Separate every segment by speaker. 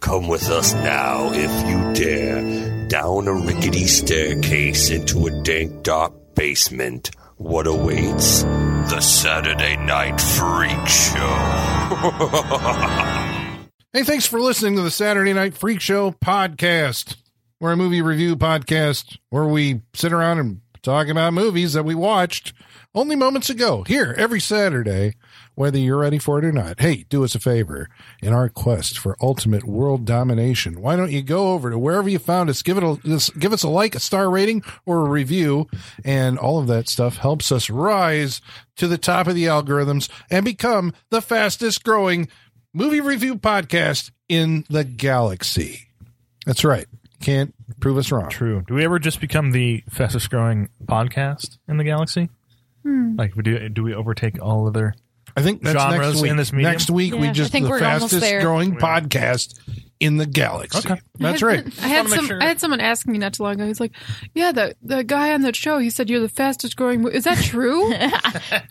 Speaker 1: Come with us now, if you dare, down a rickety staircase into a dank, dark basement. What awaits? The Saturday Night Freak Show.
Speaker 2: Hey, thanks for listening to the Saturday Night Freak Show podcast. We're a movie review podcast where we sit around and talk about movies that we watched only moments ago here every Saturday, whether you're ready for it or not. Hey, do us a favor in our quest for ultimate world domination. Why don't you go over to wherever you found us, give it a, just give us a like, a star rating, or a review, and all of that stuff helps us rise to the top of the algorithms and become the fastest growing movie review podcast in the galaxy. That's right. Can't prove us wrong.
Speaker 3: True. Do we ever just become the fastest growing podcast in the galaxy?
Speaker 4: Hmm.
Speaker 3: Like we do? Do we overtake all other?
Speaker 2: I think that's
Speaker 3: Genres
Speaker 2: next week.
Speaker 3: in this medium?
Speaker 2: Next week we
Speaker 5: Yeah, I
Speaker 2: just
Speaker 5: think
Speaker 2: the
Speaker 5: we're almost
Speaker 2: fastest
Speaker 5: there.
Speaker 2: growing podcast in the galaxy.
Speaker 3: Okay.
Speaker 2: That's right.
Speaker 5: I had
Speaker 3: wanna make
Speaker 5: some.
Speaker 3: sure.
Speaker 5: I had someone ask me not too long ago. He's like, "Yeah, the the guy on the show. He said you're the fastest growing. mo- Is that true?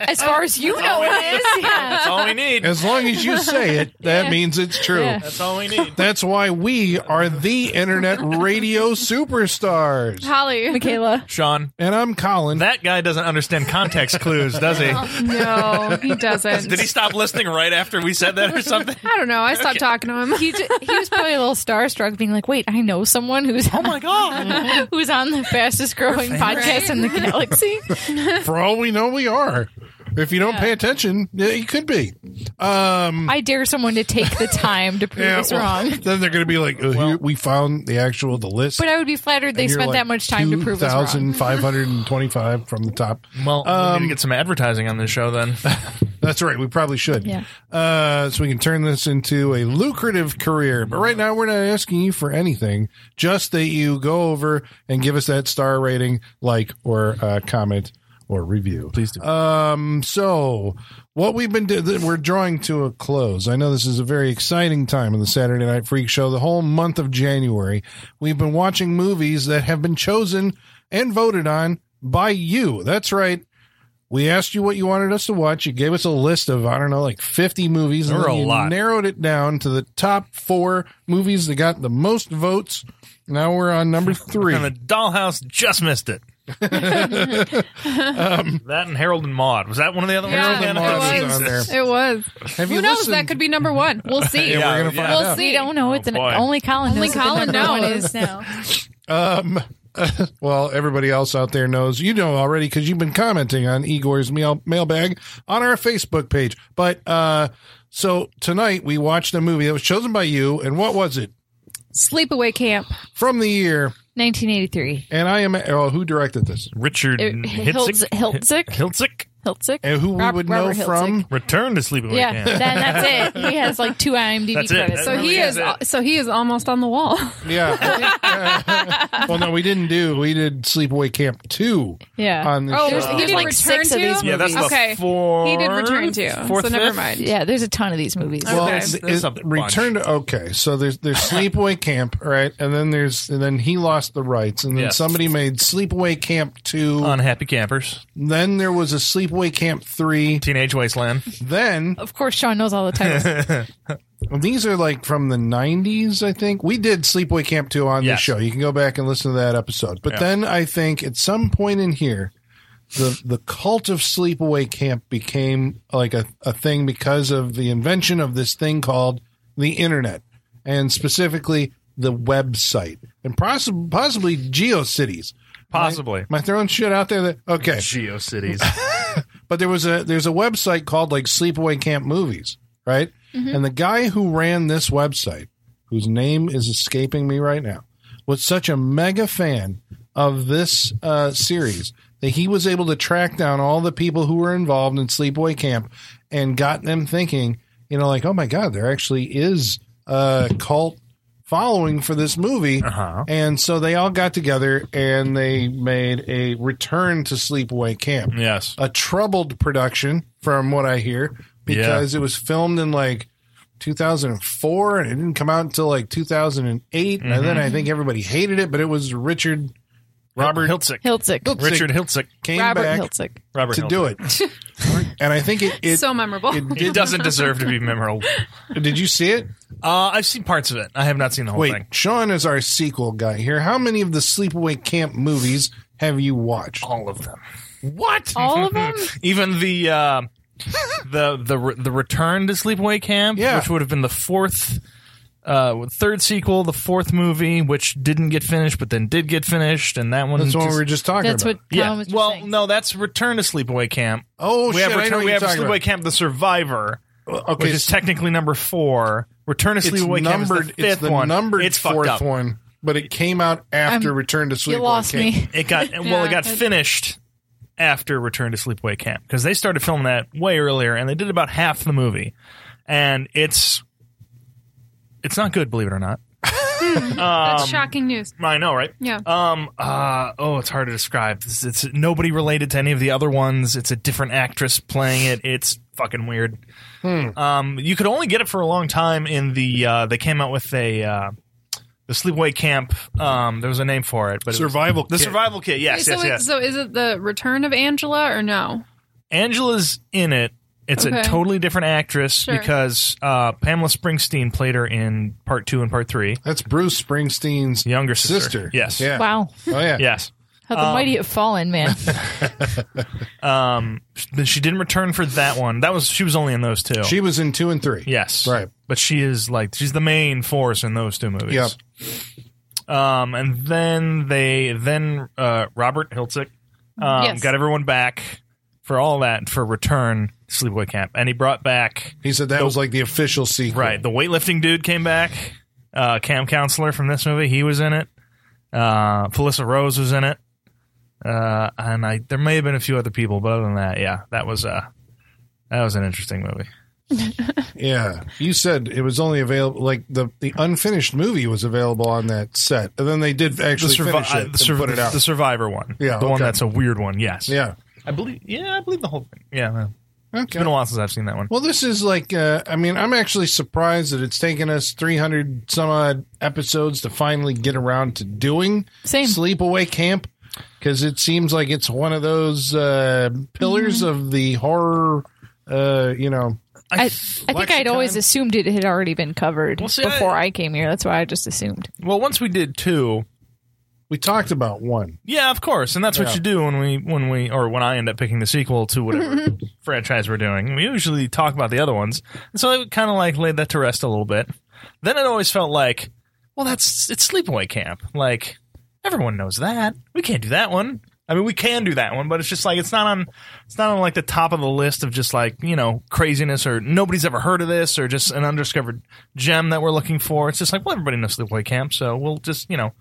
Speaker 4: As far as you know, it is. Yeah.
Speaker 3: That's all we need.
Speaker 2: As long as you say it, that means it's true.
Speaker 3: That's all we need.
Speaker 2: That's why we are the internet radio superstars.
Speaker 5: Holly,
Speaker 4: Michaela.
Speaker 3: Sean,
Speaker 2: And I'm Colin.
Speaker 3: that guy doesn't understand context clues, does he?
Speaker 5: no, he doesn't.
Speaker 3: Did he stop listening right after we said that or something?
Speaker 5: I don't know. I stopped talking to him.
Speaker 4: He, j- he was probably a little starstruck, being like, "Wait, I know someone who's
Speaker 3: Oh my god!
Speaker 4: who's on the fastest growing podcast in the galaxy."
Speaker 2: For all we know, we are. If you don't pay attention, yeah, you could be. Um,
Speaker 4: I dare someone to take the time to prove
Speaker 2: yeah,
Speaker 4: us
Speaker 2: well,
Speaker 4: wrong.
Speaker 2: Then they're going to be like, oh, here, we found the actual the list.
Speaker 4: But I would be flattered they
Speaker 2: And you're
Speaker 4: spent
Speaker 2: like
Speaker 4: that much time to prove us wrong.
Speaker 2: 2,525 from the top.
Speaker 3: Well, we
Speaker 2: Um,
Speaker 3: need to get some advertising on this show then.
Speaker 2: That's right. We probably should.
Speaker 4: Yeah.
Speaker 2: Uh, so we can turn this into a lucrative career. But right now, we're not asking you for anything. Just that you go over and give us that star rating, like, or uh, comment or review.
Speaker 3: Please do.
Speaker 2: Um, so what we've been doing, we're drawing to a close. I know this is a very exciting time in the Saturday Night Freak Show. The whole month of January, we've been watching movies that have been chosen and voted on by you. That's right. We asked you what you wanted us to watch. You gave us a list of, I don't know, like 50 movies. and
Speaker 3: There were
Speaker 2: then
Speaker 3: a
Speaker 2: you
Speaker 3: lot.
Speaker 2: narrowed it down to the top four movies that got the most votes. Now we're on number three.
Speaker 3: and the dollhouse just missed it.
Speaker 2: Um,
Speaker 3: that and Harold and Maude. Was that one of the other
Speaker 5: Yeah,
Speaker 3: ones?
Speaker 2: Harold and
Speaker 3: Hannah?
Speaker 2: Maude is
Speaker 5: it was.
Speaker 2: on there.
Speaker 5: It was.
Speaker 2: Have
Speaker 5: Who knows? That could be number one. We'll see.
Speaker 2: Yeah, we're
Speaker 3: Yeah,
Speaker 2: gonna find
Speaker 3: yeah.
Speaker 2: out.
Speaker 5: We'll
Speaker 4: We
Speaker 5: see.
Speaker 4: don't know it's
Speaker 3: Oh,
Speaker 4: an,
Speaker 3: boy.
Speaker 4: only Colin.
Speaker 5: Only
Speaker 4: knows what the
Speaker 5: Colin
Speaker 4: number one
Speaker 5: knows.
Speaker 4: is now.
Speaker 2: Um, well, everybody else out there knows. You know already because you've been commenting on Igor's mail mailbag on our Facebook page. But uh, so tonight we watched a movie that was chosen by you, and what was it
Speaker 5: Sleepaway Camp.
Speaker 2: from the year?
Speaker 4: 1983.
Speaker 2: And I am. Oh, who directed this?
Speaker 3: Richard
Speaker 4: It-
Speaker 3: Mm, Hiltzik.
Speaker 4: Hiltzik?
Speaker 3: Hiltzik.
Speaker 4: Hiltzik.
Speaker 2: And who
Speaker 4: Rob-
Speaker 2: we would know
Speaker 4: Robert
Speaker 2: from?
Speaker 4: Hiltzik.
Speaker 3: Return to Sleepaway
Speaker 4: Yeah,
Speaker 3: Camp.
Speaker 4: then that's it. He has like two IMDb
Speaker 3: That's it.
Speaker 4: credits.
Speaker 3: That
Speaker 5: So
Speaker 3: really
Speaker 5: he
Speaker 3: is
Speaker 5: is.
Speaker 3: it.
Speaker 5: So he is almost on the wall.
Speaker 2: Yeah. well, no, we didn't do. We did Sleepaway Camp two.
Speaker 4: Yeah.
Speaker 2: On the
Speaker 5: Oh,
Speaker 2: show.
Speaker 4: There's-
Speaker 5: he
Speaker 4: there's
Speaker 5: did
Speaker 4: like
Speaker 5: Return
Speaker 4: six of
Speaker 5: to?
Speaker 4: these
Speaker 3: Yeah, that's the
Speaker 4: movies.
Speaker 5: okay.
Speaker 3: fourth.
Speaker 5: He did Return to.
Speaker 3: Fourth,
Speaker 5: so never
Speaker 3: fifth?
Speaker 5: mind.
Speaker 4: yeah, there's a ton of these movies.
Speaker 2: Well,
Speaker 5: Okay.
Speaker 2: it's-
Speaker 3: There's a
Speaker 2: it- return to okay. So there's there's Sleepaway Camp, right? And then there's and then he lost the rights, and then
Speaker 3: Yes.
Speaker 2: somebody made Sleepaway Camp two.
Speaker 3: Unhappy Campers.
Speaker 2: then there was a Sleepaway Camp three.
Speaker 3: Teenage Wasteland.
Speaker 2: Then
Speaker 4: Of course, Sean knows all the titles.
Speaker 2: these are like from the nineties, I think. We did Sleepaway Camp two on the
Speaker 3: Yes.
Speaker 2: show. You can go back and listen to that episode. But
Speaker 3: Yeah.
Speaker 2: then I think at some point in here. The, the cult of sleepaway camp became like a, a thing because of the invention of this thing called the internet. and specifically the website and poss- possibly GeoCities.
Speaker 3: Possibly.
Speaker 2: Am I throwing shit out there? That okay,
Speaker 3: GeoCities.
Speaker 2: but there was a there's a website called like Sleepaway Camp Movies, right? And the guy who ran this website, whose name is escaping me right now, was such a mega fan of this uh, series that he was able to track down all the people who were involved in Sleepaway Camp and got them thinking, you know, like, oh my god, there actually is a cult following for this movie.
Speaker 3: Uh-huh.
Speaker 2: And so they all got together and they made a return to Sleepaway Camp
Speaker 3: yes.
Speaker 2: a troubled production from what I hear because it was filmed in like 2004 and it didn't come out until like 2008 and then
Speaker 3: Mm-hmm.
Speaker 2: I think everybody hated it but it was Richard
Speaker 3: Robert Hiltzik.
Speaker 4: Hiltzik.
Speaker 2: Hiltzik
Speaker 3: Richard Hiltzik.
Speaker 2: came
Speaker 4: Robert
Speaker 2: back
Speaker 4: Hiltzik.
Speaker 3: Robert
Speaker 2: to
Speaker 3: Hiltzik.
Speaker 2: do it and I think it. it
Speaker 5: so memorable.
Speaker 2: it
Speaker 3: It
Speaker 2: did,
Speaker 3: doesn't deserve to be memorable.
Speaker 2: did you see it?
Speaker 3: Uh, I've seen parts of it. I have not seen the whole
Speaker 2: Wait,
Speaker 3: thing.
Speaker 2: Sean is our sequel guy here. How many of the Sleepaway Camp movies have you watched?
Speaker 3: All of them. What?
Speaker 4: All of them?
Speaker 3: Even the uh, the the re- the return to Sleepaway Camp,
Speaker 2: Yeah.
Speaker 3: which would have been the fourth, uh, third sequel, the fourth movie, which didn't get finished, but then did get finished, and that one.
Speaker 2: That's what we
Speaker 3: just-
Speaker 2: were just talking
Speaker 4: That's
Speaker 2: about.
Speaker 4: what Tom
Speaker 3: yeah.
Speaker 4: was just
Speaker 3: Well,
Speaker 4: saying.
Speaker 3: no, that's Return to Sleepaway Camp.
Speaker 2: oh,
Speaker 3: we
Speaker 2: shit,
Speaker 3: have
Speaker 2: I know
Speaker 3: return,
Speaker 2: what
Speaker 3: we
Speaker 2: you're
Speaker 3: have
Speaker 2: talking
Speaker 3: Sleepaway
Speaker 2: about. Uh,
Speaker 3: Camp: The Survivor,
Speaker 2: Okay,
Speaker 3: which is technically number four. Return to
Speaker 2: it's
Speaker 3: Sleepaway Camp is the
Speaker 2: numbered.
Speaker 3: fifth
Speaker 2: it's the
Speaker 3: one.
Speaker 2: numbered
Speaker 3: it's fucked
Speaker 2: fourth
Speaker 3: up.
Speaker 2: one, but it came out after
Speaker 4: I'm-
Speaker 2: Return to Sleepaway
Speaker 4: you lost
Speaker 2: Camp.
Speaker 4: me.
Speaker 3: It got well. It got
Speaker 5: I-
Speaker 3: finished after Return to Sleepaway Camp because they started filming that way earlier, and they did about half the movie, and it's it's not good, believe it or not.
Speaker 5: That's
Speaker 3: um,
Speaker 5: shocking news.
Speaker 3: I know, right?
Speaker 5: Yeah.
Speaker 3: Um. Uh. Oh, it's hard to describe. It's, it's nobody related to any of the other ones. It's a different actress playing it. It's fucking weird.
Speaker 2: Hmm.
Speaker 3: Um. You could only get it for a long time. In the uh, they came out with a uh, the Sleepaway Camp. Um. There was a name for it, but it was-
Speaker 2: Survival
Speaker 3: the
Speaker 2: Kit.
Speaker 3: survival kit. Yes.
Speaker 5: so,
Speaker 3: yes.
Speaker 5: it's-
Speaker 3: Yes.
Speaker 5: so is it the return of Angela or no?
Speaker 3: Angela's in it. It's
Speaker 5: Okay.
Speaker 3: a totally different actress
Speaker 5: Sure.
Speaker 3: because uh, Pamela Springsteen played her in part two and part three.
Speaker 2: That's Bruce Springsteen's
Speaker 3: Younger sister.
Speaker 2: sister.
Speaker 3: Yes.
Speaker 2: Yeah.
Speaker 4: Wow.
Speaker 2: Oh yeah.
Speaker 3: Yes.
Speaker 4: How the mighty have fallen, man.
Speaker 3: Um, but she didn't return for that one. That was she was only in those two.
Speaker 2: She was in two and three.
Speaker 3: yes,
Speaker 2: Right.
Speaker 3: But she is like she's the main force in those two movies.
Speaker 2: Yep.
Speaker 3: Um, and then they then uh, Robert Hiltzik um,
Speaker 4: Yes.
Speaker 3: got everyone back for all that for return to Sleepaway Camp, and he brought back
Speaker 2: He said that was like the official sequel.
Speaker 3: Right. The weightlifting dude came back. Uh, Cam Counselor from this movie, he was in it. Uh, Felissa Rose was in it. Uh, and I there may have been a few other people, but other than that, yeah, that was uh that was an interesting movie.
Speaker 2: Yeah. You said it was only available like the the unfinished movie was available on that set. And then they did actually
Speaker 3: survi-
Speaker 2: finish
Speaker 3: uh,
Speaker 2: it
Speaker 3: the,
Speaker 2: and
Speaker 3: surv-
Speaker 2: put it out.
Speaker 3: the Survivor one.
Speaker 2: Yeah,
Speaker 3: The one
Speaker 2: okay.
Speaker 3: that's a weird one, yes.
Speaker 2: yeah.
Speaker 3: I believe yeah, I believe the whole thing. Yeah. no. It's
Speaker 2: Okay.
Speaker 3: been a while since I've seen that one.
Speaker 2: Well, this is like uh, I mean, I'm actually surprised that it's taken us 300 some odd episodes to finally get around to doing
Speaker 4: Same.
Speaker 2: Sleepaway Camp because it seems like it's one of those uh, pillars of the horror uh, you know,
Speaker 4: I, I think I'd always
Speaker 2: lexicon.
Speaker 4: assumed it had already been covered
Speaker 3: Well, see, I-
Speaker 4: before I, came here. That's why I just assumed.
Speaker 3: Well, once we did two,
Speaker 2: we talked about one.
Speaker 3: Yeah, of course, and that's
Speaker 2: Yeah.
Speaker 3: what you do when we when we or when I end up picking the sequel to whatever franchise we're doing. We usually talk about the other ones, and so I kind of like laid that to rest a little bit. Then it always felt like, well, that's it's Sleepaway Camp. Like everyone knows that we can't do that one. I mean, we can do that one, but it's just like it's not on it's not on like the top of the list of just like you know craziness or nobody's ever heard of this or just an undiscovered gem that we're looking for. It's just like well, everybody knows Sleepaway Camp, so we'll just you know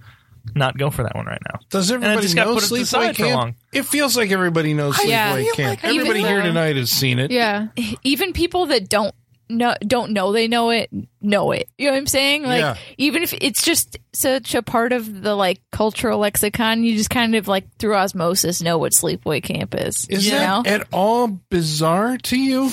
Speaker 3: not go for that one right now.
Speaker 2: Does everybody
Speaker 3: just got
Speaker 2: know
Speaker 3: put it to the
Speaker 2: Sleepaway
Speaker 3: side for
Speaker 2: Camp?
Speaker 3: long.
Speaker 2: It feels like everybody knows Sleepaway
Speaker 4: Yeah. feel
Speaker 2: Camp.
Speaker 4: like I
Speaker 2: everybody
Speaker 4: even
Speaker 2: here
Speaker 4: though-
Speaker 2: tonight has seen it.
Speaker 5: Yeah.
Speaker 4: Even people that don't know don't know they know it know it. You know what I'm saying? Like
Speaker 2: Yeah.
Speaker 4: even if it's just such a part of the like cultural lexicon, you just kind of like through osmosis know what sleepaway camp is.
Speaker 2: Is
Speaker 4: you know?
Speaker 2: that at all bizarre to you?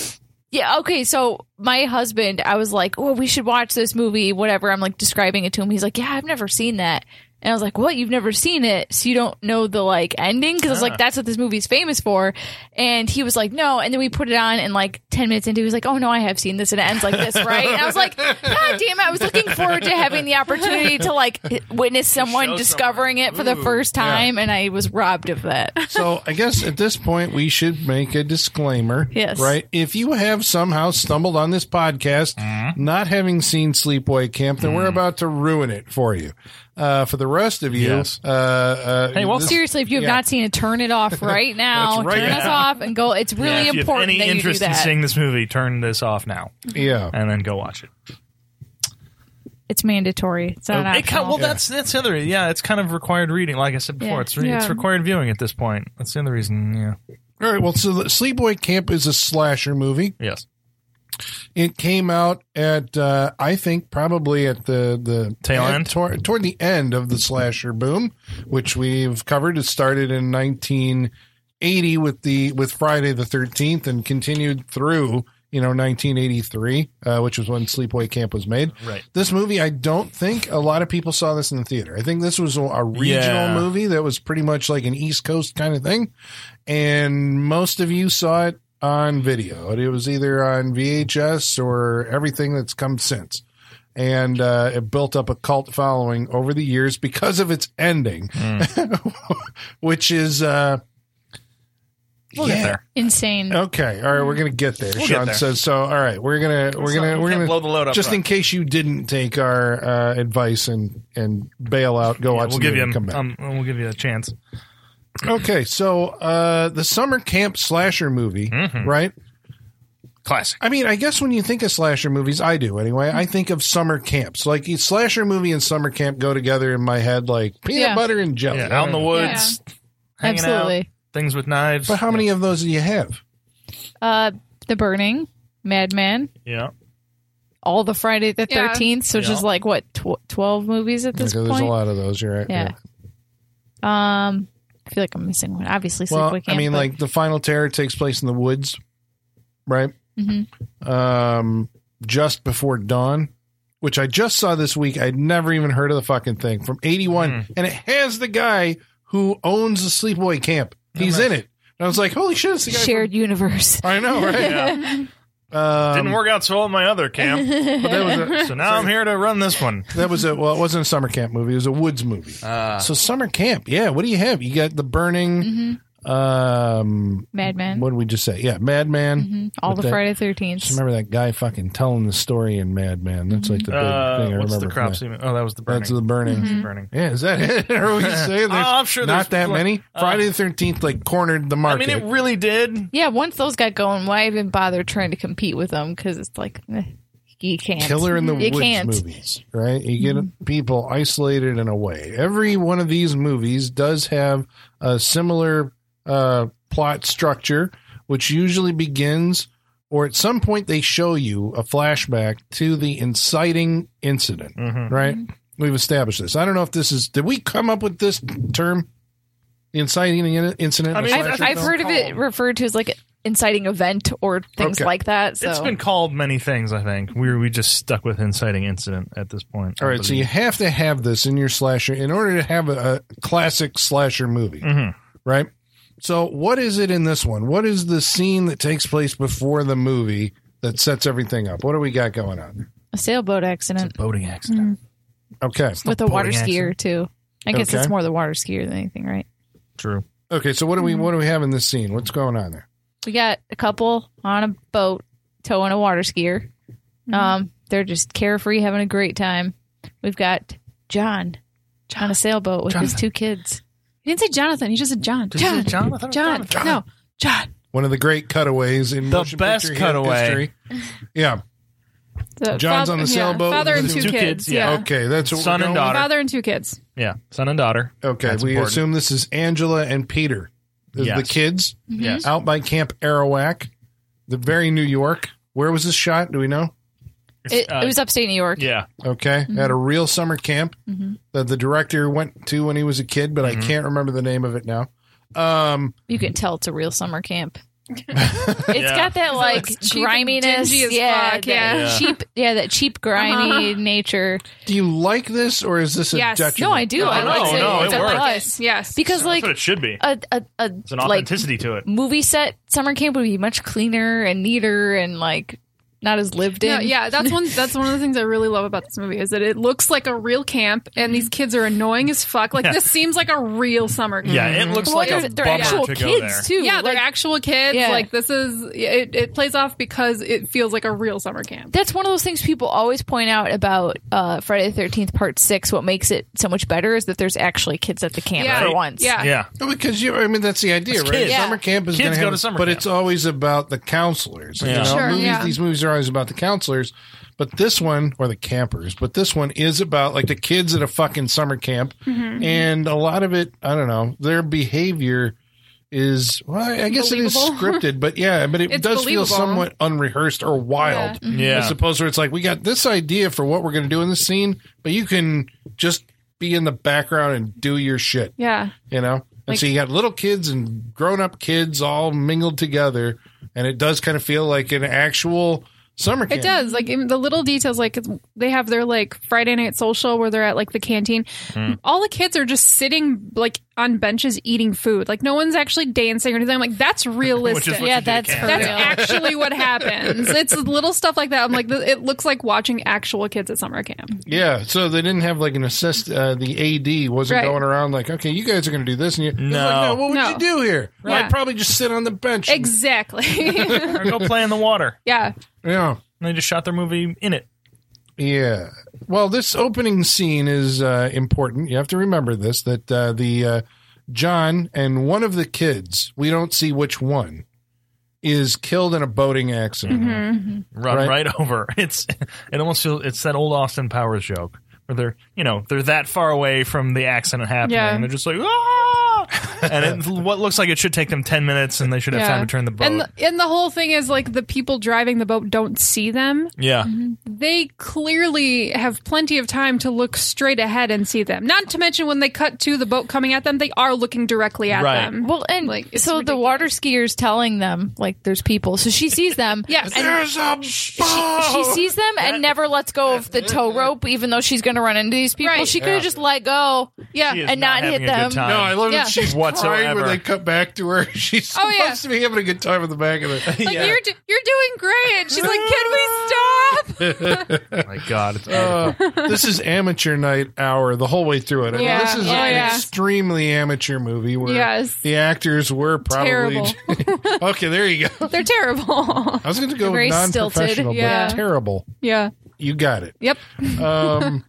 Speaker 4: Yeah, okay. So my husband, I was like, "Oh, we should watch this movie." Whatever. I'm like describing it to him. He's like, "Yeah, I've never seen that." And I was like, "What? You've never seen it? So you don't know the like ending?" Because I was like, "That's what this movie's famous for." And he was like, "No." And then we put it on, and like ten minutes into, it, he was like, "Oh no, I have seen this, and it ends like this, right?" And I was like, "God damn it!" I was looking forward to having the opportunity to like witness someone
Speaker 3: someone.
Speaker 4: discovering it for the first time, and I was robbed of that.
Speaker 2: So I guess at this point we should make a disclaimer.
Speaker 4: Yes.
Speaker 2: Right? If you have somehow stumbled on this podcast
Speaker 3: Mm-hmm.
Speaker 2: not having seen Sleepaway Camp, then
Speaker 3: Mm.
Speaker 2: we're about to ruin it for you. Uh, for the rest of you,
Speaker 3: Yes.
Speaker 2: uh, uh,
Speaker 3: Hey, welcome.
Speaker 4: Seriously, if you have
Speaker 2: Yeah.
Speaker 4: not seen it, turn it off right now.
Speaker 2: That's right
Speaker 4: turn us
Speaker 3: now.
Speaker 4: off and go. It's really
Speaker 3: if you have
Speaker 4: important
Speaker 3: any
Speaker 4: that you do
Speaker 3: interest in
Speaker 4: that.
Speaker 3: seeing this movie, turn this off now
Speaker 2: yeah.
Speaker 3: and then go watch it.
Speaker 4: it's mandatory. It's not
Speaker 3: Oh, It kind-
Speaker 4: optional.
Speaker 3: well, that's that's the other. Yeah, it's kind of required reading. Like I said before,
Speaker 4: Yeah.
Speaker 3: it's re- it's
Speaker 5: Yeah.
Speaker 3: required viewing at this point. That's the other reason. Yeah.
Speaker 2: All right. Well, so the Sleepaway Camp is a slasher movie.
Speaker 3: Yes.
Speaker 2: It came out at, uh, I think, probably at the the
Speaker 3: Tail end?
Speaker 2: toward, toward the end of the slasher boom, which we've covered. It started in 1980 with the with Friday the 13th, and continued through you know 1983, uh, which was when Sleepaway Camp was made.
Speaker 3: Right.
Speaker 2: This movie, I don't think a lot of people saw this in the theater. I think this was a- a regional
Speaker 3: Yeah.
Speaker 2: movie that was pretty much like an East Coast kind of thing, and most of you saw it on video. It was either on VHS or everything that's come since. And uh, it built up a cult following over the years because of its ending, which is. Uh,
Speaker 3: We'll get there.
Speaker 4: Insane.
Speaker 2: Okay. All right, we're gonna get there.
Speaker 3: get
Speaker 2: Sean
Speaker 3: there.
Speaker 2: says so. All right, we're gonna we're
Speaker 3: So
Speaker 2: gonna
Speaker 3: we
Speaker 2: we're
Speaker 3: can't
Speaker 2: gonna
Speaker 3: blow the load up
Speaker 2: Just in
Speaker 3: front.
Speaker 2: case you didn't take our uh, advice and and bail out, go watch.
Speaker 3: We'll
Speaker 2: the
Speaker 3: give
Speaker 2: movie
Speaker 3: you
Speaker 2: and come
Speaker 3: an,
Speaker 2: back.
Speaker 3: um, we'll give you a chance.
Speaker 2: okay, so uh, the summer camp slasher movie,
Speaker 3: Mm-hmm.
Speaker 2: right?
Speaker 3: Classic.
Speaker 2: I mean, I guess when you think of slasher movies, I do anyway. I think of summer camps. Like each slasher movie and summer camp go together in my head, like peanut
Speaker 4: Yeah.
Speaker 2: butter and jelly.
Speaker 3: Yeah, out in the woods, hanging out,
Speaker 4: Absolutely.
Speaker 3: things with knives.
Speaker 2: But how many of those do you have?
Speaker 4: Uh, the Burning, Madman,
Speaker 3: Yeah,
Speaker 4: all the Friday the
Speaker 5: Yeah.
Speaker 4: Thirteenth, which
Speaker 3: Yeah.
Speaker 4: is like what tw- twelve movies at this
Speaker 2: Because there's a
Speaker 4: point.
Speaker 2: lot of those. You're right.
Speaker 4: Yeah. Um, I feel like I'm missing one. Obviously,
Speaker 2: Well,
Speaker 4: Sleepaway Camp.
Speaker 2: I mean,
Speaker 4: but-
Speaker 2: like the final terror takes place in the woods, right?
Speaker 4: Mhm.
Speaker 2: Um, just before dawn, which I just saw this week. I'd never even heard of the fucking thing from '81,
Speaker 3: Mm-hmm.
Speaker 2: and it has the guy who owns the sleepaway camp. He's in it, and I was like, "Holy shit!" It's the guy
Speaker 4: shared universe.
Speaker 2: From- I know, right?
Speaker 3: yeah.
Speaker 2: Um,
Speaker 3: Didn't work out so well in my other camp, but there was a, so now I'm here to run this one.
Speaker 2: That was a well. It wasn't a summer camp movie. It was a woods movie.
Speaker 3: Uh,
Speaker 2: so summer camp, yeah. What do you have? You got the burning. Um,
Speaker 4: Madman.
Speaker 2: what did we just say? Yeah, Madman.
Speaker 4: Mhm. All
Speaker 2: What
Speaker 4: the
Speaker 2: the-
Speaker 4: Friday
Speaker 2: Just
Speaker 4: Thirteenth.
Speaker 2: remember that guy fucking telling the story in Mad Men. That's like the big
Speaker 3: uh,
Speaker 2: thing I
Speaker 3: what's
Speaker 2: remember.
Speaker 3: the
Speaker 2: from
Speaker 3: crop
Speaker 2: that.
Speaker 3: scene? Oh, that was the burning.
Speaker 2: That's the burning.
Speaker 4: Mm-hmm.
Speaker 3: burning.
Speaker 2: Yeah, is that it? Are we saying there's
Speaker 3: Oh, I'm sure
Speaker 2: not
Speaker 3: there's-
Speaker 2: that many?
Speaker 3: uh,
Speaker 2: Friday the Thirteenth like cornered the
Speaker 3: I
Speaker 2: market.
Speaker 3: mean, it really did.
Speaker 4: Yeah, once those got going, why even bother trying to compete with them? Because it's like eh, you can't.
Speaker 2: Killer in the
Speaker 4: you
Speaker 2: Woods
Speaker 4: can't.
Speaker 2: movies, right? You get people isolated in a way. Every one of these movies does have a similar uh, plot structure, which usually begins, or at some point they show you a flashback to the inciting incident,
Speaker 3: Mm-hmm.
Speaker 2: right? We've established this. I don't know if this is. Did we come up with this term? The inciting in- incident. in
Speaker 3: I
Speaker 2: a
Speaker 3: mean,
Speaker 2: slasher
Speaker 4: I've, I've
Speaker 2: film?
Speaker 4: heard of it
Speaker 3: called.
Speaker 4: referred to as like inciting event or things
Speaker 2: Okay.
Speaker 4: like that. So
Speaker 3: It's been called many things. I think we we just stuck with inciting incident at this point.
Speaker 2: All right, so you have to have this in your slasher in order to have a, a classic slasher movie,
Speaker 3: Mhm.
Speaker 2: right? So, what is it in this one? What is the scene that takes place before the movie that sets everything up? What do we got going on?
Speaker 4: a sailboat accident
Speaker 3: boating accident.
Speaker 2: Okay,
Speaker 4: with a water
Speaker 3: boating
Speaker 4: skier too. I guess
Speaker 2: Okay.
Speaker 4: it's more the water skier than anything, right?
Speaker 3: True.
Speaker 2: okay. So, what do we what do we have in this scene? What's going on there?
Speaker 4: We got a couple on a boat towing a water skier. Um, they're just carefree, having a great time. We've got John, on a sailboat with his two kids.
Speaker 5: He didn't say Jonathan. He just said John.
Speaker 3: Did he say
Speaker 5: John.
Speaker 3: Jonathan or
Speaker 5: John.
Speaker 3: Jonathan?
Speaker 5: No. John.
Speaker 2: One of the great cutaways in
Speaker 3: The
Speaker 2: motion
Speaker 3: best
Speaker 2: picture
Speaker 3: cutaway.
Speaker 2: history. Yeah.
Speaker 5: The
Speaker 2: John's
Speaker 5: fath-
Speaker 2: on the
Speaker 5: yeah,
Speaker 2: sailboat
Speaker 5: Father
Speaker 2: with
Speaker 5: and
Speaker 2: the
Speaker 5: two,
Speaker 3: two
Speaker 5: kids.
Speaker 3: kids, yeah.
Speaker 5: Yeah.
Speaker 2: Okay, that's what
Speaker 3: Son
Speaker 2: we're
Speaker 3: and
Speaker 2: going with.
Speaker 3: daughter.
Speaker 5: Father and two kids.
Speaker 3: Yeah, son and daughter.
Speaker 2: Okay,
Speaker 3: That's
Speaker 2: we
Speaker 3: important.
Speaker 2: assume this is Angela and Peter, the, the
Speaker 3: Yes.
Speaker 2: kids.
Speaker 4: Mm-hmm.
Speaker 3: Yes.
Speaker 2: out by Camp Arawak, the very New York. Where was this shot? Do we know?
Speaker 4: It,
Speaker 3: Uh,
Speaker 4: it was upstate New York.
Speaker 3: Yeah.
Speaker 2: Okay,
Speaker 4: Mm-hmm.
Speaker 2: at a real summer camp that the director went to when he was a kid, but
Speaker 3: Mm-hmm.
Speaker 2: I can't remember the name of it now. Um,
Speaker 4: You can tell it's a real summer camp. It's
Speaker 3: Yeah.
Speaker 4: got that like
Speaker 5: it's cheap and
Speaker 4: griminess,
Speaker 5: dingy as
Speaker 4: yeah,
Speaker 5: fuck,
Speaker 4: that
Speaker 5: yeah. Uh-huh.
Speaker 4: cheap, yeah, that cheap grimy nature.
Speaker 2: do you like this or is this a
Speaker 5: Yes.
Speaker 2: detriment?
Speaker 4: No, I do. I
Speaker 3: No,
Speaker 4: like
Speaker 3: no,
Speaker 4: it.
Speaker 3: it
Speaker 4: It's a
Speaker 3: works.
Speaker 4: plus.
Speaker 5: Yes.
Speaker 4: because like
Speaker 3: That's what it should be.
Speaker 4: a a, a
Speaker 3: It's an
Speaker 4: like
Speaker 3: authenticity to it.
Speaker 4: movie set summer camp would be much cleaner and neater and like not as lived in.
Speaker 5: No, yeah, that's one. That's one of the things I really love about this movie is that it looks like a real camp, and these kids are annoying as fuck. Like
Speaker 3: Yeah.
Speaker 5: this seems like a real summer camp.
Speaker 3: Yeah, it looks
Speaker 4: Mm-hmm. Well,
Speaker 3: like a
Speaker 4: they're, they're
Speaker 3: bummer
Speaker 4: actual
Speaker 3: to go there.
Speaker 4: kids too.
Speaker 5: Yeah, they're
Speaker 4: Like,
Speaker 5: actual kids.
Speaker 4: Yeah.
Speaker 5: Like this is it, it plays off because it feels like a real summer camp.
Speaker 4: that's one of those things people always point out about uh, Friday the Thirteenth Part Six. What makes it so much better is that there's actually kids at the camp
Speaker 5: Yeah.
Speaker 4: for
Speaker 5: Right.
Speaker 4: once.
Speaker 5: Yeah.
Speaker 3: Yeah.
Speaker 2: No, because you. I mean, that's the idea,
Speaker 3: It's
Speaker 2: right?
Speaker 3: kids.
Speaker 4: Yeah.
Speaker 2: Summer camp is
Speaker 3: Kids
Speaker 2: gonna
Speaker 3: go
Speaker 2: have-
Speaker 3: to summer
Speaker 2: but
Speaker 3: camp.
Speaker 2: it's always about the counselors. You
Speaker 3: Yeah.
Speaker 2: know?
Speaker 5: Sure,
Speaker 2: movies,
Speaker 5: yeah.
Speaker 2: These movies are always about the counselors, but this one or the campers, but this one is about like the kids at a fucking summer camp,
Speaker 5: Mm-hmm.
Speaker 2: and a lot of it. I don't know their behavior. Is well, I I guess it is
Speaker 5: Believable.
Speaker 2: scripted, but yeah, but it
Speaker 5: It's
Speaker 2: does feel
Speaker 5: believable. Mm-hmm.
Speaker 2: somewhat unrehearsed or wild.
Speaker 3: Yeah.
Speaker 2: As opposed to it's like we got this idea for what we're going to do in this scene, but you can just be in the background and do your shit
Speaker 5: Yeah,
Speaker 2: you know and so you got little kids and grown-up kids all mingled together and it does kind of feel like an actual summer camp
Speaker 5: it does. Like in the little details, like it's- they have
Speaker 3: Mm.
Speaker 5: their like Friday night social where they're at like the canteen. All the kids are just sitting like on benches eating food. Like no one's actually dancing or anything. I'm like, that's realistic.
Speaker 3: what
Speaker 4: Yeah,
Speaker 3: you do to
Speaker 4: that's
Speaker 3: cats.
Speaker 4: for
Speaker 5: that's
Speaker 4: real.
Speaker 5: actually what happens. It's little stuff like that. I'm like, th- it looks like watching actual kids at summer camp.
Speaker 2: Yeah, so they didn't have like an assist. Uh, the AD wasn't
Speaker 5: Right.
Speaker 2: going around like, okay, you guys are going to do this, and you. No,
Speaker 3: No.
Speaker 2: no what would
Speaker 5: No.
Speaker 2: you do here? Well,
Speaker 5: Yeah.
Speaker 2: I'd probably just sit on the bench. and-
Speaker 5: Exactly.
Speaker 3: or go play in the water.
Speaker 5: yeah.
Speaker 2: yeah,
Speaker 3: And they just shot their movie in it.
Speaker 2: yeah. Well, this opening scene is uh, important. You have to remember this: that uh, the uh, John and one of the kids, we don't see which one, is killed in a boating accident.
Speaker 5: Mm-hmm.
Speaker 3: Run
Speaker 2: Right.
Speaker 3: right, over. It's it almost feels it's that old Austin Powers joke where they're you know they're that far away from the accident happening
Speaker 5: Yeah.
Speaker 3: and they're just like ah, and it, what looks like it should take them ten minutes and they should have
Speaker 5: yeah.
Speaker 3: time to turn the boat.
Speaker 5: And the, and the whole thing is like the people driving the boat don't see them.
Speaker 3: yeah,
Speaker 5: They clearly have plenty of time to look straight ahead and see them. Not to mention when they cut to the boat coming at them, they are looking directly at
Speaker 3: Right.
Speaker 5: them.
Speaker 4: Well, and
Speaker 5: Like, it's
Speaker 4: so the water skier's telling them like there's people, so she sees them.
Speaker 5: Yeah. And,
Speaker 2: There's a
Speaker 4: She
Speaker 2: boat!
Speaker 4: sees them and never lets go of the tow rope, even though she's going to run into these people.
Speaker 5: Right.
Speaker 4: She could have just let go.
Speaker 5: yeah.
Speaker 3: She is
Speaker 4: And not
Speaker 3: having
Speaker 4: hit
Speaker 3: a good
Speaker 4: them.
Speaker 3: time.
Speaker 2: No, I love
Speaker 5: Yeah.
Speaker 2: that she's crying
Speaker 3: Whatsoever.
Speaker 2: when they cut back to her. She's
Speaker 5: Oh,
Speaker 2: supposed
Speaker 5: yeah.
Speaker 2: to be having a good time in the back of it.
Speaker 5: Like you're do- you're doing great. And she's like, can we stop?
Speaker 3: my God, it's
Speaker 2: Uh, this is amateur night hour the whole way through it. I mean,
Speaker 5: Yeah.
Speaker 2: this is
Speaker 5: Oh,
Speaker 2: an
Speaker 5: yeah.
Speaker 2: extremely amateur movie where
Speaker 5: Yes.
Speaker 2: the actors were probably. okay, there you go.
Speaker 5: They're terrible.
Speaker 2: I was going to go
Speaker 4: Very
Speaker 2: with non
Speaker 4: stilted,
Speaker 2: professional,
Speaker 5: yeah.
Speaker 2: but terrible.
Speaker 5: yeah.
Speaker 2: You got it.
Speaker 5: Yep.
Speaker 2: Um,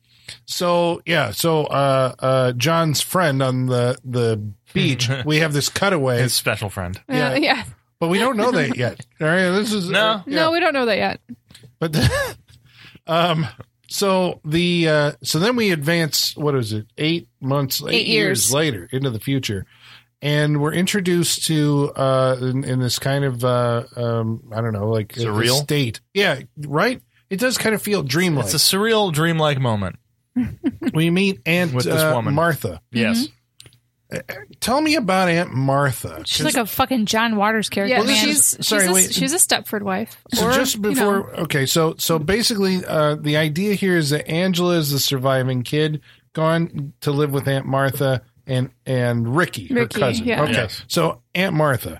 Speaker 2: so, yeah, so uh, uh, John's friend on the, the beach, we have this cutaway,
Speaker 3: his special friend.
Speaker 5: Uh,
Speaker 2: Yeah.
Speaker 5: Yeah.
Speaker 2: but we don't know that yet. All right, this is.
Speaker 3: No.
Speaker 2: uh, yeah.
Speaker 5: No, we don't know that yet.
Speaker 2: But the- um, so the uh, so then we advance. What is it? Eight months, eight,
Speaker 4: Eight
Speaker 2: years.
Speaker 4: years.
Speaker 2: later into the future, and we're introduced to uh, in, in this kind of uh, um, I don't know, like a- a
Speaker 3: Surreal?
Speaker 2: state. Yeah, right. It does kind of feel dreamlike.
Speaker 3: It's a surreal, dreamlike moment.
Speaker 2: we meet Aunt
Speaker 3: With this
Speaker 2: uh,
Speaker 3: woman.
Speaker 2: Martha.
Speaker 3: Yes,
Speaker 2: Tell me about Aunt Martha.
Speaker 4: She's like a fucking John Waters character.
Speaker 5: Yeah,
Speaker 2: this
Speaker 4: man.
Speaker 2: is-
Speaker 5: she's
Speaker 2: sorry,
Speaker 5: she's, a,
Speaker 2: wait.
Speaker 5: she's a Stepford wife.
Speaker 2: So
Speaker 5: Or,
Speaker 2: just
Speaker 5: you know,
Speaker 2: before, okay, so so basically, uh, the idea here is that Angela is the surviving kid, gone to live with Aunt Martha and and Ricky, her
Speaker 5: Ricky,
Speaker 2: cousin.
Speaker 5: yeah.
Speaker 2: Okay,
Speaker 3: Yes.
Speaker 2: so Aunt Martha,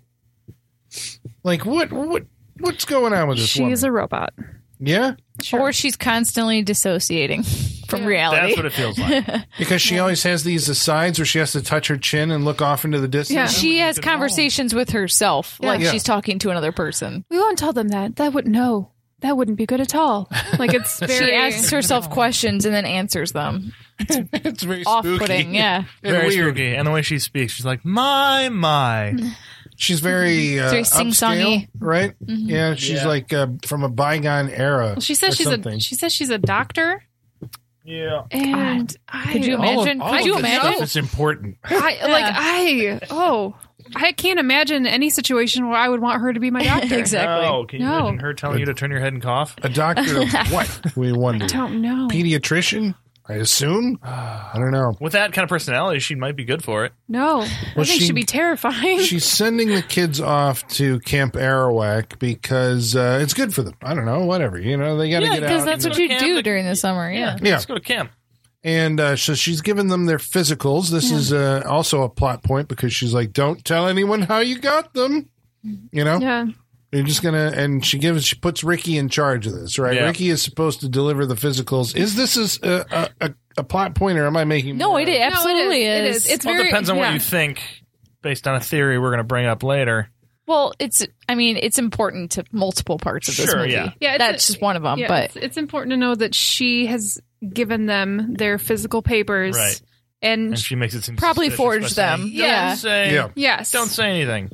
Speaker 2: like what what what's going on with this
Speaker 5: she
Speaker 2: woman?
Speaker 5: is a robot.
Speaker 2: yeah,
Speaker 4: or she's constantly dissociating from
Speaker 5: Yeah.
Speaker 4: reality.
Speaker 3: that's what it feels like.
Speaker 2: because she always has these asides where she has to touch her chin and look off into the distance.
Speaker 4: she has conversations with herself, like
Speaker 2: Yeah.
Speaker 4: she's talking to another person.
Speaker 5: We won't tell them that. That would no. That wouldn't be good at all. Like it's very.
Speaker 4: She asks herself questions and then answers them.
Speaker 2: It's very
Speaker 4: Off-putting,
Speaker 2: spooky.
Speaker 4: yeah.
Speaker 2: And
Speaker 3: Very
Speaker 2: weird.
Speaker 3: spooky. And the way she speaks, she's like, "My, my."
Speaker 2: She's
Speaker 5: Mm-hmm.
Speaker 2: very uh,
Speaker 4: very
Speaker 2: upscale,
Speaker 4: sing-songy.
Speaker 2: right? Yeah, she's
Speaker 3: Yeah.
Speaker 2: like uh, from a bygone era.
Speaker 5: she says
Speaker 2: or
Speaker 5: she's
Speaker 2: something.
Speaker 5: a she says she's a doctor.
Speaker 3: Yeah.
Speaker 5: And I
Speaker 4: Could you
Speaker 2: All of-
Speaker 4: imagine?
Speaker 2: all
Speaker 4: Could
Speaker 2: of
Speaker 4: you
Speaker 2: this
Speaker 4: imagine?
Speaker 2: stuff is important.
Speaker 5: I like I oh I can't imagine any situation where I would want her to be my doctor.
Speaker 4: Exactly.
Speaker 3: No, Oh, can you
Speaker 5: No.
Speaker 3: imagine her telling you to turn your head and cough?
Speaker 2: A doctor of what? We wonder.
Speaker 5: Don't know.
Speaker 2: Pediatrician, I assume. I don't know.
Speaker 3: With that kind of personality, she might be good for it.
Speaker 5: No, I think
Speaker 2: she-
Speaker 5: she, would be terrifying.
Speaker 2: She's sending the kids off to Camp Arawak because uh, it's good for them. I don't know, whatever. You know, they got to
Speaker 4: Yeah,
Speaker 2: get out.
Speaker 4: because that's
Speaker 2: and,
Speaker 4: what you
Speaker 3: Yeah.
Speaker 4: do during the summer. Yeah.
Speaker 2: Yeah.
Speaker 3: Let's go to camp.
Speaker 2: and uh, so she's giving them their physicals. This is uh, also a plot point because she's like, "Don't tell anyone how you got them." You know,
Speaker 5: yeah.
Speaker 2: They're just gonna, and she gives, she puts Ricky in charge of this, right?
Speaker 3: Yeah.
Speaker 2: Ricky is supposed to deliver the physicals. Is this is a, a, a, a plot point, or am I making?
Speaker 4: No,
Speaker 2: more
Speaker 4: it
Speaker 2: up?
Speaker 4: absolutely
Speaker 5: it
Speaker 4: is.
Speaker 5: is. It's
Speaker 3: Well, it
Speaker 5: very
Speaker 3: depends on what
Speaker 5: yeah.
Speaker 3: you think based on a theory we're going to bring up later.
Speaker 4: Well, it's. I mean, it's important to multiple parts of this
Speaker 3: Sure,
Speaker 4: movie.
Speaker 3: yeah.
Speaker 5: Yeah, it's-
Speaker 4: that's just one of
Speaker 3: um,
Speaker 4: them.
Speaker 5: Yeah,
Speaker 4: but
Speaker 5: it's, it's important to know that she has given them their physical papers,
Speaker 3: Right.
Speaker 5: And,
Speaker 3: And she makes it seem
Speaker 4: Probably
Speaker 3: suspicious
Speaker 4: forged
Speaker 3: by saying,
Speaker 4: them.
Speaker 3: Don't
Speaker 4: Yeah.
Speaker 3: say,
Speaker 2: Yeah.
Speaker 5: yes,
Speaker 3: Don't say anything.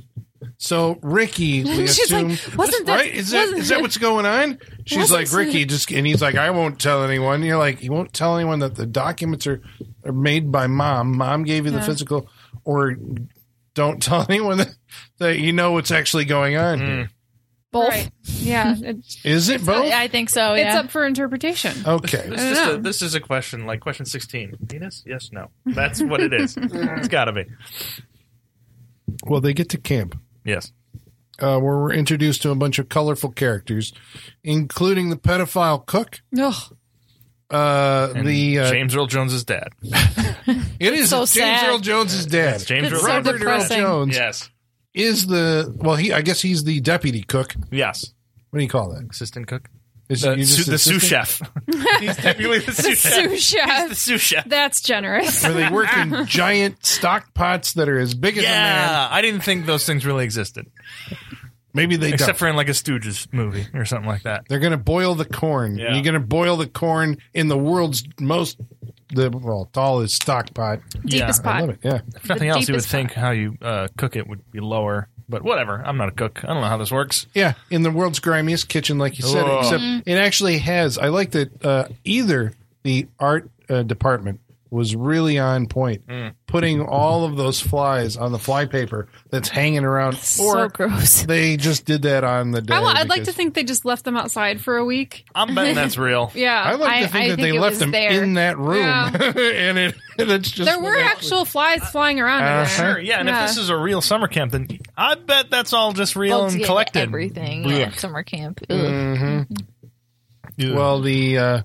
Speaker 2: So Ricky, we
Speaker 5: She's
Speaker 2: assume,
Speaker 5: like, wasn't that-
Speaker 2: right? Is that
Speaker 5: wasn't-
Speaker 2: is that what's going on? She's like
Speaker 5: Wasn't-
Speaker 2: Ricky, just and he's like, I won't tell anyone. And you're like, you won't tell anyone that the documents are are made by mom. Mom gave you the physical, or don't tell anyone that, that you know what's actually going on. here.
Speaker 4: both.
Speaker 5: Right. Yeah, it's,
Speaker 2: Is it both?
Speaker 4: I think so.
Speaker 5: it's
Speaker 4: Yeah.
Speaker 5: up for interpretation.
Speaker 2: okay.
Speaker 3: This,
Speaker 5: I
Speaker 3: is
Speaker 5: don't
Speaker 3: just a,
Speaker 5: know.
Speaker 3: this is a question, like question 16. Venus? Yes, no. That's what it is. it's got to be.
Speaker 2: Well, they get to camp.
Speaker 3: Yes.
Speaker 2: uh, where we're introduced to a bunch of colorful characters, including the pedophile cook,
Speaker 5: Ugh.
Speaker 2: uh, the uh,
Speaker 3: James Earl Jones is dead.
Speaker 2: It is
Speaker 4: so
Speaker 2: James
Speaker 4: sad.
Speaker 2: Earl Jones is dead.
Speaker 3: James
Speaker 4: It's
Speaker 3: Earl
Speaker 4: so
Speaker 3: Jones.
Speaker 2: Robert Earl
Speaker 4: depressing.
Speaker 2: Jones
Speaker 3: Yes.
Speaker 2: is the well. He I guess he's the deputy cook.
Speaker 3: Yes.
Speaker 2: What do you call that?
Speaker 3: Assistant cook.
Speaker 2: Is
Speaker 3: The,
Speaker 2: you just
Speaker 3: su- the sous
Speaker 2: assistant?
Speaker 3: chef. He's technically the
Speaker 5: The
Speaker 3: sous chef.
Speaker 5: sous
Speaker 3: The
Speaker 5: chef.
Speaker 3: sous chef.
Speaker 5: That's generous.
Speaker 2: Where they work in giant stock pots that are as big as a man.
Speaker 3: Yeah, I didn't think those things really existed,
Speaker 2: Maybe they don't.
Speaker 3: except for in like a Stooges movie or something like that.
Speaker 2: They're going to boil the corn.
Speaker 3: Yeah.
Speaker 2: You're going to boil the corn in the world's most the well tallest stock pot.
Speaker 5: Deepest
Speaker 3: Yeah,
Speaker 2: I
Speaker 5: pot.
Speaker 2: love it. Yeah.
Speaker 3: If nothing else, you would
Speaker 5: deepest
Speaker 3: think how you uh, cook it would be lower, but whatever. I'm not a cook. I don't know how this works.
Speaker 2: Yeah, in the world's grimiest kitchen, like you said.
Speaker 3: Whoa.
Speaker 2: Except it actually has. I like that uh, either the art uh, department was really on point, putting all of those flies on the fly paper that's hanging around,
Speaker 4: so
Speaker 2: or
Speaker 4: gross.
Speaker 2: they just did that on the day.
Speaker 5: I, would like
Speaker 2: because-
Speaker 5: to think they just left them outside for a week.
Speaker 3: I'm betting that's real.
Speaker 5: Yeah.
Speaker 2: I like
Speaker 4: I-
Speaker 2: to think
Speaker 4: I
Speaker 2: that
Speaker 4: think
Speaker 2: they
Speaker 4: it
Speaker 2: left
Speaker 4: was
Speaker 2: them
Speaker 4: there.
Speaker 2: in that room,
Speaker 5: Yeah.
Speaker 2: and it that's just
Speaker 5: there
Speaker 2: what
Speaker 5: were
Speaker 2: they-
Speaker 5: actual flies flying around. in
Speaker 2: Uh-huh.
Speaker 5: there.
Speaker 3: Uh, Sure, yeah. And if this is a real summer camp, then I bet that's all just real
Speaker 4: Bugs
Speaker 3: and
Speaker 4: eat
Speaker 3: collected.
Speaker 4: everything
Speaker 3: Ugh. Mm.
Speaker 4: at summer camp. Ugh.
Speaker 3: Ugh.
Speaker 2: Well, the uh,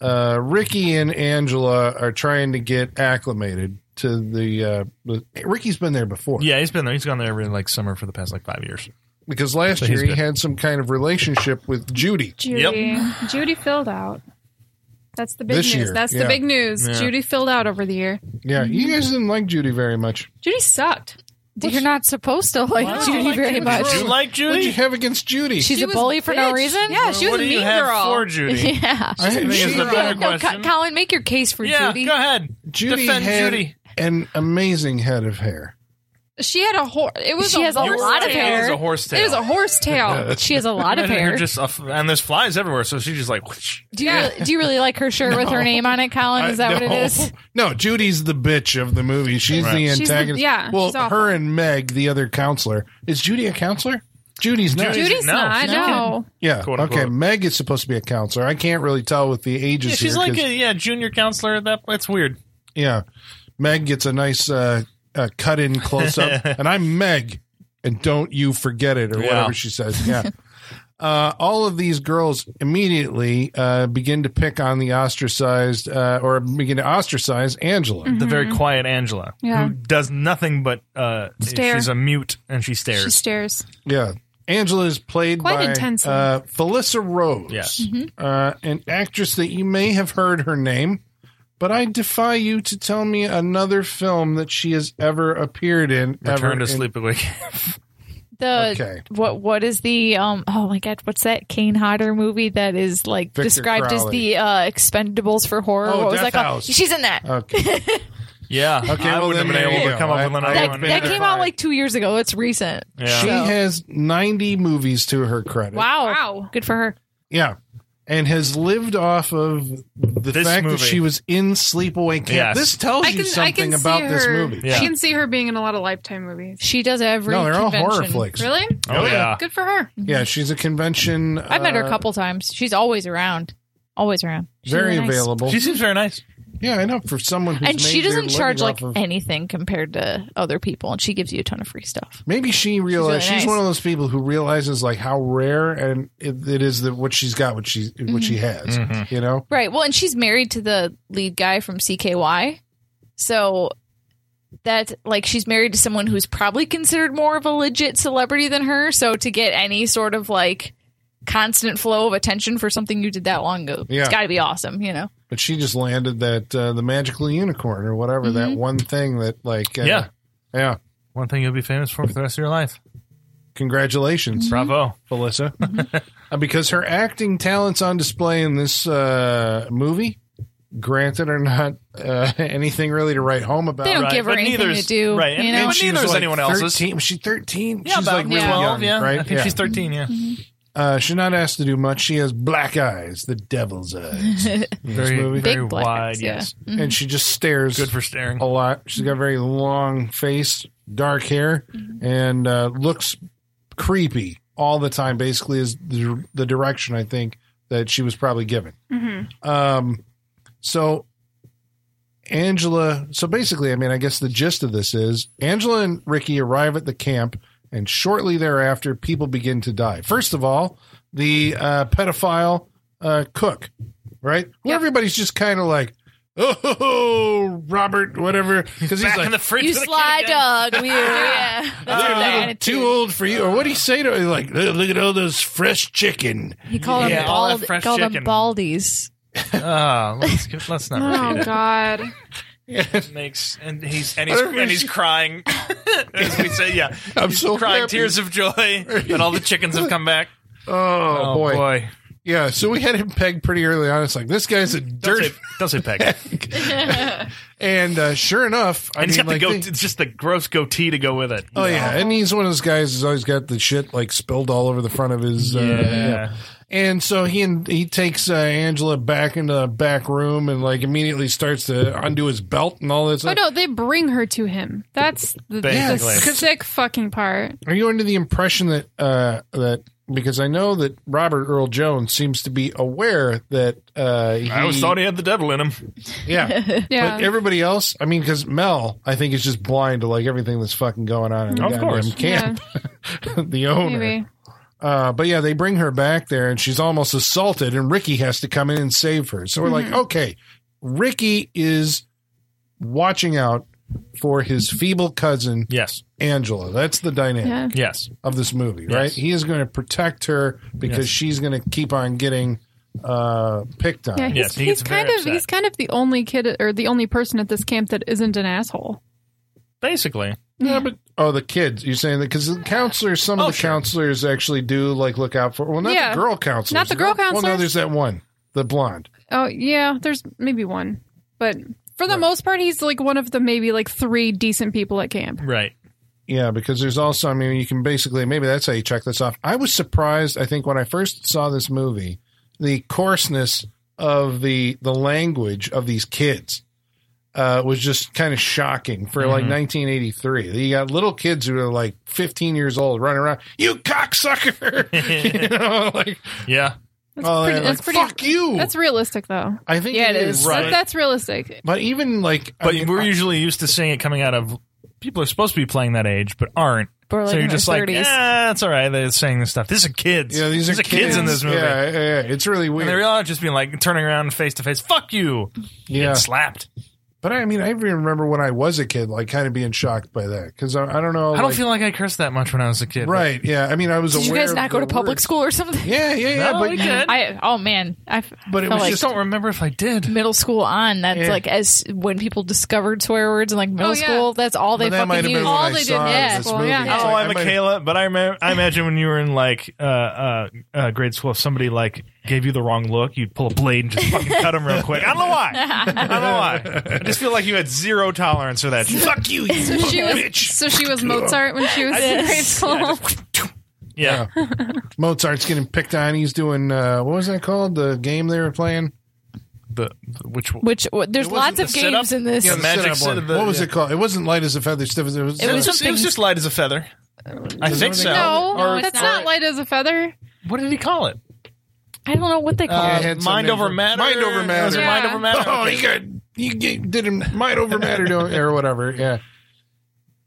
Speaker 2: uh, Ricky and Angela are trying to get acclimated to the. Uh, the- Ricky's been there before.
Speaker 3: yeah, he's been there. He's gone there every like summer for the past like five years.
Speaker 2: because last
Speaker 3: So he's
Speaker 2: year he
Speaker 3: good.
Speaker 2: had some kind of relationship with Judy.
Speaker 5: Judy. Judy filled out. That's the big
Speaker 2: This
Speaker 5: news.
Speaker 2: year,
Speaker 5: That's
Speaker 2: yeah.
Speaker 5: the big news.
Speaker 3: Yeah.
Speaker 5: Judy filled out over the year.
Speaker 2: Yeah, you guys didn't like Judy very much.
Speaker 5: Judy sucked.
Speaker 4: You're not supposed to like Judy very much.
Speaker 3: Do you like
Speaker 2: What did
Speaker 3: Judy?
Speaker 2: you have against Judy?
Speaker 4: She's
Speaker 5: She
Speaker 4: a
Speaker 5: was
Speaker 4: bully for no
Speaker 5: bitch.
Speaker 4: reason.
Speaker 5: Yeah, she was
Speaker 3: what
Speaker 5: a
Speaker 3: do you
Speaker 5: mean
Speaker 3: have
Speaker 5: girl.
Speaker 3: for Judy?
Speaker 4: yeah.
Speaker 2: I think
Speaker 3: Is
Speaker 2: she-
Speaker 3: the better
Speaker 4: No, Co-
Speaker 3: question.
Speaker 4: Colin, make your case for
Speaker 3: yeah,
Speaker 4: Judy.
Speaker 3: go ahead.
Speaker 2: Judy
Speaker 3: Defend
Speaker 2: had
Speaker 3: Judy.
Speaker 2: an amazing head of hair.
Speaker 5: She had a horse. It was
Speaker 4: She
Speaker 5: a
Speaker 4: has a
Speaker 5: horse
Speaker 4: lot of
Speaker 5: tail.
Speaker 4: hair.
Speaker 3: It is a horse tail.
Speaker 5: It was a horse tail.
Speaker 4: She has a lot of
Speaker 3: and
Speaker 4: hair.
Speaker 3: you're just off- and there's flies everywhere, so she's just like. whoosh.
Speaker 4: do you really, do you really like her shirt with her name on it, Colin? Is that
Speaker 2: I-
Speaker 4: what it
Speaker 2: no.
Speaker 4: is?
Speaker 2: No, Judy's the bitch of the movie. She's
Speaker 3: Right.
Speaker 2: the
Speaker 5: She's the-
Speaker 2: antagonist.
Speaker 5: yeah,
Speaker 2: well,
Speaker 5: she's awful.
Speaker 2: her and Meg, the other counselor, is Judy a counselor? Judy's not.
Speaker 3: Judy-
Speaker 5: Judy's
Speaker 3: No,
Speaker 5: not.
Speaker 3: she's
Speaker 5: No.
Speaker 2: yeah.
Speaker 3: Quote,
Speaker 2: okay.
Speaker 3: unquote.
Speaker 2: Meg is supposed to be a counselor. I can't really tell with the ages
Speaker 3: Yeah, she's
Speaker 2: here.
Speaker 3: like
Speaker 2: 'cause-
Speaker 3: a yeah junior counselor at that. That's weird.
Speaker 2: yeah. Meg gets a nice uh, uh, cut in close up, and I'm Meg, and don't you forget it or
Speaker 3: Yeah.
Speaker 2: whatever she says. Yeah. Uh, all of these girls immediately uh, begin to pick on the ostracized uh, or begin to ostracize Angela.
Speaker 5: Mm-hmm.
Speaker 3: The very
Speaker 4: Mm-hmm.
Speaker 3: quiet Angela,
Speaker 5: Yeah.
Speaker 3: who does nothing but uh,
Speaker 5: Stare.
Speaker 3: she's a mute and she stares.
Speaker 5: She stares.
Speaker 2: Yeah. Angela is played
Speaker 5: Quite
Speaker 2: by
Speaker 5: intensely. Mm-hmm.
Speaker 2: Uh, Felissa Rose,
Speaker 3: Yes.
Speaker 2: uh, an actress that you may have heard her name, but I defy you to tell me another film that she has ever appeared in. ever
Speaker 3: Return
Speaker 2: in-
Speaker 3: to Sleepaway
Speaker 4: The
Speaker 2: Okay.
Speaker 4: what what is the um oh my god what's that Kane Hodder movie that is like
Speaker 2: Victor
Speaker 4: described as
Speaker 2: Crowley.
Speaker 4: the uh Expendables for horror?
Speaker 2: Oh,
Speaker 4: what was
Speaker 2: Death
Speaker 4: that called?
Speaker 2: House.
Speaker 4: She's in that.
Speaker 2: Okay.
Speaker 3: Yeah.
Speaker 2: Okay,
Speaker 3: I
Speaker 2: well,
Speaker 3: wouldn't
Speaker 2: then
Speaker 3: have
Speaker 2: there
Speaker 3: been
Speaker 2: you
Speaker 3: able
Speaker 2: go.
Speaker 3: to come
Speaker 2: I-
Speaker 3: up with another
Speaker 2: I-
Speaker 3: one.
Speaker 4: that that came out
Speaker 2: Fine.
Speaker 4: like two years ago. It's recent.
Speaker 3: Yeah.
Speaker 2: She
Speaker 4: So-
Speaker 2: has 90 movies to her credit.
Speaker 4: Wow.
Speaker 5: Wow.
Speaker 4: Good for her.
Speaker 2: Yeah. And has lived off of the
Speaker 3: This
Speaker 2: fact that
Speaker 3: movie.
Speaker 2: she was in Sleepaway Camp.
Speaker 3: Yes.
Speaker 2: This tells
Speaker 5: I
Speaker 2: you
Speaker 5: can. I
Speaker 2: something
Speaker 5: can
Speaker 2: about
Speaker 5: see her.
Speaker 2: this movie.
Speaker 3: Yeah.
Speaker 5: I can see her being in a lot of Lifetime movies.
Speaker 4: She does every.
Speaker 2: No, they're all
Speaker 4: convention.
Speaker 2: horror flicks.
Speaker 5: Really?
Speaker 3: Oh yeah.
Speaker 5: Good for her.
Speaker 2: Yeah, she's a convention.
Speaker 4: I've met her
Speaker 2: uh,
Speaker 4: a couple times. She's always around. Always around. She's
Speaker 2: Very
Speaker 4: really nice.
Speaker 2: available.
Speaker 3: She seems very nice.
Speaker 2: yeah, I know. For someone who's
Speaker 4: And she
Speaker 2: made their
Speaker 4: doesn't charge
Speaker 2: living off of-
Speaker 4: like anything compared to other people, and she gives you a ton of free stuff.
Speaker 2: Maybe she realized she's,
Speaker 4: really nice.
Speaker 2: one of those people who realizes like how rare and it, it is that what she's got, what she what
Speaker 4: Mm-hmm.
Speaker 2: she has,
Speaker 3: Mm-hmm.
Speaker 2: you know.
Speaker 4: Right. Well, and she's married to the lead guy from CKY. So that like she's married to someone who's probably considered more of a legit celebrity than her. So to get any sort of like constant flow of attention for something you did that long ago,
Speaker 2: Yeah.
Speaker 4: it's got to be awesome, you know.
Speaker 2: But she just landed that uh, the magical unicorn or whatever that
Speaker 3: Mm-hmm.
Speaker 2: one thing that like uh,
Speaker 3: Yeah.
Speaker 2: yeah.
Speaker 3: One thing you'll be famous for for the rest of your life.
Speaker 4: Mm-hmm.
Speaker 2: Congratulations,
Speaker 3: Bravo.
Speaker 2: Melissa,
Speaker 3: Mm-hmm.
Speaker 2: Uh, because her acting talents on display in this uh, movie, granted or not, uh, anything really to write home about.
Speaker 4: They don't
Speaker 3: Right,
Speaker 4: give her
Speaker 3: but
Speaker 4: anything
Speaker 3: neither's-
Speaker 4: to do.
Speaker 3: right,
Speaker 4: You
Speaker 3: and-
Speaker 4: know?
Speaker 3: and she- neither is
Speaker 2: like,
Speaker 3: anyone else's.
Speaker 2: 13 Was she thirteen?
Speaker 3: Yeah,
Speaker 2: she's
Speaker 3: about
Speaker 2: like really young,
Speaker 3: 12, yeah.
Speaker 2: right?
Speaker 3: I think
Speaker 2: Yeah.
Speaker 3: she's 13, yeah.
Speaker 2: Uh, she's not asked to do much. She has black eyes, the devil's eyes,
Speaker 3: Very,
Speaker 2: movie.
Speaker 3: very
Speaker 4: Big black
Speaker 3: wide,
Speaker 4: eyes, yeah.
Speaker 3: yes.
Speaker 2: and she just stares
Speaker 3: Good for staring.
Speaker 2: a lot. She's got a very long face, dark hair, and uh, looks creepy all the time. Basically, is the, the direction I think that she was probably given.
Speaker 5: Mm-hmm.
Speaker 2: Um, so Angela. So basically, I mean, I guess the gist of this is Angela and Ricky arrive at the camp, and shortly thereafter, people begin to die. First of all, the uh, pedophile uh, cook, right? Who everybody's just kind of like, oh, Robert, whatever. Because he's
Speaker 3: Back
Speaker 2: like,
Speaker 3: in the fridge.
Speaker 4: You
Speaker 3: with a
Speaker 4: sly
Speaker 3: candy.
Speaker 4: dog. We, yeah. That's
Speaker 2: "They're
Speaker 4: the
Speaker 2: a little
Speaker 4: attitude.
Speaker 2: too old for you. Or what do you say to him? Like, look look at all those fresh chicken.
Speaker 4: He called
Speaker 3: Yeah,
Speaker 4: them
Speaker 3: all that
Speaker 4: bald.
Speaker 3: fresh
Speaker 4: Called them
Speaker 3: chicken.
Speaker 4: baldies.
Speaker 3: Ah, let's, let's not repeat
Speaker 5: Oh
Speaker 3: it.
Speaker 5: God!
Speaker 3: makes and he's and he's
Speaker 2: Everybody's-
Speaker 3: and he's crying. As we say, yeah,
Speaker 2: I'm
Speaker 3: he's
Speaker 2: so
Speaker 3: crying
Speaker 2: happy.
Speaker 3: tears of joy that all the chickens have come back.
Speaker 2: Oh, boy. Yeah, so we had him pegged pretty early on. It's like, this guy's a
Speaker 3: Don't,
Speaker 2: dirt.
Speaker 3: say, don't say Peg. And
Speaker 2: And uh, sure enough, I
Speaker 3: he's
Speaker 2: mean,
Speaker 3: got
Speaker 2: like,
Speaker 3: the
Speaker 2: they-
Speaker 3: goatee. It's just the gross goatee to go with it.
Speaker 2: Oh yeah, and he's one of those guys who's always got the shit like spilled all over the front of his. Uh,
Speaker 3: Yeah.
Speaker 2: And so he and he takes uh, Angela back into the back room and like immediately starts to undo his belt and all this.
Speaker 5: Oh
Speaker 2: stuff.
Speaker 5: no, they bring her to him. That's the, the
Speaker 3: Basically.
Speaker 5: sick fucking part.
Speaker 2: Are you under the impression that uh, that because I know that Robert Earl Jones seems to be aware that uh, he,
Speaker 3: I always thought he had the devil in him.
Speaker 2: yeah,
Speaker 5: Yeah,
Speaker 2: but everybody else, I mean, because Mel, I think is just blind to like everything that's fucking going on in the
Speaker 3: Of
Speaker 2: goddamn
Speaker 3: course.
Speaker 2: camp. the owner.
Speaker 5: maybe.
Speaker 2: Uh, but yeah, they bring her back there and she's almost assaulted, and Ricky has to come in and save her. So we're
Speaker 5: Mm-hmm.
Speaker 2: like, okay, Ricky is watching out for his feeble cousin,
Speaker 3: Yes.
Speaker 2: Angela. That's the dynamic
Speaker 5: Yeah.
Speaker 3: Yes.
Speaker 2: of this movie,
Speaker 3: Yes.
Speaker 2: right? He is going to protect her because
Speaker 3: Yes.
Speaker 2: she's going to keep on getting uh, picked on.
Speaker 5: Yeah, he's,
Speaker 3: Yes, he
Speaker 5: he's
Speaker 3: gets very
Speaker 5: kind of
Speaker 3: upset.
Speaker 5: he's kind of the only kid or the only person at this camp that isn't an asshole.
Speaker 3: Basically.
Speaker 2: Yeah, but oh, the kids. You're saying that because the counselors, some
Speaker 3: Oh,
Speaker 2: of the
Speaker 3: sure.
Speaker 2: counselors actually do like look out for. Well, not
Speaker 5: Yeah.
Speaker 2: the girl counselors.
Speaker 5: Not the girl
Speaker 2: Well, no,
Speaker 5: counselors.
Speaker 2: there's that one, the blonde.
Speaker 5: Oh yeah, there's maybe one, but for the most part, he's like one of the maybe like three decent people at camp.
Speaker 3: Right.
Speaker 2: Yeah, because there's also, I mean, you can basically, maybe that's how you check this off. I was surprised, I think, when I first saw this movie, the coarseness of the the language of these kids uh, was just kind of shocking for like
Speaker 3: Mm-hmm.
Speaker 2: 1983. You got little kids who are like 15 years old running around, you cocksucker! you know, like,
Speaker 3: Yeah.
Speaker 5: That's
Speaker 2: oh,
Speaker 5: pretty.
Speaker 2: yeah,
Speaker 5: that's
Speaker 2: like,
Speaker 5: pretty.
Speaker 2: fuck you!
Speaker 5: That's realistic though.
Speaker 2: I think
Speaker 4: Yeah, it is.
Speaker 5: That-
Speaker 3: Right.
Speaker 5: that's realistic.
Speaker 2: But even like, I
Speaker 3: But
Speaker 2: mean,
Speaker 3: we're usually used to seeing it coming out of people are supposed to be playing that age, but aren't.
Speaker 4: Or like
Speaker 3: so
Speaker 4: in
Speaker 3: you're
Speaker 4: their
Speaker 3: just
Speaker 4: 30s.
Speaker 3: like, yeah, it's all right. They're saying this stuff. These are kids.
Speaker 2: yeah, these,
Speaker 3: are kids. in this movie.
Speaker 2: Yeah, yeah, yeah. it's really
Speaker 3: And they're
Speaker 2: weird.
Speaker 3: all just being like turning around face to face. Fuck you.
Speaker 2: Yeah.
Speaker 3: Get slapped.
Speaker 2: But I mean, I even remember when I was a kid, like kind of being shocked by that because I, I don't know.
Speaker 3: I don't
Speaker 2: like-
Speaker 3: feel like I cursed that much when I was a kid.
Speaker 2: right. Yeah, I mean, I was.
Speaker 4: Did you
Speaker 2: aware
Speaker 4: guys
Speaker 2: of
Speaker 4: not go
Speaker 2: the
Speaker 4: to public
Speaker 2: word.
Speaker 4: school or something?
Speaker 2: Yeah, yeah, yeah.
Speaker 3: No,
Speaker 2: but
Speaker 3: we
Speaker 2: you-
Speaker 3: did.
Speaker 4: I oh man, I f-
Speaker 2: But it
Speaker 4: felt
Speaker 2: was
Speaker 4: like
Speaker 3: I just don't remember if I did.
Speaker 4: middle school on. That's
Speaker 2: Yeah.
Speaker 4: like as when people discovered swear words in like middle
Speaker 5: Oh, yeah.
Speaker 4: school. That's all they
Speaker 2: but that might have
Speaker 4: fucking
Speaker 2: been
Speaker 4: use.
Speaker 2: when
Speaker 5: All
Speaker 2: I
Speaker 5: they did
Speaker 2: saw
Speaker 5: in
Speaker 2: this
Speaker 5: school,
Speaker 2: movie.
Speaker 5: yeah.
Speaker 2: It's
Speaker 3: Oh,
Speaker 2: like,
Speaker 3: I'm
Speaker 2: I
Speaker 3: a
Speaker 2: might-
Speaker 3: Kayla, but I, remem- I imagine when you were in like uh, uh, uh, grade school, if somebody like gave you the wrong look, you'd pull a blade and just fucking cut them real quick. I don't know why. I don't know why. I just feel like you had zero tolerance for that. shit.
Speaker 2: Fuck you, you
Speaker 5: So she was
Speaker 2: bitch.
Speaker 5: so she was Mozart when she was in grade school.
Speaker 3: Yeah,
Speaker 2: Mozart's getting picked on. He's doing uh, what was that called? The game they were playing.
Speaker 3: the, the which one?
Speaker 4: Which w- there's
Speaker 3: It wasn't
Speaker 4: lots of
Speaker 3: the setup.
Speaker 4: games in this.
Speaker 3: Yeah,
Speaker 2: The
Speaker 3: Magic
Speaker 2: setup
Speaker 3: City-
Speaker 2: one.
Speaker 3: the-
Speaker 2: what was
Speaker 3: yeah.
Speaker 2: it called? It wasn't light as a feather. It was, it was,
Speaker 4: It was
Speaker 2: uh,
Speaker 4: something-
Speaker 3: just light as a feather. I think so.
Speaker 5: No,
Speaker 4: No, it's
Speaker 5: that's not.
Speaker 4: not.
Speaker 5: light as a feather.
Speaker 3: What did he call it?
Speaker 4: I don't know what they call
Speaker 2: Yeah,
Speaker 4: it.
Speaker 2: it had
Speaker 3: Uh, mind
Speaker 2: something
Speaker 3: over
Speaker 2: for-
Speaker 3: matter.
Speaker 2: Mind over matter.
Speaker 3: Was it Mind
Speaker 5: Yeah.
Speaker 3: over matter.
Speaker 2: Oh,
Speaker 3: Okay.
Speaker 2: he got he g- did him might over matter to- or whatever. Yeah,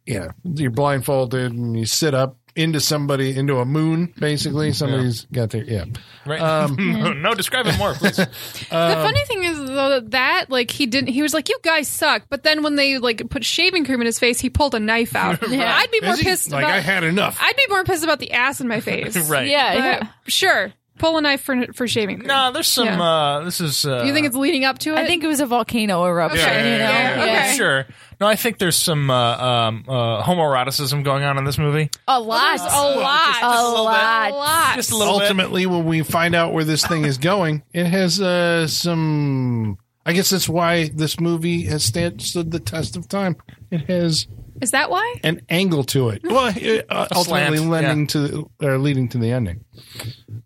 Speaker 2: yeah. You're blindfolded and you sit up into somebody into a moon. Basically, somebody's got their yeah.
Speaker 3: Right. no, describe it more, please.
Speaker 5: the
Speaker 3: Uh,
Speaker 5: funny thing is though that, that like he didn't. He was like, "You guys suck," but then when they like put shaving cream in his face, he pulled a knife out.
Speaker 4: Yeah.
Speaker 5: I'd be more
Speaker 2: Is he-
Speaker 5: pissed
Speaker 2: like
Speaker 5: about.
Speaker 2: I had enough.
Speaker 5: I'd be more pissed about the ass in my face.
Speaker 3: right.
Speaker 4: Yeah,
Speaker 5: But
Speaker 4: yeah.
Speaker 5: Sure. Pull a knife for for shaving cream.
Speaker 3: Nah, there's some.
Speaker 5: Yeah.
Speaker 3: Uh, this is. Uh,
Speaker 5: Do you think it's leading up to it?
Speaker 4: I think it was a volcano eruption.
Speaker 5: Okay.
Speaker 4: You know,
Speaker 5: Yeah, yeah, yeah. Okay.
Speaker 3: Sure. No, I think there's some uh, um, uh, homoeroticism going on in this movie.
Speaker 4: a lot,
Speaker 5: There's a lot.
Speaker 4: a lot.
Speaker 5: A lot.
Speaker 3: Just a little bit.
Speaker 2: Ultimately, when we find out where this thing is going, it has uh, some. I guess that's why this movie has stand, stood the test of time. It has
Speaker 5: Is that why?
Speaker 2: an angle to it. Well, it, uh, ultimately
Speaker 3: slant,
Speaker 2: lending to or leading to the ending.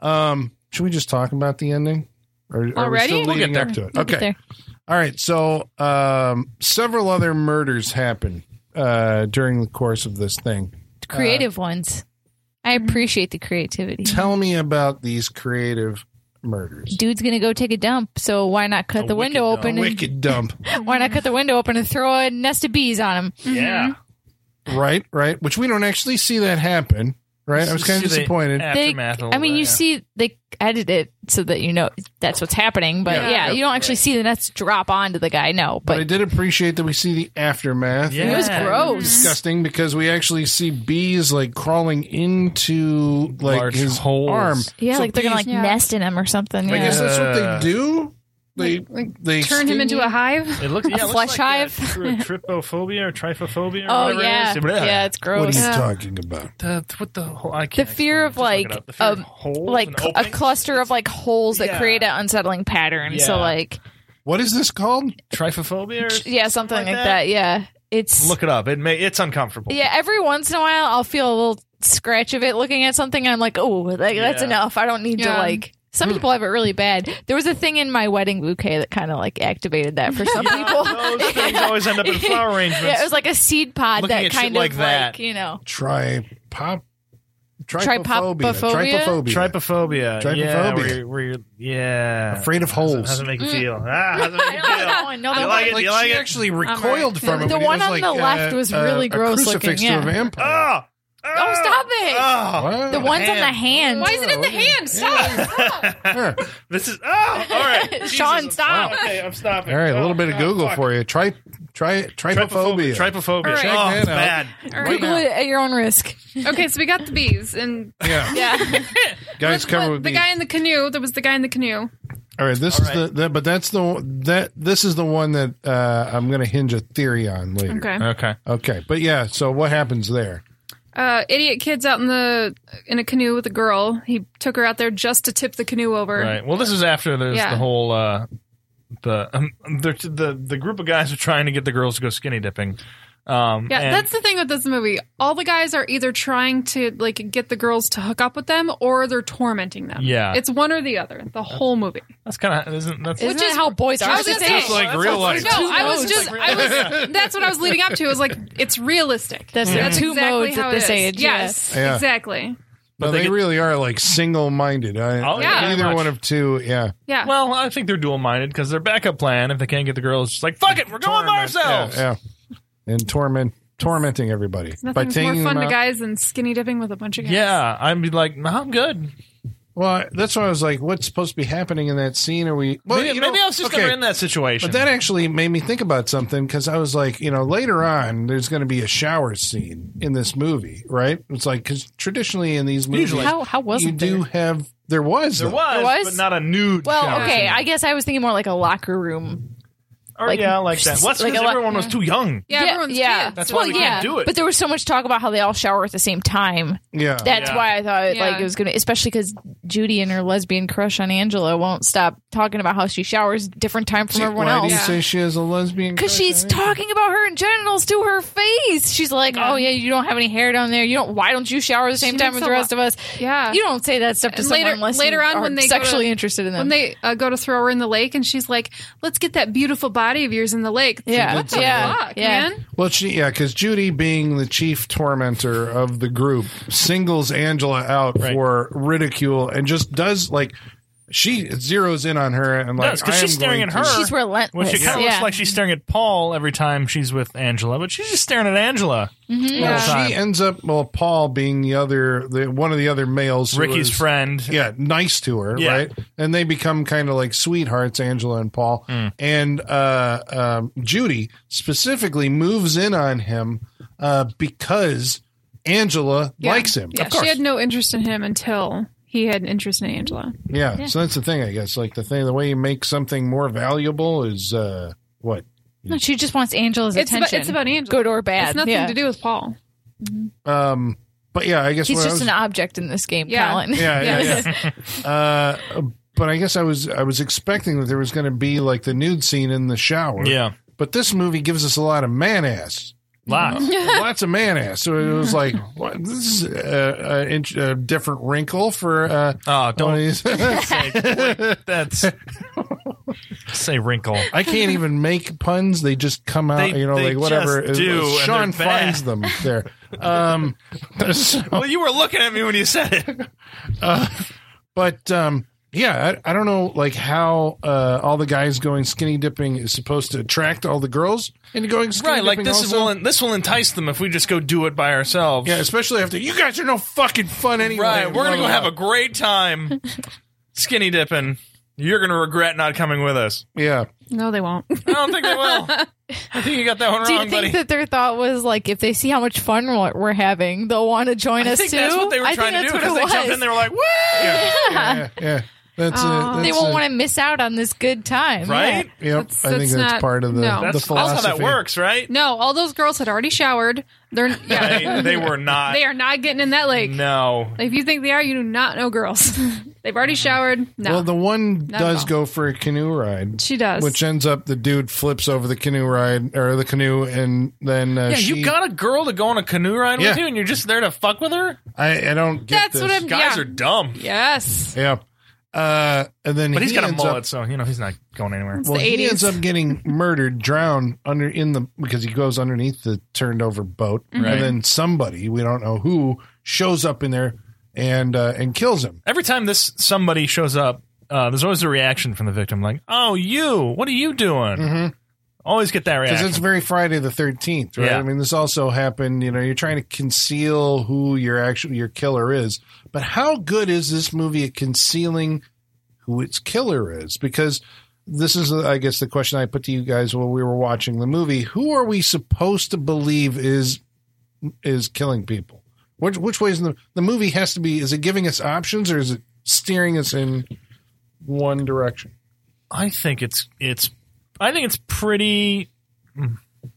Speaker 2: Um, should we just talk about the ending? Or are we
Speaker 5: Already?
Speaker 2: still
Speaker 5: We'll get
Speaker 2: leading
Speaker 3: there.
Speaker 2: up to it?
Speaker 4: Look at
Speaker 2: Okay.
Speaker 4: there.
Speaker 2: All right. So, um, several other murders happen uh, during the course of this thing.
Speaker 4: creative ones. I
Speaker 5: Mm-hmm.
Speaker 4: appreciate the creativity.
Speaker 2: Tell me about these creative murders.
Speaker 4: Dude's gonna go take a dump, so why not cut the
Speaker 3: wicked
Speaker 4: window
Speaker 3: dump.
Speaker 4: open? And,
Speaker 2: Wicked dump.
Speaker 4: why not cut the window open and throw a nest of bees on him?
Speaker 3: Yeah.
Speaker 2: right. Right. Which we don't actually see that happen. right? I was kind of
Speaker 3: See the
Speaker 2: disappointed.
Speaker 4: They-
Speaker 3: Aftermath a
Speaker 4: I mean,
Speaker 3: little
Speaker 4: you
Speaker 3: bit, yeah.
Speaker 4: see they edit it so that you know that's what's happening, but
Speaker 5: Yeah.
Speaker 4: yeah, you don't actually see the nuts drop onto the guy. No,
Speaker 2: but I
Speaker 4: but,
Speaker 2: did appreciate that we see the aftermath.
Speaker 3: Yeah. It was
Speaker 4: gross.
Speaker 2: disgusting because we actually see bees like crawling into like
Speaker 3: Large
Speaker 2: his
Speaker 3: holes.
Speaker 2: arm.
Speaker 4: yeah,
Speaker 2: So
Speaker 4: like they're gonna like
Speaker 5: Yeah.
Speaker 4: nest in him or something.
Speaker 2: I
Speaker 4: Yeah.
Speaker 2: guess that's
Speaker 3: Yeah.
Speaker 2: what they do. They they
Speaker 5: Turn him
Speaker 2: sting
Speaker 5: into
Speaker 2: you.
Speaker 5: a hive.
Speaker 3: It looks, yeah, it looks
Speaker 4: flesh
Speaker 3: like, uh,
Speaker 4: hive.
Speaker 3: through a trypophobia or trypophobia. Or
Speaker 4: oh
Speaker 3: whatever it
Speaker 4: yeah,
Speaker 3: is.
Speaker 4: yeah, it's
Speaker 2: What are you
Speaker 4: gross.
Speaker 2: talking about?
Speaker 3: The, what the whole? I can't
Speaker 4: The fear
Speaker 3: explain it. Just look it up.
Speaker 4: of like
Speaker 3: The fear of
Speaker 4: a
Speaker 3: holes
Speaker 4: like
Speaker 3: and
Speaker 4: cl- a
Speaker 3: openings.
Speaker 4: cluster of like holes that
Speaker 3: Yeah.
Speaker 4: create an unsettling pattern. So
Speaker 3: Yeah.
Speaker 4: like
Speaker 2: What is this called?
Speaker 3: trypophobia. Or
Speaker 4: yeah, something like,
Speaker 3: like
Speaker 4: that.
Speaker 3: that?
Speaker 4: Yeah, it's
Speaker 3: Look it up. It may it's uncomfortable.
Speaker 4: yeah. Every once in a while, I'll feel a little scratch of it looking at something. And I'm like, oh, like, that's
Speaker 3: Yeah. Hmm.
Speaker 4: enough. I don't need to
Speaker 5: Yeah.
Speaker 4: like. Some people have it really bad. There was a thing in my wedding bouquet that kind of like activated that for some people.
Speaker 3: Those things always end up in flower arrangements.
Speaker 4: Yeah, it was like a seed pod
Speaker 3: Looking
Speaker 4: that
Speaker 3: at shit
Speaker 4: kind of
Speaker 3: like
Speaker 4: like,
Speaker 3: that.
Speaker 4: you know.
Speaker 2: Try pop. Trypophobia.
Speaker 4: Trypophobia?
Speaker 2: Trypophobia.
Speaker 3: trypophobia. Yeah,
Speaker 2: Trypophobia.
Speaker 3: where, you're- where you're yeah
Speaker 2: Afraid of
Speaker 3: How's it-
Speaker 2: holes.
Speaker 3: How's it make
Speaker 5: Mm.
Speaker 3: you feel? Ah, how's it make you
Speaker 4: I don't
Speaker 3: feel?
Speaker 4: know. No,
Speaker 3: You
Speaker 4: the
Speaker 3: like
Speaker 4: one-
Speaker 3: it? You like
Speaker 2: she
Speaker 3: it?
Speaker 2: actually recoiled from it.
Speaker 4: The
Speaker 2: when he
Speaker 4: one
Speaker 2: does,
Speaker 4: on
Speaker 2: like,
Speaker 4: the
Speaker 2: uh,
Speaker 4: left was really
Speaker 2: a
Speaker 4: gross
Speaker 2: crucifix
Speaker 4: looking,
Speaker 2: to a
Speaker 4: yeah.
Speaker 2: vampire.
Speaker 3: Oh, oh,
Speaker 4: stop it.
Speaker 3: Oh.
Speaker 2: Wow.
Speaker 4: the ones on the hand.
Speaker 5: Why is it in the hand? Stop.
Speaker 2: Sure.
Speaker 3: This is oh, all right. Jesus,
Speaker 4: Sean,
Speaker 3: I'm-
Speaker 4: stop.
Speaker 3: Okay, I'm stopping.
Speaker 2: All right, a
Speaker 3: Oh,
Speaker 2: little bit of
Speaker 3: God,
Speaker 2: Google
Speaker 3: fuck.
Speaker 2: for you. Try, try, trypophobia.
Speaker 3: Trypophobia. Trypophobia.
Speaker 5: All right.
Speaker 3: Oh,
Speaker 2: Check that
Speaker 3: it's bad.
Speaker 5: All right.
Speaker 4: Google it at your own risk.
Speaker 5: Okay, so we got the bees and
Speaker 2: yeah,
Speaker 4: Yeah.
Speaker 2: guys,
Speaker 5: What-
Speaker 2: cover
Speaker 5: what-
Speaker 2: with
Speaker 5: the
Speaker 2: me.
Speaker 5: guy in the canoe. There was the guy in the canoe.
Speaker 2: All right, this
Speaker 3: All
Speaker 2: is the,
Speaker 3: right.
Speaker 2: that, but that's the one- that this is the one that uh, I'm going to hinge a theory on later.
Speaker 5: Okay.
Speaker 3: Okay.
Speaker 2: okay, but yeah. So what happens there?
Speaker 5: Uh, idiot kids out in the in a canoe with a girl. He took her out there just to tip the canoe over.
Speaker 3: Right. Well, this is after there's
Speaker 5: Yeah.
Speaker 3: the whole uh, the um, they're t- the the group of guys are trying to get the girls to go skinny dipping. Um,
Speaker 5: Yeah,
Speaker 3: and-
Speaker 5: that's the thing with this movie. All the guys are either trying to like get the girls to hook up with them, or they're tormenting them.
Speaker 3: Yeah.
Speaker 5: it's one or the other. The whole movie.
Speaker 3: that's kind of isn't that's
Speaker 4: Which is how boys are.
Speaker 5: I was
Speaker 4: It's
Speaker 5: gonna
Speaker 4: just
Speaker 5: say-
Speaker 4: like-
Speaker 3: like real life.
Speaker 5: No, I was
Speaker 4: modes.
Speaker 5: just. I was. That's what I was leading up to. It was like it's realistic.
Speaker 4: That's the two modes
Speaker 5: how
Speaker 4: at
Speaker 5: it
Speaker 4: this
Speaker 5: is.
Speaker 4: age, yeah.
Speaker 5: Yes,
Speaker 2: Yeah.
Speaker 5: exactly.
Speaker 2: But
Speaker 3: But
Speaker 2: they,
Speaker 3: they get-
Speaker 2: really are like single-minded. I,
Speaker 3: Oh, yeah,
Speaker 5: very
Speaker 2: either
Speaker 3: much.
Speaker 2: one of two. Yeah,
Speaker 5: Yeah.
Speaker 3: Well, I think they're dual minded because their backup plan, if they can't get the girls, just like fuck it, we're going by
Speaker 2: yeah,
Speaker 3: ourselves.
Speaker 2: yeah. And torment, tormenting everybody by
Speaker 5: Nothing's
Speaker 2: taking
Speaker 5: more fun
Speaker 2: them
Speaker 5: to
Speaker 2: out.
Speaker 5: guys than skinny dipping with a bunch of guys.
Speaker 3: Yeah, I'd be like, no, I'm good.
Speaker 2: Well, I- that's why I was like, what's supposed to be happening in that scene? Are we? Well,
Speaker 3: maybe,
Speaker 2: you know-
Speaker 3: maybe I was just
Speaker 2: okay.
Speaker 3: never in that situation.
Speaker 2: But that actually made me think about something because I was like, you know, later on, there's going to be a shower scene in this movie, right? It's like because traditionally in these movies,
Speaker 3: Usually.
Speaker 4: How- how
Speaker 2: you
Speaker 4: wasn't
Speaker 2: do
Speaker 4: there?
Speaker 2: have there was
Speaker 3: there
Speaker 2: though.
Speaker 3: was,
Speaker 4: There was?
Speaker 3: but not a nude.
Speaker 4: Well,
Speaker 3: shower
Speaker 4: okay.
Speaker 3: scene.
Speaker 4: I guess I was thinking more like a locker room.
Speaker 3: or,
Speaker 4: like-
Speaker 3: yeah, like that. What's
Speaker 4: like
Speaker 3: because
Speaker 4: a lot-
Speaker 3: everyone was too young.
Speaker 5: yeah, everyone's kids.
Speaker 3: That's
Speaker 5: Well,
Speaker 3: why we can't do it.
Speaker 4: But there was so much talk about how they all shower at the same
Speaker 2: Oh,
Speaker 4: time.
Speaker 2: yeah.
Speaker 4: That's
Speaker 3: Yeah.
Speaker 4: why I thought
Speaker 5: Yeah.
Speaker 4: like it was gonna, especially because Judy and her lesbian crush on Angela won't stop talking about how she showers different time from
Speaker 2: See,
Speaker 4: everyone
Speaker 2: why
Speaker 4: else.
Speaker 2: do you
Speaker 5: Yeah.
Speaker 2: say she is a lesbian?
Speaker 4: Because
Speaker 2: crush?
Speaker 4: she's talking about her genitals to her face. She's like, "Oh yeah, you don't have any hair down there. You don't. Why don't you shower the same
Speaker 5: She
Speaker 4: time
Speaker 5: makes
Speaker 4: with
Speaker 5: a
Speaker 4: the rest
Speaker 5: lot-
Speaker 4: of us?
Speaker 5: Yeah.
Speaker 4: You don't say that stuff to
Speaker 5: And
Speaker 4: someone
Speaker 5: later-
Speaker 4: unless
Speaker 5: later
Speaker 4: you
Speaker 5: on
Speaker 4: are
Speaker 5: when they go
Speaker 4: sexually
Speaker 5: to-
Speaker 4: interested in them.
Speaker 5: when they uh, go to throw her in the lake, and she's like, "Let's get that beautiful body of yours in the lake." It's like,
Speaker 4: Yeah.
Speaker 5: what the
Speaker 4: Yeah.
Speaker 5: fuck,
Speaker 4: Yeah.
Speaker 5: man?
Speaker 2: Well, she yeah, because Judy, being the chief tormentor of the group, singles Angela out
Speaker 3: Right.
Speaker 2: for ridicule and just does like she zeroes in on her and like
Speaker 3: Does, 'cause
Speaker 2: I
Speaker 3: she's
Speaker 2: am
Speaker 3: staring
Speaker 2: going
Speaker 3: at
Speaker 2: to-
Speaker 3: her.
Speaker 4: she's relentless.
Speaker 3: Which it kind of
Speaker 4: yeah.
Speaker 3: looks like she's staring at Paul every time she's with Angela, but she's just staring at Angela.
Speaker 4: Mm-hmm.
Speaker 2: Well,
Speaker 3: Yeah.
Speaker 2: she ends up well, Paul being the other, the, one of the other males, who
Speaker 3: Ricky's
Speaker 2: was-
Speaker 3: friend.
Speaker 2: Yeah, nice to her,
Speaker 3: Yeah.
Speaker 2: right? And they become kind of like sweethearts, Angela and Paul.
Speaker 3: Hmm.
Speaker 2: And uh, um, Judy specifically moves in on him uh, because Angela
Speaker 5: Yeah.
Speaker 2: likes him.
Speaker 5: Yeah, she had no interest in him until he had an interest in Angela.
Speaker 2: Yeah, So that's the thing, I guess. Like the thing, the way you make something more valuable is uh, what?
Speaker 4: No, she just wants Angela's
Speaker 5: It's about,
Speaker 4: attention.
Speaker 5: it's about Angela.
Speaker 4: good or bad.
Speaker 5: It's nothing
Speaker 4: yeah.
Speaker 5: to do with Paul.
Speaker 2: Um, but yeah, I guess
Speaker 4: He's
Speaker 2: what I
Speaker 4: just
Speaker 2: was-
Speaker 4: an object in this game,
Speaker 5: Yeah.
Speaker 4: Colin.
Speaker 2: yeah, yeah, yeah.
Speaker 5: Yes.
Speaker 2: Uh, but I guess I was I was expecting that there was going to be like the nude scene in the shower.
Speaker 3: Yeah.
Speaker 2: But this movie gives us a lot of man ass,
Speaker 3: Lots.
Speaker 2: lots of man ass. So it was like what, this is a, a, int- a different wrinkle for. Uh,
Speaker 3: Oh,
Speaker 2: one of
Speaker 3: don't
Speaker 2: these-
Speaker 3: say that's say wrinkle.
Speaker 2: I can't even make puns. They just come out,
Speaker 3: They-
Speaker 2: you know,
Speaker 3: they
Speaker 2: like whatever.
Speaker 3: just do, and they're
Speaker 2: Sean
Speaker 3: bad.
Speaker 2: finds them there. Um, so-
Speaker 3: Well, you were looking at me when you said it.
Speaker 2: but um, Yeah, I, I don't know like how uh, all the guys going skinny dipping is supposed to attract all the girls into going skinny
Speaker 3: Right, like
Speaker 2: dipping
Speaker 3: this
Speaker 2: also.
Speaker 3: will this will entice them if we just go do it by ourselves.
Speaker 2: yeah, especially after you guys are no fucking fun anyway.
Speaker 3: right, we're gonna go
Speaker 2: Blah,
Speaker 3: have a
Speaker 2: blah,
Speaker 3: great time skinny dipping. You're gonna regret not coming with us.
Speaker 2: blah. yeah.
Speaker 5: No, they won't.
Speaker 3: I don't think they will. I think you got that one
Speaker 4: Do you
Speaker 3: wrong,
Speaker 4: think
Speaker 3: buddy.
Speaker 4: that their thought was like, if they see how much fun we're we're having, they'll want to join
Speaker 3: I
Speaker 4: us
Speaker 3: think
Speaker 4: too?
Speaker 3: that's what they were
Speaker 4: I think
Speaker 3: trying to do
Speaker 4: that's
Speaker 3: because they
Speaker 4: what it
Speaker 3: jumped
Speaker 4: was.
Speaker 3: in. They were like, "Woo!"
Speaker 2: yeah, yeah. That's it.
Speaker 5: Aw.
Speaker 4: They
Speaker 2: That's
Speaker 4: won't
Speaker 2: it.
Speaker 4: want to miss out on this good time,
Speaker 3: Right?
Speaker 4: Yeah.
Speaker 2: Yep,
Speaker 5: That's-
Speaker 2: I think
Speaker 5: that's
Speaker 2: that's
Speaker 5: not-
Speaker 2: part of the,
Speaker 5: no.
Speaker 2: the
Speaker 3: That's,
Speaker 2: philosophy.
Speaker 3: that's how that works, right?
Speaker 5: No, all those girls had already showered. They're
Speaker 3: They,
Speaker 5: yeah,
Speaker 3: they were not.
Speaker 5: they are not getting in that lake.
Speaker 3: No.
Speaker 5: If you think they are, you do not know girls. They've
Speaker 3: Mm-hmm.
Speaker 5: already showered. No,
Speaker 2: Well, the one
Speaker 5: at
Speaker 2: does
Speaker 5: all.
Speaker 2: go for a canoe ride.
Speaker 5: she does.
Speaker 2: Which ends up the dude flips over the canoe ride or the canoe, and then uh,
Speaker 3: Yeah,
Speaker 2: she,
Speaker 3: you got a girl to go on a canoe ride
Speaker 2: Yeah.
Speaker 3: with you, and you're just there to fuck with her.
Speaker 2: I, I don't. Get
Speaker 5: That's
Speaker 2: this.
Speaker 5: what I'm.
Speaker 3: Guys
Speaker 5: yeah.
Speaker 3: are dumb.
Speaker 5: Yes.
Speaker 2: Yeah. Uh, and then
Speaker 3: But he's
Speaker 2: he
Speaker 3: got a
Speaker 2: ends up-
Speaker 3: mullet, so you know he's not going anywhere.
Speaker 5: It's
Speaker 2: well,
Speaker 5: the
Speaker 2: he
Speaker 5: 80s.
Speaker 2: ends up getting murdered, drowned under in the because he goes underneath the turned over boat,
Speaker 3: Right.
Speaker 2: and then somebody we don't know who shows up in there and uh, and kills him.
Speaker 3: Every time this somebody shows up, uh, there's always a reaction from the victim, like, "Oh, you, what are you doing?" Always get that
Speaker 2: Mm-hmm. Because
Speaker 3: reaction.
Speaker 2: it's very Friday the Thirteenth, right?
Speaker 3: Yeah.
Speaker 2: I mean, this also happened. You know, you're trying to conceal who your actual your killer is, but how good is this movie at concealing who its killer is? Because this is, I guess, the question I put to you guys while we were watching the movie: Who are we supposed to believe is is killing people? Which which ways in the the movie has to be? Is it giving us options or is it steering us in one direction?
Speaker 3: I think it's it's I think it's pretty.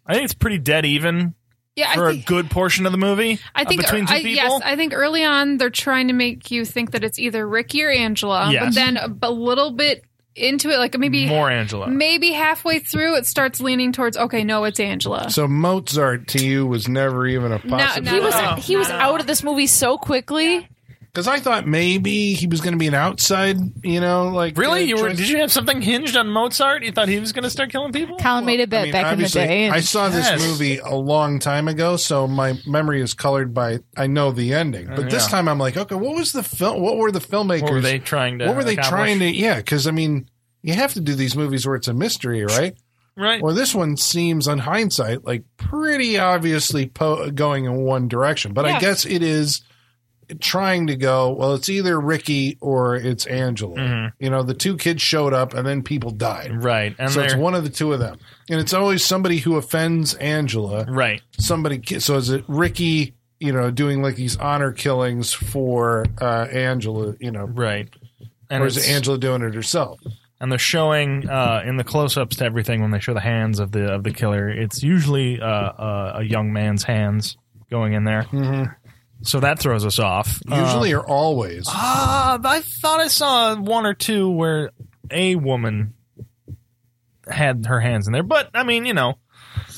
Speaker 3: I think it's pretty dead even
Speaker 5: Yeah,
Speaker 3: for
Speaker 5: I
Speaker 3: a
Speaker 5: think.
Speaker 3: good portion of the movie.
Speaker 5: I think
Speaker 3: uh, between two
Speaker 5: I,
Speaker 3: people.
Speaker 5: yes, I think early on they're trying to make you think that it's either Ricky or Angela,
Speaker 3: Yes.
Speaker 5: but then a, a little bit into it, like maybe
Speaker 3: More Angela.
Speaker 5: maybe halfway through, it starts leaning towards okay, no, it's Angela.
Speaker 2: So Mozart to you was never even a
Speaker 5: no,
Speaker 2: possibility.
Speaker 4: He was
Speaker 3: No,
Speaker 4: he was out of this movie so quickly.
Speaker 2: Because I thought maybe he was going to be an outside, you know, like
Speaker 3: really,
Speaker 2: uh,
Speaker 3: you were?
Speaker 2: choice.
Speaker 3: Did you have something hinged on Mozart? You thought he was going to start killing people?
Speaker 4: Colin made a bet
Speaker 2: I mean,
Speaker 4: back in the
Speaker 2: obviously,
Speaker 4: day. and-
Speaker 2: I saw this
Speaker 3: Yes.
Speaker 2: movie a long time ago, so my memory is colored by I know the ending. But this
Speaker 3: yeah.
Speaker 2: time, I'm like, okay, what was the film? What were the filmmakers?
Speaker 3: What were they trying to?
Speaker 2: What were they
Speaker 3: accomplish?
Speaker 2: trying to? Yeah, because I mean, you have to do these movies where it's a mystery, right?
Speaker 3: Right.
Speaker 2: Well, this one seems, on hindsight, like pretty obviously po- going in one direction. But I
Speaker 4: Yeah.
Speaker 2: guess it is trying to go. Well, it's either Ricky or it's Angela. You know, the two kids showed up and then people died.
Speaker 3: Right. Mm-hmm. And
Speaker 2: So it's
Speaker 3: they're-
Speaker 2: one of the two of them, and it's always somebody who offends Angela.
Speaker 3: Right.
Speaker 2: Somebody. ki- So is it Ricky? You know, doing like these honor killings for uh, Angela. You know,
Speaker 3: Right. And
Speaker 2: or is it
Speaker 3: it's-
Speaker 2: Angela doing it herself?
Speaker 3: and they're showing uh, in the close-ups to everything when they show the hands of the of the killer. It's usually uh, uh, a young man's hands going in there, so that throws us off.
Speaker 2: Usually or always.
Speaker 3: uh, I thought I saw one or two where a woman had her hands in there, but I mean, you know,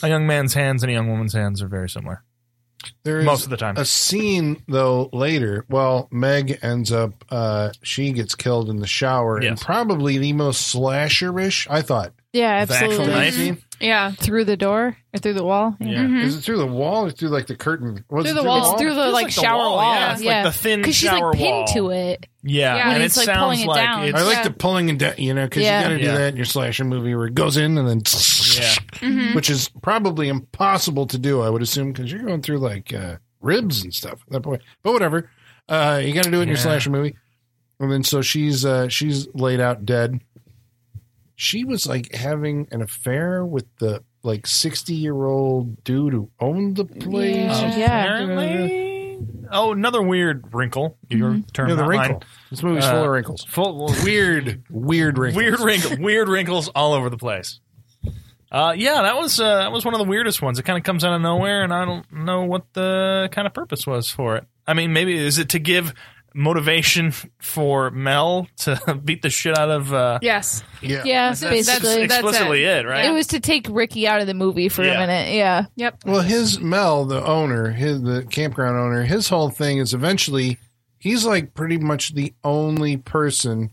Speaker 3: a young man's hands and a young woman's hands are very similar.
Speaker 2: There's
Speaker 3: Most of the time.
Speaker 2: a scene though later. Well, Meg ends up uh she gets killed in the shower and
Speaker 3: Yes.
Speaker 2: probably the most slasherish. I thought.
Speaker 4: yeah,
Speaker 3: The actual
Speaker 5: Mm-hmm.
Speaker 4: absolutely.
Speaker 3: knife.
Speaker 5: yeah,
Speaker 4: Through the door or through the wall. Yeah.
Speaker 5: Mm-hmm,
Speaker 2: Is it through the wall or through like the curtain? Was
Speaker 5: Through
Speaker 2: it
Speaker 5: the wall.
Speaker 4: Mm-hmm. It's through the
Speaker 3: Feels
Speaker 4: like,
Speaker 3: like the
Speaker 4: shower
Speaker 3: wall,
Speaker 4: wall.
Speaker 3: yeah. It's like the thin
Speaker 4: Because she's
Speaker 3: shower
Speaker 4: like pinned
Speaker 3: wall.
Speaker 4: to it.
Speaker 3: Yeah,
Speaker 5: Yeah,
Speaker 3: and
Speaker 4: when
Speaker 3: it
Speaker 4: it's, like,
Speaker 3: sounds
Speaker 4: pulling it
Speaker 3: like
Speaker 4: down.
Speaker 2: I
Speaker 3: it's
Speaker 2: like
Speaker 5: Yeah.
Speaker 2: the pulling and down, you know, because
Speaker 4: Yeah.
Speaker 2: you got to do
Speaker 3: Yeah.
Speaker 2: that in your slasher movie where it goes in and then,
Speaker 4: Mm-hmm.
Speaker 5: mm-hmm.
Speaker 2: which is probably impossible to do, I would assume, because you're going through like uh, ribs and stuff at that point. But whatever, uh, you got to do it in your
Speaker 3: Yeah.
Speaker 2: slasher movie. And then so she's uh, she's laid out dead. She was like having an affair with the like sixty year old dude who owned the place.
Speaker 4: Yeah.
Speaker 3: Um, apparently. Oh, another weird wrinkle. Your term,
Speaker 2: You know, the
Speaker 3: not mine.
Speaker 2: wrinkle. This movie's full of wrinkles.
Speaker 3: Full,
Speaker 2: Weird, weird wrinkles.
Speaker 3: Uh, weird wrinkle, weird wrinkles all over the place. Uh, yeah, that was uh, that was one of the weirdest ones. It kind of comes out of nowhere, and I don't know what the kind of purpose was for it. I mean, maybe is it to give motivation for Mel to beat the shit out of? Uh,
Speaker 5: yes,
Speaker 2: Yeah.
Speaker 4: Yeah,
Speaker 3: that's
Speaker 4: basically.
Speaker 5: that's
Speaker 3: explicitly it, right?
Speaker 4: It was to take Ricky out of the movie for
Speaker 3: Yeah.
Speaker 4: a minute. Yeah.
Speaker 5: yep.
Speaker 2: Well, his Mel, the owner, his the campground owner, his whole thing is eventually he's like pretty much the only person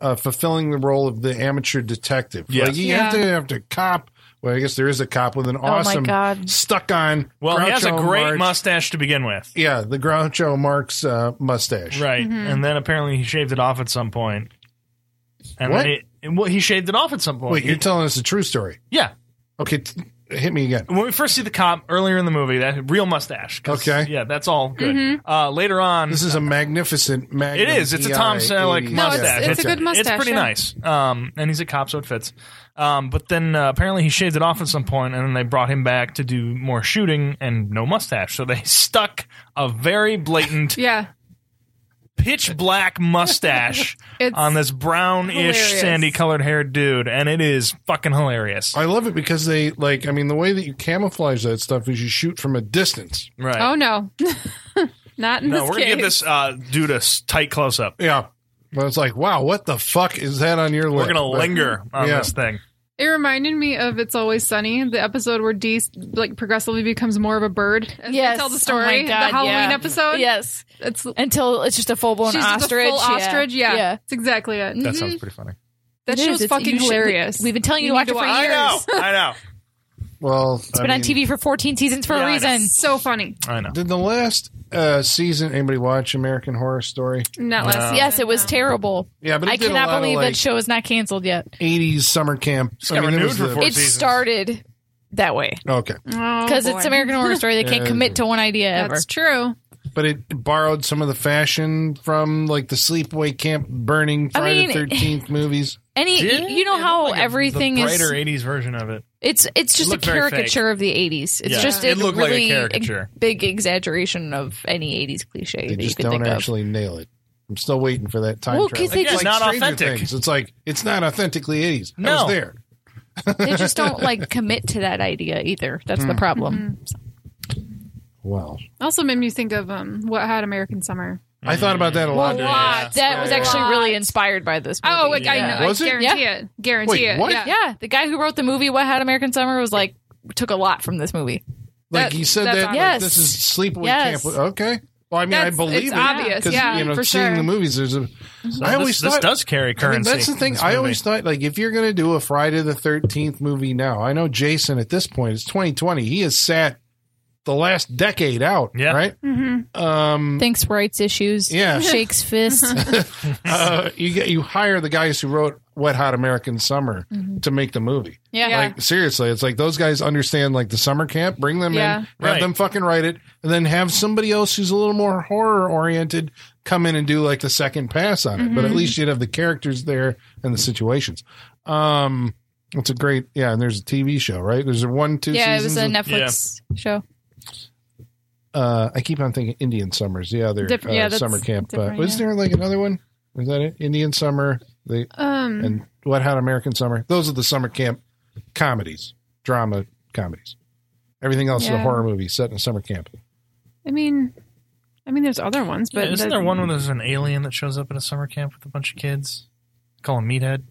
Speaker 2: uh, fulfilling the role of the amateur detective.
Speaker 3: Yeah.
Speaker 2: Like, you have to have to cop. Well, I guess there is a cop with an
Speaker 5: Oh
Speaker 4: my
Speaker 2: awesome
Speaker 4: God.
Speaker 2: stuck on.
Speaker 3: well, he has a
Speaker 2: Groucho
Speaker 3: great
Speaker 2: Marx-
Speaker 3: mustache to begin with,
Speaker 2: Yeah, the Groucho Marx uh, mustache.
Speaker 5: Mm-hmm.
Speaker 3: right? And then apparently he shaved it off at some point. And
Speaker 2: What?
Speaker 3: then it, and what he shaved it off at some point.
Speaker 2: Wait, you're
Speaker 3: He-
Speaker 2: telling us a true story.
Speaker 3: yeah.
Speaker 2: Okay, t- hit me again.
Speaker 3: When we first see the cop earlier in the movie, that real mustache. 'cause,
Speaker 2: Okay.
Speaker 3: Yeah, that's all good.
Speaker 5: Mm-hmm.
Speaker 3: Uh, later on,
Speaker 2: This is a magnificent magnum.
Speaker 3: It is. It's a Tom
Speaker 2: EI
Speaker 3: Selleck
Speaker 2: 80s.
Speaker 5: No, it's-
Speaker 3: mustache.
Speaker 5: it's a good mustache,
Speaker 3: It's pretty
Speaker 5: yeah.
Speaker 3: nice. Um, and he's a cop, so it fits. Um, but then uh, apparently he shaved it off at some point, and then they brought him back to do more shooting and no mustache. So they stuck a very blatant,
Speaker 5: Yeah.
Speaker 3: pitch black mustache
Speaker 5: It's
Speaker 3: on this brownish,
Speaker 5: hilarious.
Speaker 3: sandy colored haired dude, and it is fucking hilarious.
Speaker 2: I love it because they like. I mean, the way that you camouflage that stuff is you shoot from a distance.
Speaker 3: Right.
Speaker 5: Oh no. Not in
Speaker 3: no,
Speaker 5: this
Speaker 3: we're
Speaker 5: case.
Speaker 3: gonna give this uh, dude a s- tight close up.
Speaker 2: Yeah, but it's like, wow, what the fuck is that on your lip?
Speaker 3: We're gonna
Speaker 2: But-
Speaker 3: linger on
Speaker 2: Yeah.
Speaker 3: this thing.
Speaker 5: It reminded me of "It's Always Sunny," the episode where Dee like progressively becomes more of a bird. As they
Speaker 4: Yes.
Speaker 5: tell the
Speaker 4: Oh
Speaker 5: story,
Speaker 4: my God,
Speaker 5: the Halloween
Speaker 4: yeah.
Speaker 5: episode.
Speaker 4: Yes.
Speaker 5: it's she's
Speaker 4: Until it's just a full blown
Speaker 5: just a
Speaker 4: ostrich.
Speaker 5: full ostrich. Yeah.
Speaker 4: Yeah.
Speaker 5: it's exactly it.
Speaker 3: That sounds pretty funny.
Speaker 5: That
Speaker 4: It
Speaker 5: show's
Speaker 4: is. It's-
Speaker 5: fucking
Speaker 4: you should-
Speaker 5: hilarious.
Speaker 4: We've been telling you to
Speaker 5: need
Speaker 4: watch
Speaker 5: to
Speaker 4: it for
Speaker 5: watch it.
Speaker 3: I
Speaker 4: years.
Speaker 3: know. I know.
Speaker 2: Well,
Speaker 4: It's been on TV for 14 seasons for
Speaker 3: Yeah,
Speaker 4: a
Speaker 3: I know.
Speaker 4: reason.
Speaker 5: so funny.
Speaker 3: I know.
Speaker 2: Did the last uh, season anybody watch American Horror Story?
Speaker 5: Not
Speaker 3: No.
Speaker 5: less.
Speaker 4: Yes, it was terrible.
Speaker 2: Yeah, but it
Speaker 4: I
Speaker 2: did a
Speaker 4: cannot
Speaker 2: lot of,
Speaker 4: believe
Speaker 2: like,
Speaker 4: that show is not canceled yet.
Speaker 2: '80s summer camp.
Speaker 3: got
Speaker 2: it
Speaker 3: renewed
Speaker 2: was
Speaker 3: for
Speaker 2: the-
Speaker 3: four-
Speaker 4: It
Speaker 3: seasons.
Speaker 4: started that way
Speaker 2: Okay,
Speaker 5: Oh,
Speaker 4: because it's American Horror Story. They can't
Speaker 2: Yeah.
Speaker 4: commit to one idea ever.
Speaker 5: That's true.
Speaker 2: but it borrowed some of the fashion from like the sleepaway camp burning
Speaker 4: I
Speaker 2: Friday
Speaker 4: mean-
Speaker 2: the 13th movies.
Speaker 4: Any,
Speaker 3: Did
Speaker 4: you know
Speaker 3: it
Speaker 4: how
Speaker 3: looked like a-
Speaker 4: everything
Speaker 3: the
Speaker 4: is.
Speaker 3: brighter '80s version of it.
Speaker 4: It's it's just a
Speaker 3: looked very fake.
Speaker 4: caricature of the '80s. It's
Speaker 3: Yeah.
Speaker 4: just
Speaker 3: It
Speaker 4: a
Speaker 3: looked like a
Speaker 4: really
Speaker 3: caricature.
Speaker 4: big exaggeration of any '80s cliche
Speaker 2: They
Speaker 4: that you
Speaker 2: just
Speaker 4: could
Speaker 2: don't
Speaker 4: think
Speaker 2: actually nail it. I'm still waiting for that time.
Speaker 4: Well,
Speaker 2: travel.
Speaker 4: 'cause they
Speaker 2: It's
Speaker 4: just-
Speaker 3: Again, not
Speaker 2: Stranger
Speaker 3: authentic.
Speaker 2: Things. It's like it's not authentically 80s. I
Speaker 3: No.
Speaker 2: was there.
Speaker 4: of. They just don't like commit to that idea either. That's
Speaker 3: Hmm.
Speaker 4: the problem.
Speaker 2: Wow.
Speaker 5: Also made me think of um, what had American Summer.
Speaker 2: I thought about that a lot.
Speaker 5: Well,
Speaker 2: during-
Speaker 5: Lot.
Speaker 4: That was
Speaker 5: Yeah.
Speaker 4: actually
Speaker 5: Lot.
Speaker 4: really inspired by this. Movie.
Speaker 5: Oh, like, I
Speaker 4: yeah.
Speaker 5: know.
Speaker 2: Was
Speaker 5: I
Speaker 2: it?
Speaker 5: guarantee it. Guarantee
Speaker 2: Wait,
Speaker 5: it.
Speaker 2: what?
Speaker 5: Yeah.
Speaker 4: Yeah, the guy who wrote the movie What Had American Summer was like took a lot from this movie.
Speaker 2: Like
Speaker 5: That-
Speaker 2: you said that.
Speaker 5: that's
Speaker 2: like,
Speaker 4: obvious.
Speaker 2: This is sleepaway
Speaker 4: Yes.
Speaker 2: camp. Okay. Well, I mean, I
Speaker 5: That's-
Speaker 2: believe
Speaker 5: it's
Speaker 2: it
Speaker 5: obvious, yeah,
Speaker 2: you know,
Speaker 5: for
Speaker 2: seeing
Speaker 5: sure.
Speaker 2: the movies, there's a.
Speaker 3: So
Speaker 2: I
Speaker 3: this-
Speaker 2: always
Speaker 3: this,
Speaker 2: thought
Speaker 3: does
Speaker 2: I
Speaker 3: carry
Speaker 2: mean,
Speaker 3: currency.
Speaker 2: that's the thing.
Speaker 3: this
Speaker 2: I
Speaker 3: movie.
Speaker 2: always thought, like, if you're going to do a Friday the 13th movie now, I know Jason at this point, it's 2020. He has sat the last decade out,
Speaker 3: Yeah.
Speaker 2: right?
Speaker 5: Mm-hmm.
Speaker 2: Um,
Speaker 4: Thinks rights issues.
Speaker 2: Yeah.
Speaker 4: shakes fists.
Speaker 2: uh, you get you hire the guys who wrote Wet Hot American Summer to make the movie.
Speaker 4: Mm-hmm. Yeah.
Speaker 5: Yeah.
Speaker 2: Like seriously, it's like those guys understand like the summer camp. Bring them in,
Speaker 5: Yeah.
Speaker 2: have
Speaker 3: Right.
Speaker 2: them fucking write it, and then have somebody else who's a little more horror oriented come in and do like the second pass on it. But
Speaker 4: Mm-hmm.
Speaker 2: at least you'd have the characters there and the situations. Um, it's a great yeah. And there's a TV show, right? There's a one two.
Speaker 4: yeah, it was
Speaker 2: seasons
Speaker 4: a
Speaker 2: of-
Speaker 4: Netflix show.
Speaker 2: uh, I keep on thinking Indian Summers, the other
Speaker 5: Different-
Speaker 2: uh,
Speaker 5: yeah, that's
Speaker 2: summer camp. But
Speaker 4: different,
Speaker 2: was
Speaker 4: yeah.
Speaker 2: there like another one? Was that it? Indian Summer, the
Speaker 5: Um,
Speaker 2: and Wet Hot American Summer. Those are the summer camp comedies, drama comedies. Everything else is a
Speaker 5: Yeah.
Speaker 2: horror movie set in a summer camp.
Speaker 5: I mean, I mean, there's other ones, but
Speaker 3: Yeah, isn't
Speaker 5: the-
Speaker 3: there one where there's an alien that shows up at a summer camp with a bunch of kids? Call him Meathead.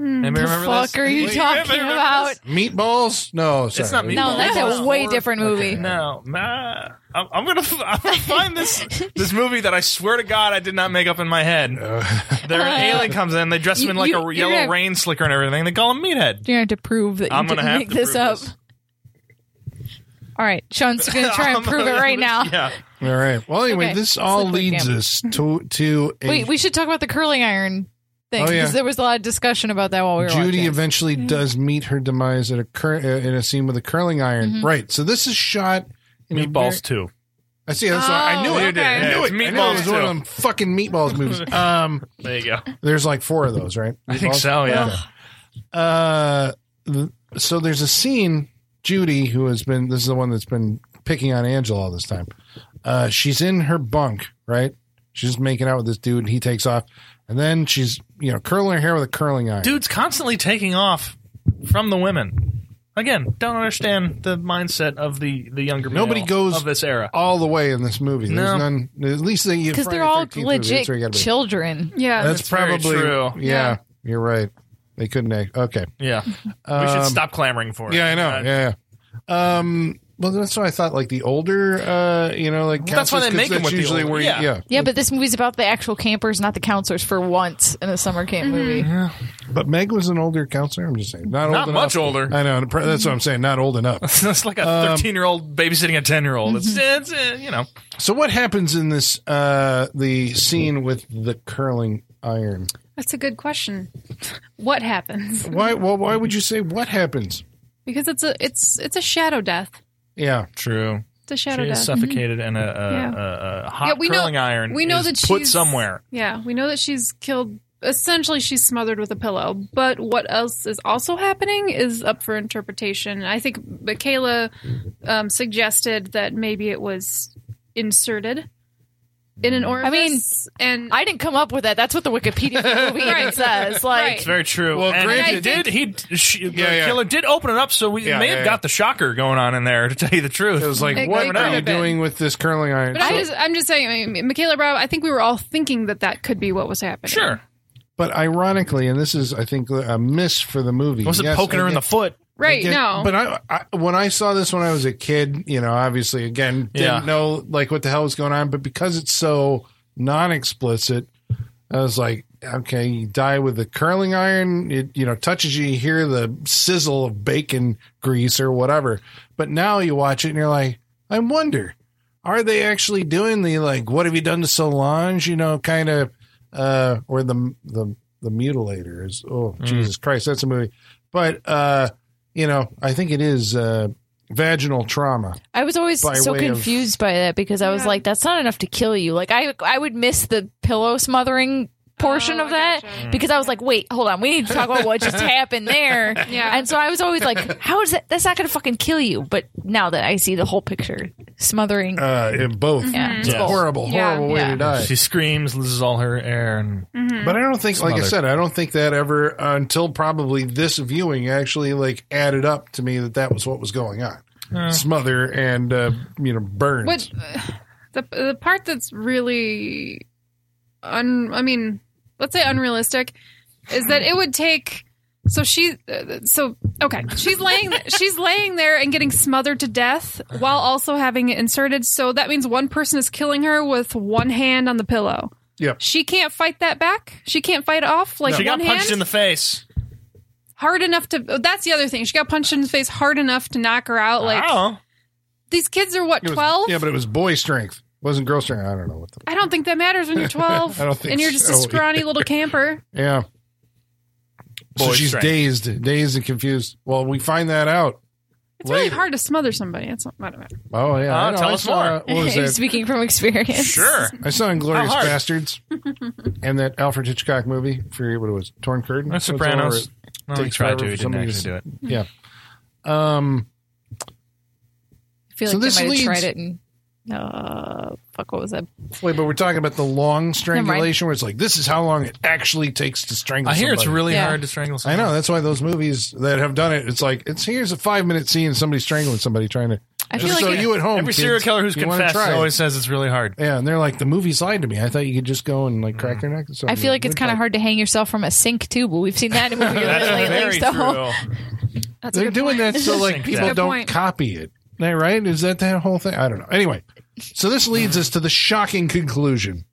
Speaker 3: Anybody
Speaker 4: The
Speaker 3: remember
Speaker 4: fuck
Speaker 3: this?
Speaker 4: are you
Speaker 3: Wait,
Speaker 4: talking
Speaker 3: remember
Speaker 4: about?
Speaker 3: this?
Speaker 2: Meatballs? No, sorry.
Speaker 3: not Meatballs.
Speaker 4: No, that's a
Speaker 3: Meatballs.
Speaker 4: way different movie.
Speaker 3: No, nah, I'm, I'm gonna I'm gonna find this this movie that I swear to God I did not make up in my head. There, an alien comes in, they dress him
Speaker 4: Uh, You-
Speaker 3: in like
Speaker 4: you-
Speaker 3: a
Speaker 4: you're
Speaker 3: yellow
Speaker 4: gonna-
Speaker 3: rain slicker and everything. They call him Meathead.
Speaker 4: You're going to have to prove that you
Speaker 3: I'm gonna
Speaker 4: didn't
Speaker 3: have
Speaker 4: make
Speaker 3: to
Speaker 4: this
Speaker 3: prove
Speaker 4: up.
Speaker 3: this.
Speaker 4: All right, Sean's going to try and prove it right now.
Speaker 3: Yeah,
Speaker 2: All right. Well, anyway,
Speaker 4: Okay.
Speaker 2: this all
Speaker 4: Sleepaway
Speaker 2: leads
Speaker 4: Camp.
Speaker 2: us to to a
Speaker 4: Wait, we should talk about the curling iron thing
Speaker 2: Oh,
Speaker 4: because
Speaker 2: yeah.
Speaker 4: there was a lot of discussion about that while we were
Speaker 2: Judy
Speaker 4: watching. Mm-hmm.
Speaker 2: eventually does meet her demise at a cur- uh, in a scene with a curling iron.
Speaker 4: Mm-hmm.
Speaker 2: Right. So this is shot in a very-
Speaker 3: Meatballs too.
Speaker 2: I see. That's why I knew
Speaker 5: Oh,
Speaker 2: it.
Speaker 5: You did.
Speaker 2: I
Speaker 5: Yeah,
Speaker 2: knew
Speaker 3: it's
Speaker 2: it. I knew
Speaker 3: Meatballs
Speaker 2: it was one of
Speaker 3: too.
Speaker 2: them fucking meatballs movies. Um,
Speaker 3: There you go.
Speaker 2: there's like four of those, right?
Speaker 3: I think
Speaker 2: Meatballs?
Speaker 3: so. Yeah.
Speaker 2: Uh, th- so there's a scene. Judy, who has been this is the one that's been picking on Angela all this time. Uh, she's in her bunk, right? She's just making out with this dude, and he takes off, and then she's you know curling her hair with a curling iron.
Speaker 3: dude's constantly taking off from the women. Again, don't understand the mindset of the the younger male
Speaker 2: Nobody goes-
Speaker 3: of this era.
Speaker 2: all the way in this movie. There's
Speaker 3: No.
Speaker 2: none. At least they
Speaker 4: Because they're all legit
Speaker 2: That's,
Speaker 4: children.
Speaker 5: yeah,
Speaker 2: that's
Speaker 3: That's very
Speaker 2: probably
Speaker 3: true.
Speaker 2: Yeah, you're right. They couldn't. act- Okay.
Speaker 3: Yeah, we
Speaker 2: Um,
Speaker 3: should stop clamoring for it.
Speaker 2: Yeah, I know.
Speaker 3: Uh,
Speaker 2: yeah. yeah. Um. Well, that's why I thought like the older, uh, you know, like
Speaker 3: Well, that's why
Speaker 2: counselors,
Speaker 3: they
Speaker 2: 'cause
Speaker 3: make 'em
Speaker 2: that's
Speaker 3: with the
Speaker 2: usually
Speaker 3: older-
Speaker 2: where you-
Speaker 3: yeah.
Speaker 2: yeah.
Speaker 4: Yeah, but this movie's about the actual campers, not the counselors, for once in a summer camp
Speaker 5: Mm-hmm.
Speaker 4: movie.
Speaker 2: But Meg was an older counselor. I'm just saying, not,
Speaker 3: Not
Speaker 2: old
Speaker 3: much
Speaker 2: enough.
Speaker 3: older.
Speaker 2: I know. pr- That's what I'm saying. Not old enough.
Speaker 3: That's like a thirteen-year-old babysitting a ten-year-old. It's, it's uh, you know,
Speaker 2: so what happens in this? Uh, the scene with the curling iron?
Speaker 5: That's a good question. What happens?
Speaker 2: Why? Well, why would you say what happens?
Speaker 5: Because it's a it's it's a shadow death.
Speaker 2: Yeah,
Speaker 3: True.
Speaker 5: It's a
Speaker 3: She
Speaker 5: shadow
Speaker 3: is
Speaker 5: death.
Speaker 3: suffocated in a, a, a, a hot
Speaker 5: Mm-hmm. Yeah, we know-
Speaker 3: curling iron.
Speaker 5: we know
Speaker 3: is
Speaker 5: that
Speaker 3: put
Speaker 5: she's-
Speaker 3: somewhere.
Speaker 5: Yeah, we know that she's killed. Essentially, she's smothered with a pillow. But what else is also happening is up for interpretation. I think Michaela um, suggested that maybe it was inserted in an
Speaker 4: mean,
Speaker 5: orifice. and
Speaker 4: I didn't come up with that. That's what the Wikipedia movie even
Speaker 5: Right.
Speaker 4: says. Like,
Speaker 5: Right.
Speaker 3: It's very true.
Speaker 2: Well,
Speaker 3: and
Speaker 2: granted-
Speaker 3: he did. He she, the
Speaker 2: Yeah, yeah.
Speaker 3: killer did open it up, so we
Speaker 2: Yeah,
Speaker 3: may
Speaker 2: yeah,
Speaker 3: have
Speaker 2: yeah.
Speaker 3: got the shocker going on in there. To tell you the truth,
Speaker 2: it was like,
Speaker 5: It
Speaker 2: what
Speaker 5: could
Speaker 2: are you
Speaker 5: have been.
Speaker 2: doing with this curling iron?
Speaker 5: but I just, I'm just saying, I mean, Michaela Brow. I think we were all thinking that that could be what was happening.
Speaker 3: sure.
Speaker 2: But ironically, and this is, I think, a miss for the movie.
Speaker 3: Was it
Speaker 2: Yes,
Speaker 3: poking her in
Speaker 2: again-
Speaker 3: the foot?
Speaker 5: right?
Speaker 2: again-
Speaker 5: no,
Speaker 2: But I, I, when I saw this when I was a kid, you know, obviously, again, didn't
Speaker 3: Yeah.
Speaker 2: know like what the hell was going on. But because it's so non-explicit, I was like, okay, you die with the curling iron. It, you know, touches you, you hear the sizzle of bacon grease or whatever. But now you watch it and you're like, I wonder, are they actually doing the like, what have you done to Solange? You know, kind of, uh, or the the the mutilator is. Oh, Jesus Christ, that's a movie. But uh, you know, I think it is uh, vaginal trauma.
Speaker 4: I was always
Speaker 2: By
Speaker 4: so
Speaker 2: way of-
Speaker 4: confused by that because I was
Speaker 5: Yeah.
Speaker 4: like, that's not enough to kill you. Like, I I would miss the pillow smothering portion
Speaker 5: Oh,
Speaker 4: of
Speaker 5: I
Speaker 4: that
Speaker 5: gotcha.
Speaker 4: because I was like, wait, hold on, we need to talk about what just happened there.
Speaker 5: Yeah.
Speaker 4: And so I was always like, how is that? That's not going to fucking kill you. But now that I see the whole picture, smothering.
Speaker 2: Uh, in both.
Speaker 4: yeah,
Speaker 2: It's
Speaker 4: it's
Speaker 3: Yeah.
Speaker 4: cool.
Speaker 2: horrible,
Speaker 5: Yeah.
Speaker 2: horrible way
Speaker 4: Yeah.
Speaker 2: to die.
Speaker 3: She screams, loses all her air, and
Speaker 5: Mm-hmm.
Speaker 2: But I don't think, like I
Speaker 3: Smothered.
Speaker 2: said, I don't think that ever uh, until probably this viewing actually like added up to me that that was what was going on. Smother and uh, you know burns.
Speaker 5: But uh, the the part that's really un I mean, let's say unrealistic is that it would take so she uh, so okay, she's laying she's laying there and getting smothered to death while also having it inserted. So that means one person is killing her with one hand on the pillow.
Speaker 2: Yep.
Speaker 5: She can't fight that back. She can't fight it off like
Speaker 3: she
Speaker 5: one
Speaker 3: got punched
Speaker 5: hand
Speaker 3: in the face.
Speaker 5: hard enough to. That's the other thing. She got punched in the face hard enough to knock her out. Like
Speaker 3: oh,
Speaker 5: these kids are what
Speaker 2: It was-
Speaker 5: twelve.
Speaker 2: Yeah, but it was boy strength. It wasn't girl strength. I don't know what the.
Speaker 5: I don't think that matters when you're 12
Speaker 2: I don't think
Speaker 5: and you're just
Speaker 2: so
Speaker 5: a scrawny little camper.
Speaker 2: Yeah. so
Speaker 3: Boy
Speaker 2: she's
Speaker 3: strength.
Speaker 2: dazed, dazed and confused. Well, we find that out.
Speaker 5: It's really
Speaker 2: Later.
Speaker 5: hard to smother somebody. It's not, I don't know.
Speaker 2: Oh yeah.
Speaker 3: Uh,
Speaker 2: I know.
Speaker 3: tell
Speaker 2: I
Speaker 3: us
Speaker 2: saw-
Speaker 3: more.
Speaker 2: What was that?
Speaker 4: Speaking from experience.
Speaker 3: sure.
Speaker 2: I saw Inglorious
Speaker 3: How hard?
Speaker 2: Bastards and that Alfred Hitchcock movie. I forget what it was. Torn Curtain.
Speaker 3: That's
Speaker 2: What's all over
Speaker 3: Sopranos.
Speaker 2: it?
Speaker 3: No, he
Speaker 2: Takes
Speaker 3: tried
Speaker 2: forever
Speaker 3: to. He
Speaker 2: for
Speaker 3: didn't
Speaker 2: somebody to
Speaker 3: actually do it.
Speaker 2: Yeah. Um.
Speaker 4: I feel
Speaker 2: So
Speaker 4: like
Speaker 2: this
Speaker 4: I might
Speaker 2: leads-
Speaker 4: have tried it and. Uh, fuck, what was that?
Speaker 2: Wait, but we're talking about the long
Speaker 4: mind.
Speaker 2: strangulation, where it's like this is how long it actually takes to strangle.
Speaker 3: I hear it's
Speaker 2: somebody.
Speaker 3: really
Speaker 4: Yeah.
Speaker 3: hard to
Speaker 2: I
Speaker 3: strangle. Someone.
Speaker 2: know that's why those movies that have done it, it's like it's here's a five minute scene somebody strangling somebody trying to.
Speaker 4: I feel
Speaker 2: Just so
Speaker 4: like it-
Speaker 2: you at home,
Speaker 3: Every serial
Speaker 2: kids,
Speaker 3: killer who's
Speaker 2: you wanna
Speaker 3: confessed
Speaker 2: try it.
Speaker 3: always says it's really hard.
Speaker 2: Yeah, and they're like, the movies lied to me. I thought you could just go and like crack their neck. Or something.
Speaker 4: I feel like it's kind of hard to hang yourself from a sink too, but we've seen that in movies
Speaker 3: That's
Speaker 4: lately.
Speaker 3: very
Speaker 4: so.
Speaker 3: true.
Speaker 5: That's
Speaker 2: They're doing that so like
Speaker 3: Interesting.
Speaker 2: people
Speaker 5: Good
Speaker 2: don't
Speaker 5: point.
Speaker 2: copy it. Am I right? Is that that whole thing? I don't know. Anyway, so this leads us to the shocking conclusion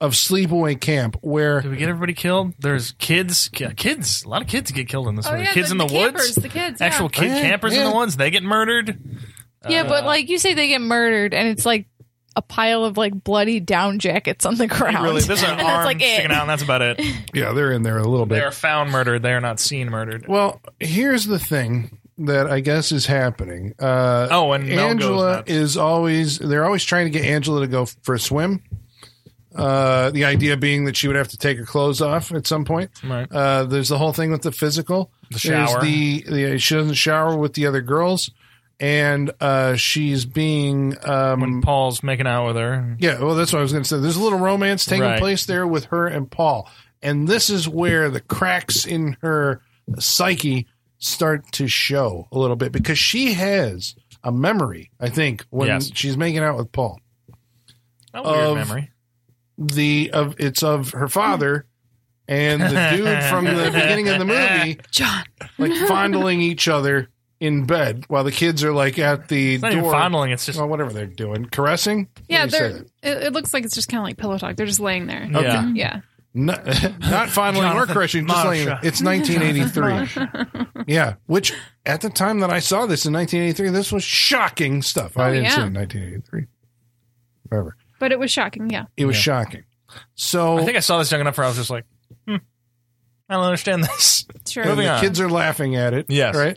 Speaker 2: of Sleepaway Camp, where
Speaker 3: Did we get everybody killed? There's kids, ki- kids. A lot of kids get killed in this
Speaker 5: Oh,
Speaker 3: movie.
Speaker 5: yeah,
Speaker 3: kids
Speaker 5: the,
Speaker 3: in the, woods.
Speaker 5: Campers, the kids. Yeah.
Speaker 3: Actual kid
Speaker 2: Yeah,
Speaker 3: campers in
Speaker 2: yeah.
Speaker 3: the woods. Oh, They get murdered.
Speaker 4: Yeah, but like you say, they get murdered, and it's like a pile of like bloody down jackets on the ground.
Speaker 3: Really, there's an
Speaker 4: And
Speaker 3: arm
Speaker 4: that's like it.
Speaker 3: sticking out, and that's about it.
Speaker 2: yeah, they're in there a little
Speaker 3: They
Speaker 2: bit.
Speaker 3: are found murdered. They are not seen murdered.
Speaker 2: Well, here's the thing that I guess is happening. Uh,
Speaker 3: Oh, and Mel
Speaker 2: Angela
Speaker 3: goes nuts.
Speaker 2: is always they're always trying to get Angela to go f- for a swim. Uh, the idea being that she would have to take her clothes off at some point.
Speaker 3: Right.
Speaker 2: Uh, there's the whole thing with the physical.
Speaker 3: The
Speaker 2: There's
Speaker 3: shower.
Speaker 2: The, the she doesn't shower with the other girls, and uh, she's being um,
Speaker 3: When Paul's making out with her,
Speaker 2: yeah, well, that's what I was going to say. There's a little romance taking
Speaker 3: Right.
Speaker 2: place there with her and Paul, and this is where the cracks in her psyche start to show a little bit because she has a memory. I think when
Speaker 3: Yes.
Speaker 2: she's making out with Paul,
Speaker 3: a weird
Speaker 2: Of-
Speaker 3: memory.
Speaker 2: the of it's of her father and the dude from the beginning of the movie,
Speaker 5: John.
Speaker 2: like fondling each other in bed while the kids are like at the
Speaker 3: It's
Speaker 2: door.
Speaker 3: not even fondling. It's just
Speaker 2: Well, whatever they're doing, caressing.
Speaker 5: Yeah,
Speaker 2: What do you say
Speaker 5: they're, it, it looks like it's just kind of like pillow talk. They're just laying there.
Speaker 3: yeah.
Speaker 5: Yeah.
Speaker 2: not, not fondling or
Speaker 3: Jonathan
Speaker 2: crushing. Just
Speaker 3: Marsha.
Speaker 2: like, it's 1983. yeah, which at the time that I saw this in 1983, this was shocking stuff. I
Speaker 5: Oh,
Speaker 2: didn't see
Speaker 5: yeah.
Speaker 2: it in 1983. Whatever.
Speaker 5: But it was shocking. Yeah.
Speaker 2: It was
Speaker 3: Yeah.
Speaker 2: shocking. So
Speaker 3: I think I saw this young enough where I was just like, hmm, I don't understand this.
Speaker 5: Sure.
Speaker 2: and
Speaker 3: Moving
Speaker 2: the
Speaker 3: on.
Speaker 2: kids are laughing at it.
Speaker 3: Yes.
Speaker 2: Right.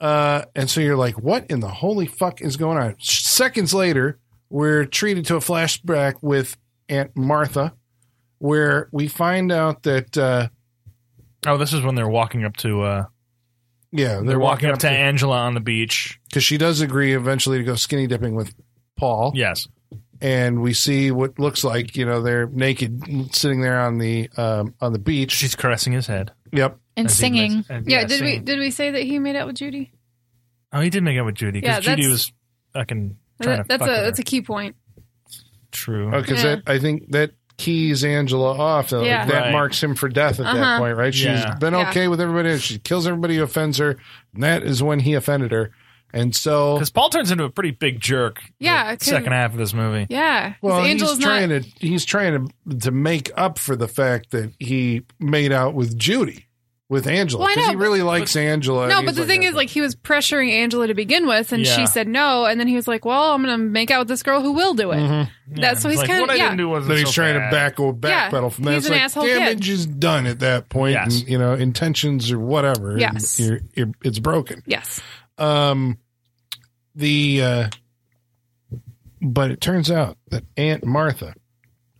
Speaker 2: Uh, and so you're like, what in the holy fuck is going on? Seconds later, we're treated to a flashback with Aunt Martha, where we find out that, uh,
Speaker 3: Oh, this is when they're walking up to uh,
Speaker 2: yeah,
Speaker 3: they're, walking, up to, Angela on the beach.
Speaker 2: because she does agree eventually to go skinny dipping with Paul.
Speaker 3: Yes,
Speaker 2: And we see what looks like, you know, they're naked sitting there on the um, on the beach.
Speaker 3: she's caressing his head
Speaker 2: yep.
Speaker 4: and
Speaker 3: As he mess-
Speaker 4: singing.
Speaker 3: and-
Speaker 5: Yeah, did we
Speaker 3: singing.
Speaker 5: did we say that he made out with Judy?
Speaker 3: Oh, he did make out with Judy
Speaker 5: Yeah,
Speaker 3: because Judy
Speaker 5: that's-
Speaker 3: was fucking. Trying
Speaker 5: That-
Speaker 3: to
Speaker 5: that's a
Speaker 3: fuck with
Speaker 5: that's
Speaker 3: her.
Speaker 5: a key point.
Speaker 3: true.
Speaker 2: Because
Speaker 5: Yeah.
Speaker 2: Uh, that I think that keys Angela off. Though.
Speaker 5: Yeah.
Speaker 2: That
Speaker 3: Right.
Speaker 2: marks him for death at that
Speaker 5: Uh-huh.
Speaker 2: point, right? She's
Speaker 3: Yeah.
Speaker 2: been
Speaker 5: Yeah.
Speaker 2: okay with everybody. else. She kills everybody who offends her. And that is when he offended her. And so,
Speaker 3: Because Paul turns into a pretty big jerk.
Speaker 5: Yeah,
Speaker 3: the
Speaker 5: I couldn't-
Speaker 3: second half of this movie.
Speaker 5: Yeah, 'cause
Speaker 2: well, he's
Speaker 5: Angel's
Speaker 2: trying
Speaker 5: not.
Speaker 2: to he's trying to to make up for the fact that he made out with Judy, with Angela,
Speaker 5: Well, I
Speaker 2: because
Speaker 5: know,
Speaker 2: he really likes Angela.
Speaker 5: no,
Speaker 2: and
Speaker 5: but
Speaker 2: uh, he's
Speaker 5: the thing is, like, he was pressuring Angela to begin with, and
Speaker 3: Yeah.
Speaker 5: she said no, and then he was like, "Well, I'm gonna make out with this girl who will do it."
Speaker 2: Mhm.
Speaker 3: Yeah,
Speaker 5: That's- so
Speaker 3: it's
Speaker 5: he's
Speaker 3: like,
Speaker 5: kinda-
Speaker 3: What I
Speaker 5: yeah.
Speaker 3: didn't do wasn't
Speaker 2: But he's
Speaker 3: so
Speaker 2: trying
Speaker 3: bad.
Speaker 2: to back or
Speaker 5: Yeah,
Speaker 2: backpedal from that.
Speaker 5: he's
Speaker 2: It's
Speaker 5: an
Speaker 2: like
Speaker 5: asshole kid.
Speaker 2: damage is done at that point,
Speaker 3: Yes.
Speaker 2: and, you know, intentions or whatever.
Speaker 5: Yes.
Speaker 2: You're, you're, it's broken.
Speaker 5: Yes,
Speaker 2: um the uh but it turns out that aunt martha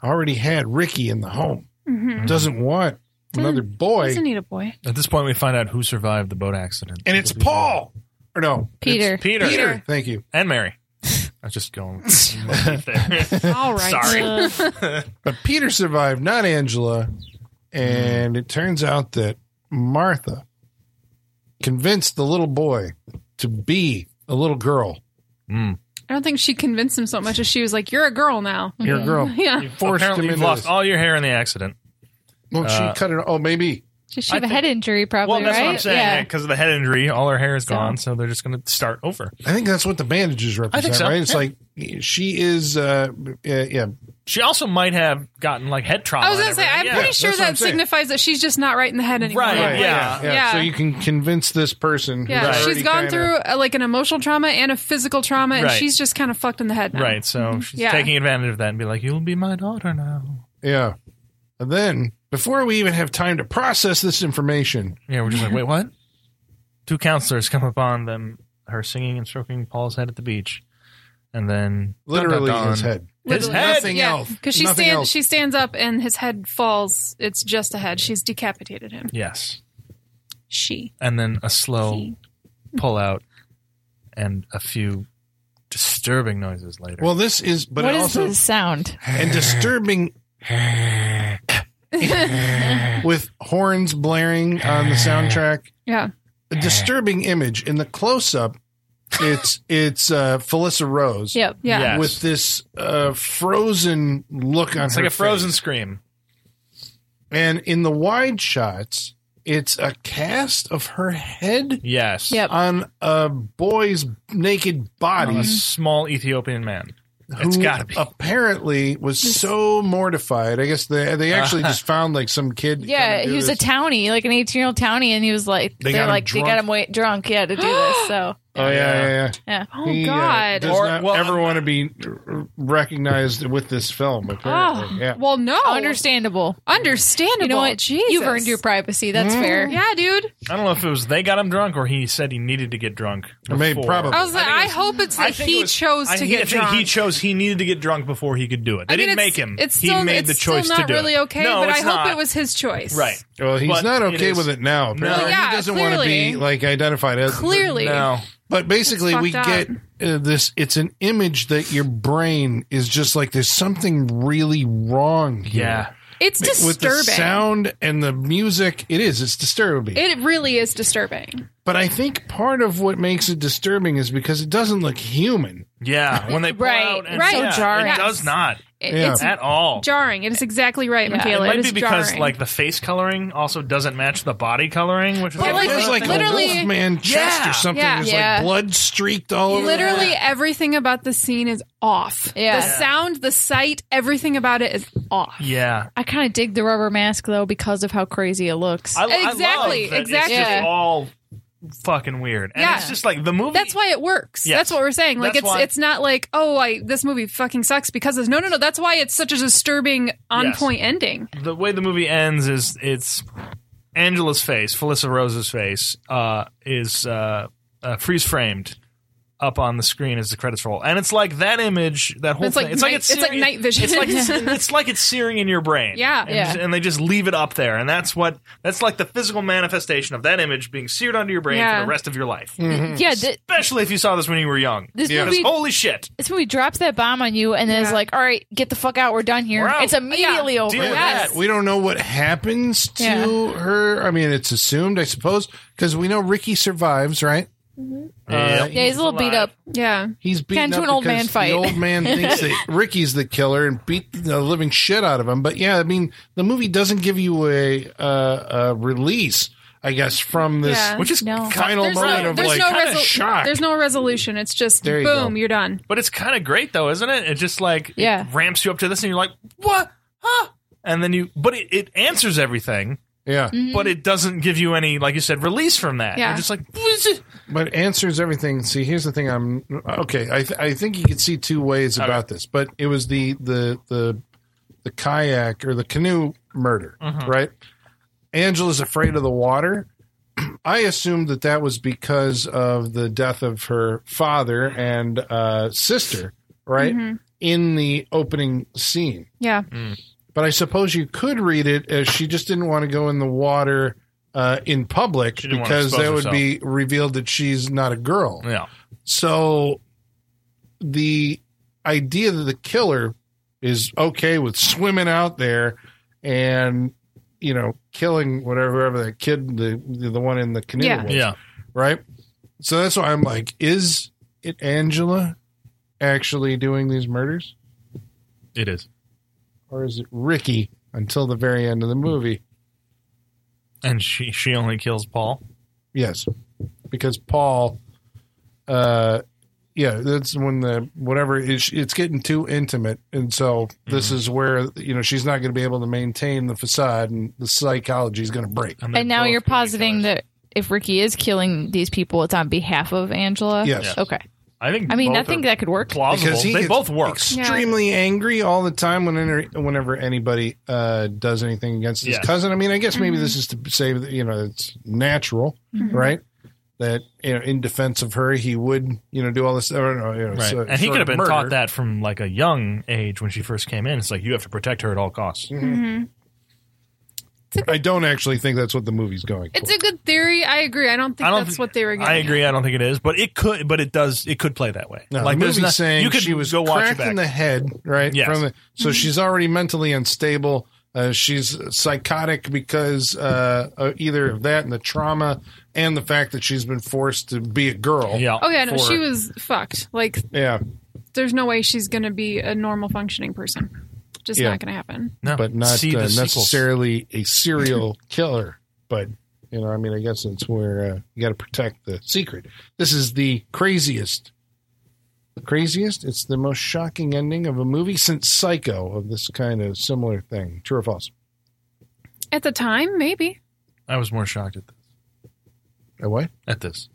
Speaker 2: already had ricky in the home
Speaker 5: mm-hmm.
Speaker 2: doesn't want another boy
Speaker 5: doesn't need a boy.
Speaker 3: At this point, we find out who survived the boat accident,
Speaker 2: and it's paul or no
Speaker 4: Peter.
Speaker 3: It's Peter,
Speaker 2: peter thank you
Speaker 3: and Mary. I was just going. mm. there.
Speaker 5: All right,
Speaker 3: Sorry.
Speaker 4: Uh,
Speaker 2: but peter survived not angela and it turns out that martha convinced the little boy to be a little girl
Speaker 3: Mm.
Speaker 5: I don't think she convinced him so much as she was like, "You're a girl now."
Speaker 2: your
Speaker 3: Oh.
Speaker 2: girl
Speaker 5: Yeah,
Speaker 2: forced him
Speaker 3: Apparently, you've
Speaker 2: into
Speaker 3: lost
Speaker 2: this.
Speaker 3: all your hair in the accident.
Speaker 2: well
Speaker 3: Uh,
Speaker 2: she cut it oh maybe
Speaker 4: Just
Speaker 3: I
Speaker 4: have a
Speaker 3: think-
Speaker 4: head injury, probably.
Speaker 3: Well, that's
Speaker 4: right?
Speaker 3: what I'm saying. Because of the head injury, all her hair is
Speaker 4: So-
Speaker 3: gone, so they're just going to start over.
Speaker 2: I think that's what the bandages represent,
Speaker 3: so,
Speaker 2: right? It's
Speaker 3: yeah.
Speaker 2: like she is, uh, yeah, yeah,
Speaker 3: She also might have gotten like head trauma.
Speaker 5: I was
Speaker 3: and
Speaker 5: gonna say, I'm
Speaker 3: everything.
Speaker 5: pretty
Speaker 2: that's
Speaker 5: sure
Speaker 2: what I'm
Speaker 5: that
Speaker 2: saying.
Speaker 5: signifies that she's just not right in the head anymore.
Speaker 3: Right,
Speaker 5: Like,
Speaker 3: yeah.
Speaker 5: Yeah.
Speaker 2: So you can convince this person.
Speaker 5: Yeah,
Speaker 3: Right.
Speaker 5: she's gone through uh like an emotional trauma and a physical trauma, and
Speaker 3: Right.
Speaker 5: she's just kind of fucked in the head now.
Speaker 3: Right, so she's
Speaker 5: Yeah.
Speaker 3: taking advantage of that and be like, "You'll be my daughter now."
Speaker 2: through. Yeah, and then before we even have time to process this information,
Speaker 3: Yeah, we're just like, "Wait, what?" Two counselors come upon them, her singing and stroking Paul's head at the beach, and then
Speaker 2: literally
Speaker 3: Dun, dun, dun.
Speaker 2: his head.
Speaker 3: His
Speaker 5: Literally.
Speaker 3: head.
Speaker 2: Nothing else.
Speaker 5: Because she
Speaker 2: Nothing
Speaker 5: stands,
Speaker 2: else.
Speaker 5: she stands up, and his head falls. It's just a head. She's decapitated him.
Speaker 3: Yes,
Speaker 5: She.
Speaker 3: and then a slow
Speaker 5: He.
Speaker 3: pull out, and a few disturbing noises later.
Speaker 2: Well, this is, but
Speaker 4: what
Speaker 2: it
Speaker 4: is
Speaker 2: also
Speaker 4: this sound?
Speaker 2: and disturbing with horns blaring on the soundtrack.
Speaker 5: Yeah.
Speaker 2: A disturbing image in the close up. It's it's uh, Felissa Rose.
Speaker 4: Yep.
Speaker 5: Yeah.
Speaker 3: Yes.
Speaker 2: with this uh, frozen look on
Speaker 3: it's
Speaker 2: her
Speaker 3: like a frozen
Speaker 2: face.
Speaker 3: scream.
Speaker 2: And in the wide shots, it's a cast of her head
Speaker 3: Yes,
Speaker 4: Yep.
Speaker 2: on a boy's naked
Speaker 3: on
Speaker 2: body.
Speaker 3: a small Ethiopian man.
Speaker 2: who
Speaker 3: It's gotta be.
Speaker 2: Apparently, was so mortified. I guess they they actually
Speaker 3: Uh-huh.
Speaker 2: just found like some kid. to come
Speaker 4: Yeah,
Speaker 2: and
Speaker 4: he
Speaker 2: do
Speaker 4: was
Speaker 2: this.
Speaker 4: a townie, like an 18 year old townie, and he was like,
Speaker 2: They
Speaker 4: they
Speaker 2: got
Speaker 4: are
Speaker 2: him
Speaker 4: like,
Speaker 2: drunk.
Speaker 4: they got him wait, drunk, yeah, to do this. So,
Speaker 2: oh yeah, yeah, yeah.
Speaker 4: yeah.
Speaker 5: Oh
Speaker 2: He, uh,
Speaker 5: God.
Speaker 2: does
Speaker 3: Or-
Speaker 2: not
Speaker 3: well, uh,
Speaker 2: ever want to be recognized with this film. Apparently,
Speaker 5: oh.
Speaker 2: yeah.
Speaker 5: Well, no.
Speaker 4: Understandable.
Speaker 5: Understandable.
Speaker 4: You know what?
Speaker 5: Jesus.
Speaker 4: You've earned your privacy. That's fair.
Speaker 5: Yeah, dude.
Speaker 3: I don't know if it was they got him drunk or he said he needed to get drunk.
Speaker 2: Or maybe
Speaker 3: before.
Speaker 2: probably.
Speaker 5: I was
Speaker 2: I
Speaker 5: like,
Speaker 3: think it
Speaker 5: I,
Speaker 3: was-
Speaker 5: hope it's that
Speaker 3: think
Speaker 5: he
Speaker 3: it was-
Speaker 5: chose
Speaker 3: I
Speaker 5: to
Speaker 3: think-
Speaker 5: get
Speaker 3: I think
Speaker 5: drunk.
Speaker 3: he chose. He needed to get drunk before he could do it. They
Speaker 5: I mean,
Speaker 3: didn't
Speaker 5: it's-
Speaker 3: make him.
Speaker 5: It's
Speaker 3: he
Speaker 5: still,
Speaker 3: made
Speaker 5: it's
Speaker 3: the choice
Speaker 5: still
Speaker 3: to
Speaker 5: not
Speaker 3: do
Speaker 5: really
Speaker 3: it.
Speaker 5: okay,
Speaker 3: No,
Speaker 5: but I
Speaker 3: it's
Speaker 5: hope
Speaker 3: not.
Speaker 5: it was his choice.
Speaker 3: right.
Speaker 2: Well, he's
Speaker 3: But
Speaker 2: not
Speaker 3: it
Speaker 2: okay
Speaker 3: is-
Speaker 2: with it now. Apparently,
Speaker 5: yeah,
Speaker 2: he doesn't want to be
Speaker 5: clearly.
Speaker 2: like identified as
Speaker 5: Clearly.
Speaker 3: No,
Speaker 2: But basically,
Speaker 5: It's
Speaker 2: we
Speaker 5: fucked
Speaker 2: get uh, this. It's an image that your brain is just like. There's something really wrong here.
Speaker 3: Yeah.
Speaker 5: It's disturbing.
Speaker 2: With the sound and the music, it is. It's disturbing.
Speaker 5: It really is disturbing.
Speaker 2: but I think part of what makes it disturbing is because it doesn't look human.
Speaker 3: yeah. When they pull
Speaker 4: Right,
Speaker 3: out, and
Speaker 5: right.
Speaker 3: yeah,
Speaker 4: So jarring.
Speaker 3: It does not
Speaker 5: It-
Speaker 2: Yeah.
Speaker 5: It's
Speaker 3: at all.
Speaker 5: jarring. It is exactly right,
Speaker 4: Yeah.
Speaker 5: Michaela.
Speaker 3: it might
Speaker 5: is
Speaker 3: be because
Speaker 5: jarring.
Speaker 3: like the face coloring also doesn't match the body coloring, which is
Speaker 5: But,
Speaker 2: It
Speaker 3: like,
Speaker 5: like,
Speaker 2: feels like
Speaker 5: literally-
Speaker 2: a wolfman chest
Speaker 3: Yeah.
Speaker 2: or something.
Speaker 5: Yeah.
Speaker 2: There's
Speaker 4: Yeah.
Speaker 2: like blood streaked all over.
Speaker 5: Literally everything about the scene is off.
Speaker 4: Yeah.
Speaker 5: The sound, the sight, everything about it is off.
Speaker 3: yeah.
Speaker 4: I kind of dig the rubber mask, though, because of how crazy it looks.
Speaker 3: I, I love
Speaker 5: Exactly,
Speaker 3: that
Speaker 5: exactly.
Speaker 3: It's just all fucking weird. And
Speaker 5: Yeah.
Speaker 3: it's just like the movie.
Speaker 5: That's why it works.
Speaker 3: Yes.
Speaker 5: That's what we're saying. Like
Speaker 3: That's
Speaker 5: it's
Speaker 3: why-
Speaker 5: it's not like oh I this movie fucking sucks because of no no no. That's why it's such a disturbing on
Speaker 3: Yes.
Speaker 5: point ending.
Speaker 3: the way the movie ends is it's Angela's face, Felissa Rose's face, uh, is uh, uh, freeze framed up on the screen as the credits roll, and it's like that image, that whole
Speaker 5: It's
Speaker 3: thing.
Speaker 5: like night- it's like night vision.
Speaker 3: It's like it's, it's like it's searing in your brain.
Speaker 5: Yeah.
Speaker 3: and,
Speaker 4: Yeah.
Speaker 3: and they just leave it up there, and that's what that's like the physical manifestation of that image being seared onto your brain
Speaker 5: Yeah.
Speaker 3: for the rest of your life.
Speaker 4: yeah, th-
Speaker 3: Especially if you saw this when you were young.
Speaker 4: This
Speaker 3: Because
Speaker 4: movie-
Speaker 3: holy shit.
Speaker 4: this movie drops that bomb on you, and then it's
Speaker 5: Yeah.
Speaker 4: like, all right, get the fuck out. We're done here.
Speaker 3: We're out.
Speaker 4: It's immediately
Speaker 5: Yeah.
Speaker 4: over.
Speaker 3: Deal with
Speaker 5: Yes.
Speaker 3: that.
Speaker 2: We don't know what happens to
Speaker 4: Yeah.
Speaker 2: her. I mean, it's assumed, I suppose, because we know Ricky survives, right?
Speaker 3: Yep.
Speaker 4: Yeah, he's a little
Speaker 3: Alive.
Speaker 4: beat up.
Speaker 5: Yeah.
Speaker 2: He's beaten
Speaker 4: Into
Speaker 2: up
Speaker 4: an old
Speaker 2: because
Speaker 4: man fight.
Speaker 2: The old man thinks that Ricky's the killer and beat the living shit out of him. But yeah, I mean, the movie doesn't give you a, uh, a release, I guess, from this
Speaker 5: Yeah.
Speaker 3: Which is
Speaker 4: No.
Speaker 2: final
Speaker 5: There's
Speaker 2: moment
Speaker 5: no,
Speaker 2: of
Speaker 5: there's,
Speaker 2: like
Speaker 5: no
Speaker 2: kinda
Speaker 5: resol-
Speaker 2: shock.
Speaker 5: there's no resolution. It's just
Speaker 2: There you
Speaker 5: boom,
Speaker 2: go.
Speaker 5: you're done.
Speaker 3: But it's kind of great though, isn't it? It just like it
Speaker 4: Yeah.
Speaker 3: ramps you up to this, and you're like, what? Huh? And then you, but it, it answers everything,
Speaker 2: yeah,
Speaker 4: Mm-hmm.
Speaker 3: but it doesn't give you any, like you said, release from that.
Speaker 5: Yeah.
Speaker 3: You're just like, "What is it?"
Speaker 2: but it answers everything. See, here's the thing. I'm okay. I th- I think you could see two ways about this, but it was the the the the kayak or the canoe murder,
Speaker 3: Mm-hmm.
Speaker 2: right? Angela's afraid of the water. I assumed that that was because of the death of her father and uh, sister, right? In the opening scene.
Speaker 5: Yeah.
Speaker 3: Mm.
Speaker 2: But I suppose you could read it as she just didn't want to go in the water uh, in public
Speaker 3: didn't want to
Speaker 2: because
Speaker 3: expose
Speaker 2: that would be revealed that she's not a girl.
Speaker 3: yeah.
Speaker 2: So the idea that the killer is okay with swimming out there and you know killing whatever, whatever that kid the the one in the canoe
Speaker 5: Yeah.
Speaker 2: was, right? So that's why I'm like, is it Angela actually doing these murders,
Speaker 3: It is.
Speaker 2: or is it Ricky until the very end of the movie?
Speaker 3: And she she only kills Paul.
Speaker 2: Yes, because Paul, uh, yeah, that's when the whatever it's, it's getting too intimate, and so this
Speaker 3: Mm-hmm.
Speaker 2: is where you know she's not going to be able to maintain the facade, and the psychology is going to break.
Speaker 3: And, they're
Speaker 4: And now
Speaker 3: both
Speaker 4: you're
Speaker 3: gonna be
Speaker 4: positing
Speaker 3: killers.
Speaker 4: that if Ricky is killing these people, it's on behalf of Angela.
Speaker 2: Yes. Yeah.
Speaker 4: Okay.
Speaker 3: I think.
Speaker 4: I mean, I
Speaker 3: both
Speaker 4: think
Speaker 3: are
Speaker 4: that could work.
Speaker 3: plausible.
Speaker 2: Because he
Speaker 3: they
Speaker 2: gets
Speaker 3: both work.
Speaker 2: Extremely angry all the time when inter- whenever anybody uh, does anything against his
Speaker 3: Yes.
Speaker 2: cousin. I mean, I guess maybe this is to say that you know it's natural, right? That you know, in defense of her, he would you know do all this. Or, no, you know,
Speaker 3: Right.
Speaker 2: so-
Speaker 3: and he
Speaker 2: short
Speaker 3: could have
Speaker 2: of
Speaker 3: been
Speaker 2: murder.
Speaker 3: taught that from like a young age when she first came in. It's like you have to protect her at all costs.
Speaker 2: I don't actually think that's what the movie's going.
Speaker 5: It's
Speaker 2: for.
Speaker 5: a good theory. I agree. I don't think
Speaker 3: I don't
Speaker 5: that's
Speaker 3: thi-
Speaker 5: what they were getting.
Speaker 3: I agree. I don't think it is, but it could. But it does. It could play that way.
Speaker 2: No,
Speaker 3: like
Speaker 2: the
Speaker 3: there's
Speaker 2: movie's
Speaker 3: not,
Speaker 2: saying
Speaker 3: you could
Speaker 2: she was
Speaker 3: go watch it
Speaker 2: cracked
Speaker 3: back.
Speaker 2: in the head, right?
Speaker 3: Yes.
Speaker 2: From the, so she's already mentally unstable. Uh, she's psychotic because uh, uh, either of that and the trauma and the fact that she's been forced to be a girl.
Speaker 3: yeah.
Speaker 5: Oh yeah, no,
Speaker 2: For-
Speaker 5: she was fucked. Like
Speaker 2: Yeah.
Speaker 5: there's no way she's gonna be a normal functioning person. Just
Speaker 2: Yeah.
Speaker 5: not gonna happen.
Speaker 3: No,
Speaker 2: But not
Speaker 3: see
Speaker 2: uh,
Speaker 3: the sequels.
Speaker 2: necessarily a serial killer. But, you know, I mean, I guess it's where uh, you got to protect the secret. This is the craziest. The craziest? It's the most shocking ending of a movie since Psycho of this kind of similar thing. True or false?
Speaker 5: At the time, maybe.
Speaker 3: I was more shocked at this.
Speaker 2: A what?
Speaker 3: At this.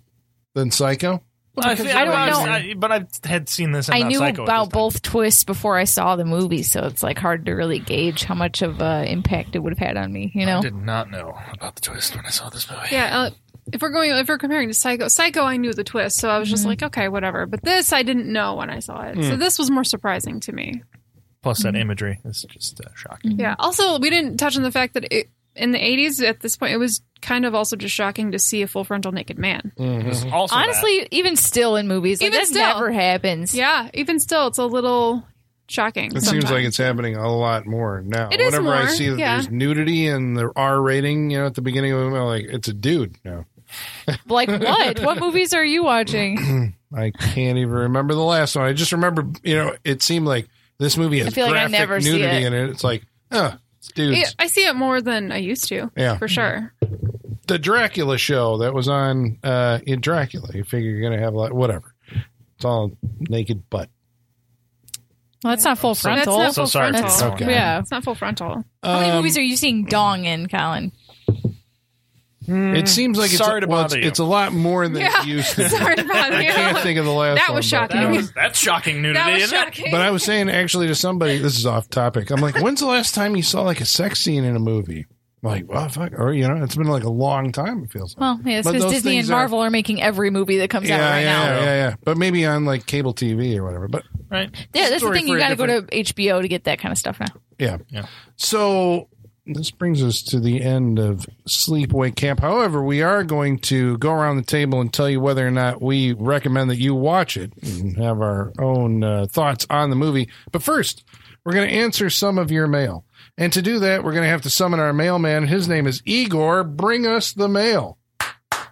Speaker 2: Than Psycho?
Speaker 3: I,
Speaker 4: I don't know.
Speaker 3: but I had seen this. And
Speaker 4: I
Speaker 3: not
Speaker 4: knew
Speaker 3: Psycho at
Speaker 4: about
Speaker 3: this time.
Speaker 4: both twists before I saw the movie, so it's like hard to really gauge how much of uh, impact it would have had on me. You know,
Speaker 3: I did not know about the twist when I saw this movie.
Speaker 5: Yeah. Uh, if we're going, if we're comparing to Psycho, Psycho, I knew the twist, so I was
Speaker 2: Mm-hmm.
Speaker 5: just like, okay, whatever. But this, I didn't know when I saw it,
Speaker 2: Mm.
Speaker 5: so this was more surprising to me.
Speaker 2: Mm-hmm.
Speaker 3: Plus
Speaker 4: Mm-hmm.
Speaker 3: that imagery is just uh, shocking.
Speaker 5: Yeah. Also, we didn't touch on the fact that it, in the 80s, at this point, it was kind of also just shocking to see a full frontal naked man.
Speaker 2: Mm-hmm.
Speaker 3: There's Also, that.
Speaker 4: honestly, even still in movies, like,
Speaker 5: Even
Speaker 4: that
Speaker 5: still.
Speaker 4: never happens.
Speaker 5: Yeah. Even still, it's a little shocking.
Speaker 2: It seems like it's happening a lot more now.
Speaker 5: It is
Speaker 2: Whenever I
Speaker 5: more,
Speaker 2: see that
Speaker 5: yeah.
Speaker 2: there's nudity and the R rating, you know, at the beginning of the movie, I'm like, it's a dude now.
Speaker 4: Like what? what movies are you watching?
Speaker 2: I can't even remember the last one. I just remember, you know, it seemed like this movie has
Speaker 4: feel like I
Speaker 2: graphic
Speaker 4: never see
Speaker 2: nudity
Speaker 4: it.
Speaker 2: in it. It's like, oh, it's dudes.
Speaker 5: Yeah, I see it more than I used to.
Speaker 2: Yeah. Mm-hmm.
Speaker 5: For sure.
Speaker 2: The Dracula show that was on uh, in Dracula. You figure you're going to have a lot, whatever. It's all naked butt.
Speaker 4: Well, that's not full
Speaker 5: That's
Speaker 4: frontal.
Speaker 5: not
Speaker 3: So
Speaker 5: full
Speaker 3: sorry for
Speaker 5: frontal.
Speaker 3: that
Speaker 4: That's-
Speaker 2: Okay.
Speaker 4: Yeah.
Speaker 5: It's not full frontal.
Speaker 4: How many
Speaker 2: Um,
Speaker 4: movies are you seeing dong in, Colin?
Speaker 2: It
Speaker 3: Hmm.
Speaker 2: seems like it's
Speaker 3: Sorry to
Speaker 2: well,
Speaker 3: bother
Speaker 2: it's,
Speaker 3: you.
Speaker 2: it's a lot more than
Speaker 5: Yeah.
Speaker 2: it used to. be.
Speaker 5: Sorry to bother
Speaker 2: I
Speaker 5: you.
Speaker 2: can't think of the last.
Speaker 5: That
Speaker 2: one,
Speaker 5: was
Speaker 2: but-
Speaker 5: shocking.
Speaker 3: That was, that's shocking nudity.
Speaker 5: That was
Speaker 3: isn't it?
Speaker 5: shocking.
Speaker 2: But I was saying actually to somebody, this is off topic. I'm like, when's the last time you saw like a sex scene in a movie? I'm like, well, fuck, or you know, it's been like a long time. It feels like.
Speaker 4: Well, yeah, it's
Speaker 2: But
Speaker 4: because
Speaker 2: those
Speaker 4: Disney and
Speaker 2: things are-
Speaker 4: Marvel are, making every movie that comes
Speaker 2: yeah,
Speaker 4: out right
Speaker 2: yeah,
Speaker 4: now.
Speaker 2: yeah, yeah, yeah. But maybe on like cable TV or whatever. But
Speaker 3: Right.
Speaker 4: Yeah, that's the
Speaker 2: Story
Speaker 4: thing.
Speaker 2: for
Speaker 4: You
Speaker 2: a
Speaker 4: got to go to HBO to get that kind of stuff now.
Speaker 2: yeah,
Speaker 3: Yeah.
Speaker 2: So this brings us to the end of Sleepaway Camp. However, we are going to go around the table and tell you whether or not we recommend that you watch it and have our own uh, thoughts on the movie. But first, we're going to answer some of your mail. And to do that, we're going to have to summon our mailman. His name is Igor. Bring us the mail.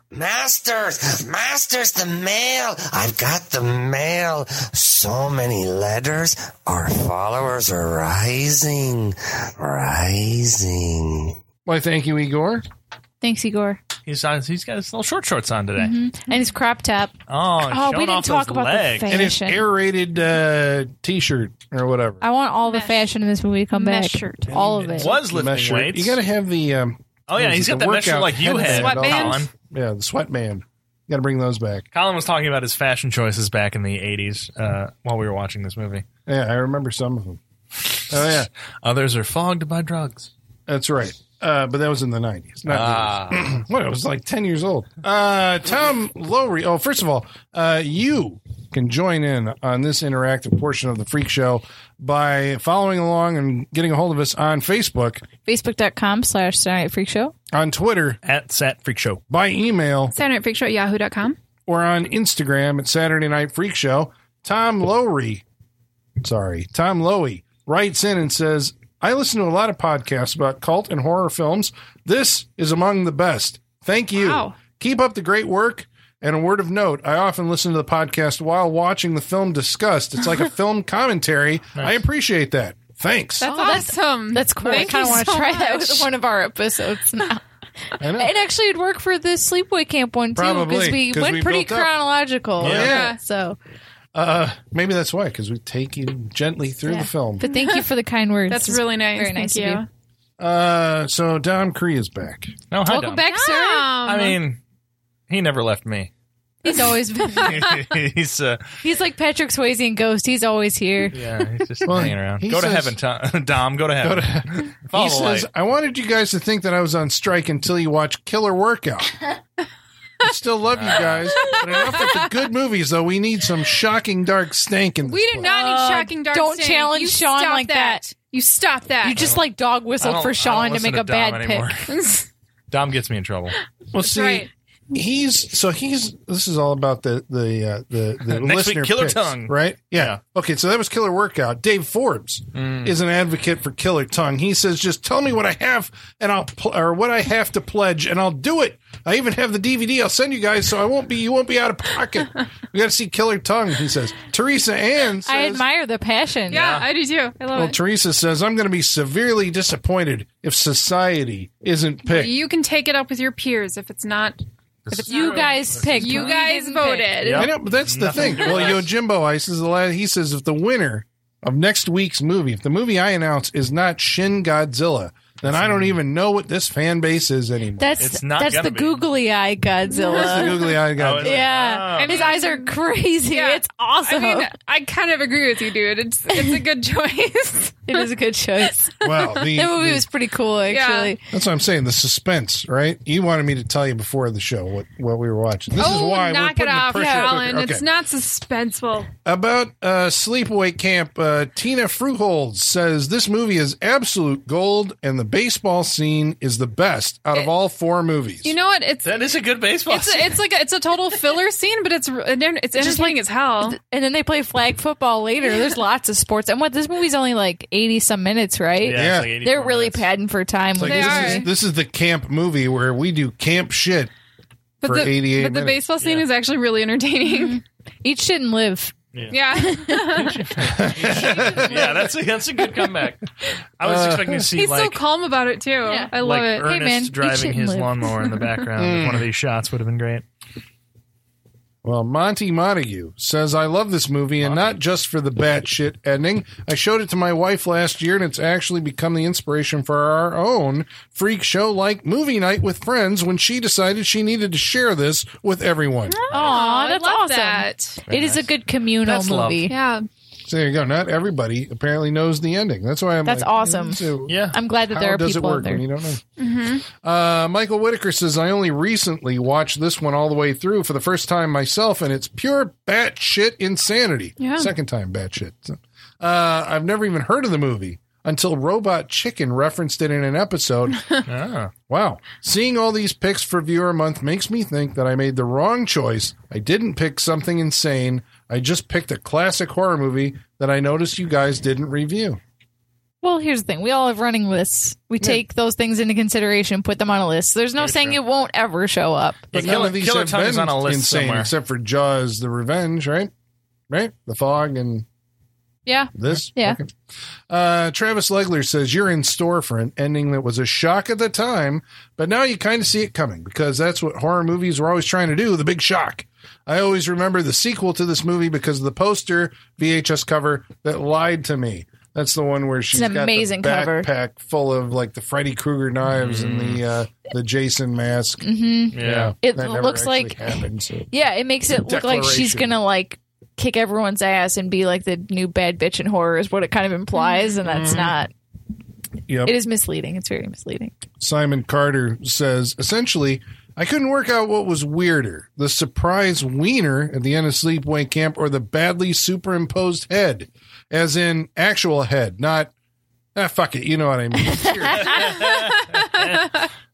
Speaker 6: Masters, masters, the mail. I've got the mail. So many letters. Our followers are rising, rising.
Speaker 2: Why, thank you, Igor.
Speaker 4: Thanks, Igor.
Speaker 3: He's on, he's got his little short shorts on today.
Speaker 4: And his crop top.
Speaker 3: Oh,
Speaker 4: Mm-hmm. Oh, we
Speaker 3: showing
Speaker 4: didn't
Speaker 3: off
Speaker 4: talk
Speaker 3: those
Speaker 4: about the
Speaker 3: legs.
Speaker 4: face.
Speaker 2: And his
Speaker 4: Fashion.
Speaker 2: aerated uh, t shirt or whatever.
Speaker 4: I want all the
Speaker 5: Mesh.
Speaker 4: fashion in this movie to come
Speaker 5: Mesh
Speaker 4: back.
Speaker 5: shirt.
Speaker 4: All of it.
Speaker 3: Was lifting
Speaker 2: Mesh shirt.
Speaker 3: weights.
Speaker 2: You got to have the. Um,
Speaker 3: oh yeah,
Speaker 2: It was
Speaker 3: he's
Speaker 2: the
Speaker 3: got that mesh shirt
Speaker 2: workout
Speaker 3: like you had.
Speaker 2: headband
Speaker 5: Sweatband?
Speaker 3: Colin.
Speaker 2: Yeah, the sweatband. You got to bring those back.
Speaker 3: Colin was talking about his fashion choices back in the '80s uh, while we were watching this movie.
Speaker 2: Yeah, I remember some of them. Oh yeah,
Speaker 3: Others are fogged by drugs.
Speaker 2: that's right. Uh, but that was in the nineties.
Speaker 3: Ah,
Speaker 2: what? I was like ten years old. Uh, Tom Lowry. Oh, first of all, uh, you can join in on this interactive portion of the freak show by following along and getting a hold of us on Facebook,
Speaker 4: Facebook.com slash Saturday Night Freak Show.
Speaker 2: on Twitter,
Speaker 3: at Sat Freak Show.
Speaker 2: by email,
Speaker 5: Saturday Night Freak Show at yahoo.com.
Speaker 2: or on Instagram at Saturday Night Freak Show, Tom Lowry, sorry, Tom Lowy writes in and says, I listen to a lot of podcasts about cult and horror films. This is among the best. Thank you.
Speaker 5: Wow.
Speaker 2: Keep up the great work. And a word of note, I often listen to the podcast while watching the film discussed. It's like a film commentary. I appreciate that. Thanks.
Speaker 4: That's- that's-
Speaker 5: awesome.
Speaker 4: That's cool.
Speaker 5: Thank
Speaker 4: I kind of
Speaker 5: you
Speaker 4: want to
Speaker 5: so
Speaker 4: try that
Speaker 5: much.
Speaker 4: with one of our episodes now.
Speaker 2: I know.
Speaker 4: It actually would work for the Sleepaway Camp one too because
Speaker 2: Probably,
Speaker 4: we
Speaker 2: 'cause
Speaker 4: went
Speaker 2: we
Speaker 4: pretty
Speaker 2: built up.
Speaker 4: chronological.
Speaker 2: Yeah.
Speaker 4: So,
Speaker 2: Uh, maybe that's why, because we take you gently through
Speaker 4: Yeah.
Speaker 2: the film.
Speaker 4: but thank you for the kind words.
Speaker 5: That's
Speaker 4: It's
Speaker 5: really nice.
Speaker 4: Very nice
Speaker 5: Thank
Speaker 4: of
Speaker 5: you.
Speaker 4: you.
Speaker 2: Uh, so Dom Cree is back.
Speaker 3: No, hi, Dom.
Speaker 4: Welcome back, sir.
Speaker 5: Um,
Speaker 3: I mean, he never left me.
Speaker 4: He's always been.
Speaker 3: he's uh,
Speaker 4: He's like Patrick Swayze in Ghost. He's always here.
Speaker 3: yeah, he's just
Speaker 2: Well,
Speaker 3: hanging around.
Speaker 2: he
Speaker 3: Go to
Speaker 2: says-
Speaker 3: heaven, Tom. Dom. Go to heaven.
Speaker 2: Go to-
Speaker 3: Follow
Speaker 2: he
Speaker 3: the
Speaker 2: says,
Speaker 3: light.
Speaker 2: I wanted you guys to think that I was on strike until you watch Killer Workout. I still love you guys, but enough with the good movies, though. We need some shocking, dark stank in this
Speaker 5: we do
Speaker 2: place.
Speaker 5: not
Speaker 4: Uh,
Speaker 5: need shocking dark
Speaker 4: don't
Speaker 5: Stain.
Speaker 4: challenge
Speaker 5: You
Speaker 4: Sean
Speaker 5: stop
Speaker 4: like that.
Speaker 5: You stop that.
Speaker 4: You just like dog
Speaker 3: I
Speaker 4: whistled
Speaker 3: don't-
Speaker 4: for
Speaker 3: I
Speaker 4: Sean
Speaker 3: don't
Speaker 4: to
Speaker 3: listen
Speaker 4: make
Speaker 3: Dom
Speaker 4: a bad
Speaker 3: anymore.
Speaker 4: pick.
Speaker 3: Dom gets me in trouble.
Speaker 2: Well, see,
Speaker 5: right.
Speaker 2: he's so he's this is all about the the uh, the the
Speaker 3: Next
Speaker 2: listener
Speaker 3: week, Killer
Speaker 2: picks,
Speaker 3: Tongue.
Speaker 2: right? Yeah.
Speaker 3: Yeah. Mm.
Speaker 2: Okay, so that was Killer Workout. Dave Forbes is an advocate for Killer Tongue. He says, "Just tell me what I have, and I'll pl- or what I have to pledge, and I'll do it. I even have the DVD. I'll send you guys, so I won't be you won't be out of pocket. we got to see Killer Tongue." He says. Teresa Ann says,
Speaker 4: I admire the passion.
Speaker 5: yeah, I do too. I love
Speaker 2: Well, Teresa says, "I'm going to be severely disappointed if society isn't
Speaker 5: it.
Speaker 2: picked."
Speaker 5: You can take it up with your peers if it's not. If it's
Speaker 4: You
Speaker 5: not-
Speaker 4: guys picked.
Speaker 5: You
Speaker 4: We
Speaker 5: guys
Speaker 4: didn't
Speaker 5: voted.
Speaker 3: Yep.
Speaker 2: I know, but that's the
Speaker 3: Nothing
Speaker 2: thing.
Speaker 3: to do
Speaker 2: Well,
Speaker 3: with us.
Speaker 2: Yojimbo Ice is the last. He says if the winner of next week's movie, if the movie I announce is not Shin Godzilla, then I don't even know what this fan base is anymore.
Speaker 4: pick. That's
Speaker 3: It's not
Speaker 4: that's
Speaker 3: gonna
Speaker 4: the
Speaker 3: be.
Speaker 4: googly eye
Speaker 5: uh,
Speaker 2: That's the
Speaker 4: Godzilla.
Speaker 2: googly eyed
Speaker 3: Oh,
Speaker 2: guy.
Speaker 3: is it?
Speaker 4: yeah,
Speaker 3: Ah.
Speaker 4: his eyes are crazy.
Speaker 5: Yeah.
Speaker 4: It's awesome.
Speaker 5: I mean, I kind of agree with you, dude. It's it's a good choice.
Speaker 4: it is a good choice.
Speaker 2: Well, the,
Speaker 4: That movie
Speaker 2: the-
Speaker 4: was pretty cool, actually.
Speaker 2: that's what I'm saying. The suspense, right? You wanted me to tell you before the show what, what we were watching. This
Speaker 5: oh,
Speaker 2: is why we're
Speaker 5: knock
Speaker 2: putting
Speaker 5: it off,
Speaker 2: the pressure
Speaker 5: Colin.
Speaker 2: cooker.
Speaker 5: It's not suspenseful.
Speaker 2: About uh, Sleepaway Camp, uh, Tina Fruithold says this movie is absolute gold, and the baseball scene is the best out of all four movies.
Speaker 5: You know what? It's
Speaker 3: That is a good baseball.
Speaker 5: it's a, it's like a, it's a total filler scene, but it's it's entertaining as hell.
Speaker 4: And then they play flag football later. There's lots of sports. And what this movie's only like eighty some minutes, right?
Speaker 3: it's
Speaker 2: Yeah.
Speaker 3: like 84
Speaker 4: They're really
Speaker 3: minutes.
Speaker 4: padding for time.
Speaker 2: It's like,
Speaker 4: with
Speaker 5: They
Speaker 4: this.
Speaker 2: this,
Speaker 5: are.
Speaker 2: is, this is the camp movie where we do camp shit
Speaker 5: But
Speaker 2: for
Speaker 5: the,
Speaker 2: 88
Speaker 5: but the
Speaker 2: minutes.
Speaker 5: baseball scene
Speaker 3: Yeah.
Speaker 5: is actually really entertaining.
Speaker 4: Each didn't live.
Speaker 5: yeah,
Speaker 3: yeah, that's a, that's a good comeback. I
Speaker 2: Uh,
Speaker 3: was expecting to see
Speaker 5: he's so
Speaker 3: like
Speaker 5: calm about it too.
Speaker 4: Yeah.
Speaker 5: I love
Speaker 3: like
Speaker 5: it.
Speaker 4: Hey,
Speaker 3: Ernest
Speaker 4: man, you
Speaker 3: driving
Speaker 4: shouldn't
Speaker 3: his
Speaker 4: live.
Speaker 2: Mm.
Speaker 3: lawnmower in the background. with one of these shots would have been great.
Speaker 2: Well, Monty Montague says, I love this movie and not just for the batshit ending. I showed it to my wife last year and it's actually become the inspiration for our own freak show like movie night with friends when she decided she needed to share this with everyone.
Speaker 4: Aw, that's
Speaker 5: I love
Speaker 4: awesome.
Speaker 5: That.
Speaker 4: It is a good communal
Speaker 3: That's love.
Speaker 4: movie.
Speaker 5: Yeah.
Speaker 2: So there you go. Not everybody apparently knows the ending. That's why I'm
Speaker 4: That's
Speaker 2: like,
Speaker 4: awesome.
Speaker 2: so-
Speaker 3: Yeah.
Speaker 4: I'm glad that
Speaker 2: How
Speaker 4: there are
Speaker 2: does
Speaker 4: people
Speaker 2: it
Speaker 4: out
Speaker 2: work
Speaker 4: there.
Speaker 2: when you don't know? Uh, Michael Whitaker says, I only recently watched this one all the way through for the first time myself, and it's pure batshit insanity.
Speaker 5: Yeah.
Speaker 2: Second time batshit. Uh, I've never even heard of the movie until Robot Chicken referenced it in an episode.
Speaker 3: Ah.
Speaker 2: wow. Seeing all these picks for Viewer Month makes me think that I made the wrong choice. I didn't pick something insane. I just picked a classic horror movie that I noticed you guys didn't review.
Speaker 4: Well, here's the thing. We all have running lists. We take those things into consideration, put them on a list. There's no saying it won't ever show up.
Speaker 3: Yeah,
Speaker 2: But none
Speaker 3: Killer-
Speaker 2: of these
Speaker 3: Killer
Speaker 2: have
Speaker 3: Tongue's
Speaker 2: been
Speaker 3: on a list
Speaker 2: insane,
Speaker 3: somewhere.
Speaker 2: except for Jaws, The Revenge, right? Right? The Fog and
Speaker 4: Yeah.
Speaker 2: this.
Speaker 4: Yeah.
Speaker 2: Okay. Uh, Travis Legler says you're in store for an ending that was a shock at the time, but now you kind of see it coming because that's what horror movies were always trying to do—the big shock. I always remember the sequel to this movie because of the poster VHS cover that lied to me. That's the one where she's
Speaker 4: an
Speaker 2: got
Speaker 4: amazing
Speaker 2: the
Speaker 4: cover.
Speaker 2: backpack full of like the Freddy Krueger knives and the
Speaker 3: Mm.
Speaker 2: uh, the Jason mask.
Speaker 4: Mm-hmm.
Speaker 3: Yeah.
Speaker 4: It
Speaker 2: that never
Speaker 4: looks
Speaker 2: actually
Speaker 4: like
Speaker 2: happened, so-
Speaker 4: Yeah, it makes it look like she's
Speaker 2: Declaration.
Speaker 4: gonna like kick everyone's ass and be like the new bad bitch in horror is what it kind of implies, and that's not.
Speaker 2: Mm-hmm. Yep.
Speaker 4: It is misleading. It's very misleading.
Speaker 2: Simon Carter says essentially, I couldn't work out what was weirder the surprise wiener at the end of sleepaway camp or the badly superimposed head, as in actual head, not, ah, fuck it, you know what I mean.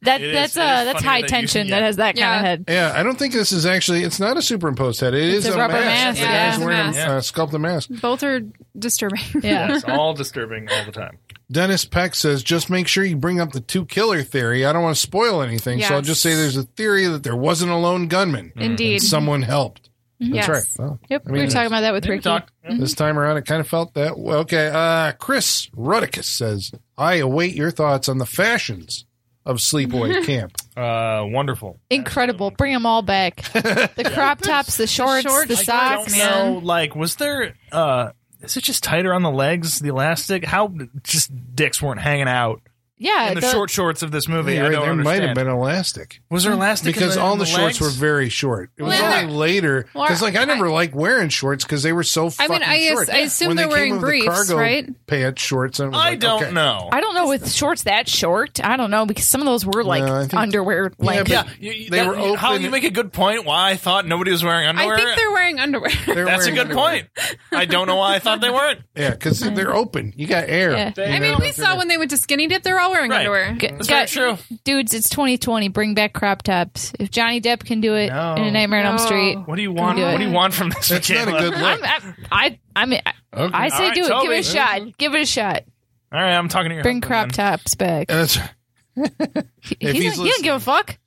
Speaker 4: That
Speaker 3: It is- it is
Speaker 4: that's uh that's
Speaker 3: funny that
Speaker 4: high
Speaker 3: you-
Speaker 4: tension
Speaker 3: yeah.
Speaker 4: that has that kind
Speaker 5: Yeah.
Speaker 4: of head.
Speaker 2: yeah, I don't think this is actually, it's not a superimposed head. it's
Speaker 4: a rubber mask,
Speaker 2: The
Speaker 5: yeah.
Speaker 2: guy's
Speaker 5: It's a
Speaker 2: wearing a
Speaker 3: mask.
Speaker 2: uh, sculpted mask.
Speaker 5: Both are disturbing.
Speaker 4: Yeah.
Speaker 3: It's all disturbing all the time.
Speaker 2: Dennis Peck says, just make sure you bring up the two killer theory. I don't want to spoil anything, so I'll
Speaker 5: Yes. Mm-hmm.
Speaker 2: just say there's a theory that there wasn't a lone gunman.
Speaker 5: Indeed. Mm-hmm.
Speaker 2: Someone helped.
Speaker 5: yes. Mm-hmm.
Speaker 2: That's right. Well,
Speaker 4: Yep.
Speaker 2: mean,
Speaker 4: we were talking about that with
Speaker 3: Maybe
Speaker 4: Ricky.
Speaker 3: talk-
Speaker 2: This time around, it kind of felt that. way. Okay, uh, Chris Rudicus says, "I await your thoughts on the fashions of sleepaway camp."
Speaker 3: Uh, wonderful.
Speaker 4: Incredible. Bring them all back. The crop tops, the shorts, the,
Speaker 5: shorts, I
Speaker 3: I
Speaker 4: socks.
Speaker 3: don't know. Like, was there? uh Is it just tighter on the legs? The elastic? How just dicks weren't hanging out
Speaker 4: Yeah.
Speaker 3: in the,
Speaker 4: Uh, the-
Speaker 3: short shorts of this movie?
Speaker 2: You're
Speaker 3: I
Speaker 2: right,
Speaker 3: don't
Speaker 2: there
Speaker 3: understand.
Speaker 2: might have been elastic
Speaker 3: Was there elastic? in
Speaker 2: because
Speaker 3: the-
Speaker 2: all
Speaker 3: in
Speaker 2: the, shorts
Speaker 3: legs?
Speaker 2: were very short. It was
Speaker 5: Well,
Speaker 2: only later
Speaker 5: well,
Speaker 2: because, like, I never
Speaker 5: I-
Speaker 2: liked wearing shorts because they were so.
Speaker 5: I
Speaker 2: Fucking
Speaker 5: mean, I
Speaker 2: short.
Speaker 5: as- I assume
Speaker 2: When they
Speaker 5: they're
Speaker 2: came
Speaker 5: wearing
Speaker 2: with the
Speaker 5: briefs,
Speaker 2: cargo
Speaker 5: right?
Speaker 2: Pants, shorts, and it was
Speaker 3: I
Speaker 2: like,
Speaker 3: don't
Speaker 2: okay.
Speaker 3: know.
Speaker 4: I don't know with shorts that short. I don't know because some of those were like
Speaker 2: No, I think-
Speaker 4: underwear length.
Speaker 3: yeah, you, you-
Speaker 2: They
Speaker 3: that-
Speaker 2: were
Speaker 3: you- How
Speaker 2: open-
Speaker 3: you make a good point? Why I thought nobody was wearing underwear?
Speaker 5: I think they're wearing underwear.
Speaker 2: They're
Speaker 3: That's a
Speaker 2: wearing
Speaker 3: good
Speaker 2: underwear.
Speaker 3: point. I don't know why I thought they weren't.
Speaker 2: Yeah, because they're open. You got air.
Speaker 4: Yeah.
Speaker 2: you
Speaker 5: I mean,
Speaker 2: know?
Speaker 5: we saw when they went to Skinny Dip, they're all wearing
Speaker 3: Right.
Speaker 5: underwear.
Speaker 4: G-
Speaker 3: That's
Speaker 4: got-
Speaker 3: very true.
Speaker 4: Dudes, it's 2020. Bring back crop tops. If Johnny Depp can do it
Speaker 3: No.
Speaker 4: in A Nightmare on Elm
Speaker 5: No.
Speaker 4: Street,
Speaker 3: What do you want?
Speaker 4: do it.
Speaker 3: What do you want from this?
Speaker 2: That's not a
Speaker 3: Michaela?
Speaker 2: good look.
Speaker 4: I'm, I'm, I, I mean, I,
Speaker 2: Okay.
Speaker 4: I say
Speaker 3: All right,
Speaker 4: do it. Give
Speaker 3: Toby.
Speaker 4: it a shot. Give it a shot.
Speaker 3: All right, I'm talking to your
Speaker 4: Bring
Speaker 3: husband,
Speaker 4: crop tops back.
Speaker 2: And it's-
Speaker 4: He,
Speaker 2: if he's
Speaker 4: he's like, you don't
Speaker 2: listening-
Speaker 4: give a fuck.
Speaker 3: then.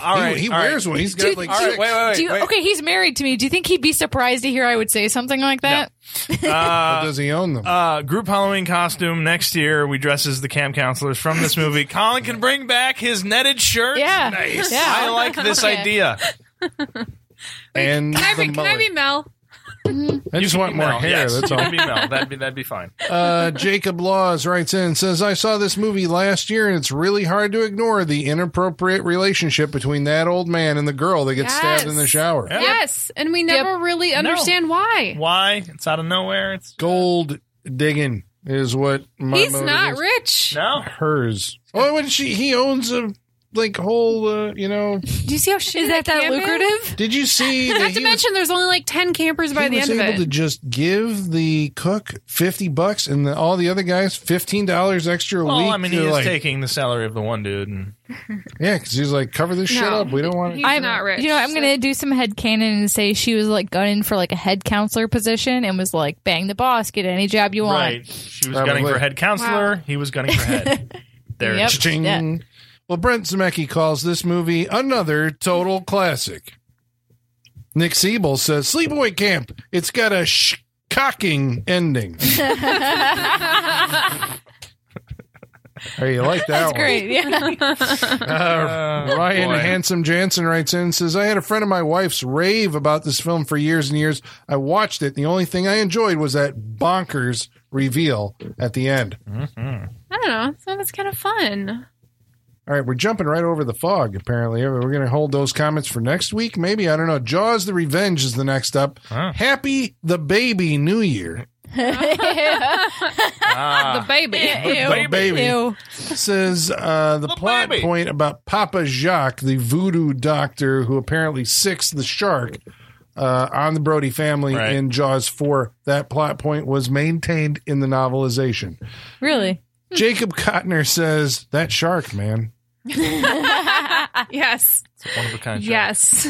Speaker 3: All right,
Speaker 2: he, he
Speaker 3: all right.
Speaker 2: wears one. He's got
Speaker 4: Dude,
Speaker 2: like
Speaker 4: all
Speaker 2: six.
Speaker 4: right,
Speaker 3: Wait, wait, wait.
Speaker 4: Do you,
Speaker 3: wait.
Speaker 4: okay, he's married to me. Do you think he'd be surprised to hear I would say something like that?
Speaker 3: Uh,
Speaker 2: Does he own them?
Speaker 3: uh, group Halloween costume next year. We dress as the camp counselors from this movie. Colin can bring back his netted shirt.
Speaker 4: Yeah.
Speaker 3: Nice.
Speaker 4: Yeah.
Speaker 3: I like this
Speaker 4: Okay.
Speaker 3: idea.
Speaker 2: and
Speaker 5: Can I,
Speaker 2: the
Speaker 5: be, can I
Speaker 2: mullet.
Speaker 5: be Mel?
Speaker 2: I just want more
Speaker 3: Mel,
Speaker 2: hair.
Speaker 3: yes.
Speaker 2: That's
Speaker 3: You
Speaker 2: all.
Speaker 3: can be Mel. That'd be that'd be fine.
Speaker 2: Uh, Jacob Laws writes in and says, I saw this movie last year, and it's really hard to ignore the inappropriate relationship between that old man and the girl that gets stabbed in the
Speaker 5: Yes.
Speaker 2: shower.
Speaker 3: Yeah.
Speaker 5: Yes, and we never really understand why.
Speaker 3: Why? It's out of nowhere. It's
Speaker 2: Gold digging is what my
Speaker 5: He's
Speaker 2: motive
Speaker 5: not
Speaker 2: is.
Speaker 5: rich.
Speaker 3: no.
Speaker 2: Hers. Oh, and she he owns a like whole uh, you know.
Speaker 4: Do you see how shit
Speaker 5: Is that that
Speaker 4: camp is?
Speaker 5: lucrative?
Speaker 2: Did you see? that
Speaker 5: Not to
Speaker 2: he was-
Speaker 5: mention, there's only like ten campers by
Speaker 2: he
Speaker 5: the
Speaker 2: was
Speaker 5: end of
Speaker 2: able
Speaker 5: it.
Speaker 2: to just give the cook fifty bucks and the, all the other guys fifteen dollars extra a
Speaker 3: Well,
Speaker 2: week.
Speaker 3: I mean, he
Speaker 2: to,
Speaker 3: is
Speaker 2: like,
Speaker 3: taking the salary of the one dude, and
Speaker 2: yeah, because he's like cover this shit
Speaker 5: No.
Speaker 2: up. We don't want it.
Speaker 5: He's not rich.
Speaker 4: You know, I'm
Speaker 5: so-
Speaker 4: gonna do some head canon and say she was like gunning for like a head counselor position and was like, "Bang the boss, get any job you want."
Speaker 3: right, she was
Speaker 2: Probably.
Speaker 3: gunning for head counselor. He was gunning for head. There. it
Speaker 4: Yep.
Speaker 3: is.
Speaker 2: Cha-ching.
Speaker 4: Yeah.
Speaker 2: Well, Brent Zemecki calls this movie another total classic. Nick Siebel says Sleepaway Camp. It's got a shocking ending. Hey, you like that
Speaker 4: That's
Speaker 3: Oh.
Speaker 2: one?
Speaker 4: great. Yeah.
Speaker 2: Uh, Ryan
Speaker 3: boy.
Speaker 2: Handsome Jansen writes in and says, I had a friend of my wife's rave about this film for years and years. I watched it. The only thing I enjoyed was that bonkers reveal at the end.
Speaker 5: I don't know. So that's kind of fun.
Speaker 2: All right, we're jumping right over the fog, apparently. We're going to hold those comments for next week, maybe. I don't know. Jaws the Revenge is the next up.
Speaker 3: Huh.
Speaker 2: Happy the Baby New Year Ah.
Speaker 5: the baby.
Speaker 2: Ew. baby.
Speaker 4: Ew.
Speaker 2: says uh, the
Speaker 3: The
Speaker 2: plot
Speaker 3: baby.
Speaker 2: point about Papa Jacques, the voodoo doctor who apparently sicks the shark uh, on the Brody family
Speaker 3: Right.
Speaker 2: in Jaws 4. That plot point was maintained in the novelization.
Speaker 4: Really?
Speaker 2: Jacob Cotner says, That shark, man.
Speaker 5: yes.
Speaker 3: One of a kind.
Speaker 5: Yes.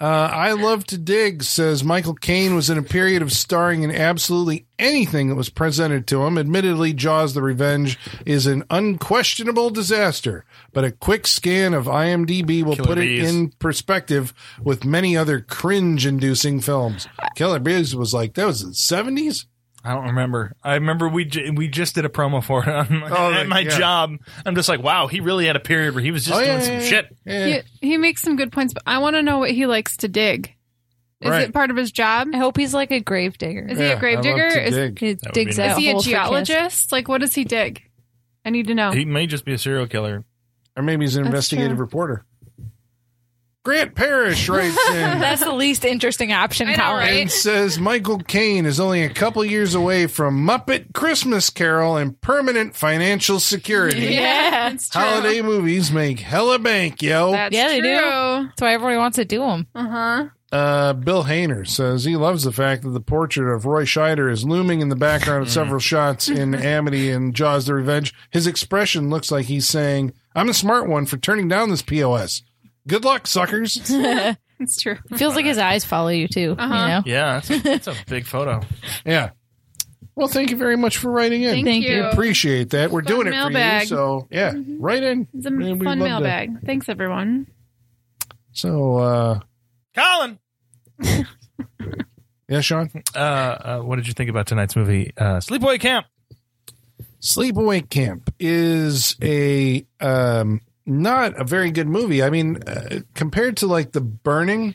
Speaker 2: Uh, I love to dig, says Michael Caine was in a period of starring in absolutely anything that was presented to him. Admittedly, Jaws the Revenge is an unquestionable disaster, but a quick scan of IMDb will
Speaker 3: Killer
Speaker 2: put
Speaker 3: Bees.
Speaker 2: it in perspective with many other cringe inducing films. Killer Bees was like, that was in the 70s?
Speaker 3: I don't remember. I remember we j- we just did a promo for it on my,
Speaker 2: Oh,
Speaker 3: at my
Speaker 2: yeah. Oh,
Speaker 3: job. I'm just like, wow, he really had a period where he was just doing some shit.
Speaker 2: yeah.
Speaker 5: he, he makes some good points, but I want to know what he likes to dig. Is
Speaker 2: Right.
Speaker 5: it part of his job?
Speaker 4: I hope he's like a grave digger.
Speaker 5: Is
Speaker 2: Yeah,
Speaker 5: he
Speaker 2: I
Speaker 5: a
Speaker 2: love
Speaker 5: gravedigger?
Speaker 2: to
Speaker 5: Is,
Speaker 2: dig.
Speaker 4: He
Speaker 3: That would be
Speaker 4: digs
Speaker 3: nice.
Speaker 4: out
Speaker 5: is he a
Speaker 4: holes for kids.
Speaker 5: geologist? Like, what does he dig? I need to know.
Speaker 3: He may just be a serial killer.
Speaker 2: Or maybe he's an
Speaker 5: That's
Speaker 2: investigative
Speaker 5: true.
Speaker 2: reporter. Grant Parrish writes in.
Speaker 4: That's the least interesting option,
Speaker 5: I know,
Speaker 4: Colin.
Speaker 5: right?
Speaker 2: and says Michael Caine is only a couple years away from Muppet Christmas Carol and permanent financial security.
Speaker 4: Yeah.
Speaker 5: it's true.
Speaker 2: Holiday movies make hella bank, yo.
Speaker 5: That's
Speaker 4: Yeah, they
Speaker 5: true.
Speaker 4: do. That's why everybody wants to do them.
Speaker 5: Uh huh.
Speaker 2: Uh, Bill Hainer says he loves the fact that the portrait of Roy Scheider is looming in the background
Speaker 5: Mm.
Speaker 2: of several shots in Amity and Jaws the Revenge. His expression looks like he's saying, I'm a smart one for turning down this POS. Good luck, suckers.
Speaker 5: It's true.
Speaker 4: Feels like his eyes follow you too. You
Speaker 5: Uh-huh.
Speaker 4: know.
Speaker 3: Yeah, that's a, that's a big photo.
Speaker 2: yeah. Well, thank you very much for writing in.
Speaker 5: Thank,
Speaker 4: Thank
Speaker 5: you.
Speaker 4: you.
Speaker 2: appreciate that. We're
Speaker 5: Fun
Speaker 2: doing it for you.
Speaker 5: mailbag. Mm-hmm.
Speaker 2: So yeah, right in.
Speaker 5: It's a
Speaker 2: We love
Speaker 5: fun
Speaker 2: that.
Speaker 5: mailbag. Thanks, everyone.
Speaker 2: So uh
Speaker 3: Colin,
Speaker 2: yeah, Sean.
Speaker 3: uh, uh, what did you think about tonight's movie, uh, Sleepaway Camp?
Speaker 2: Sleepaway Camp is a um not a very good movie. I mean, uh, compared to like The Burning,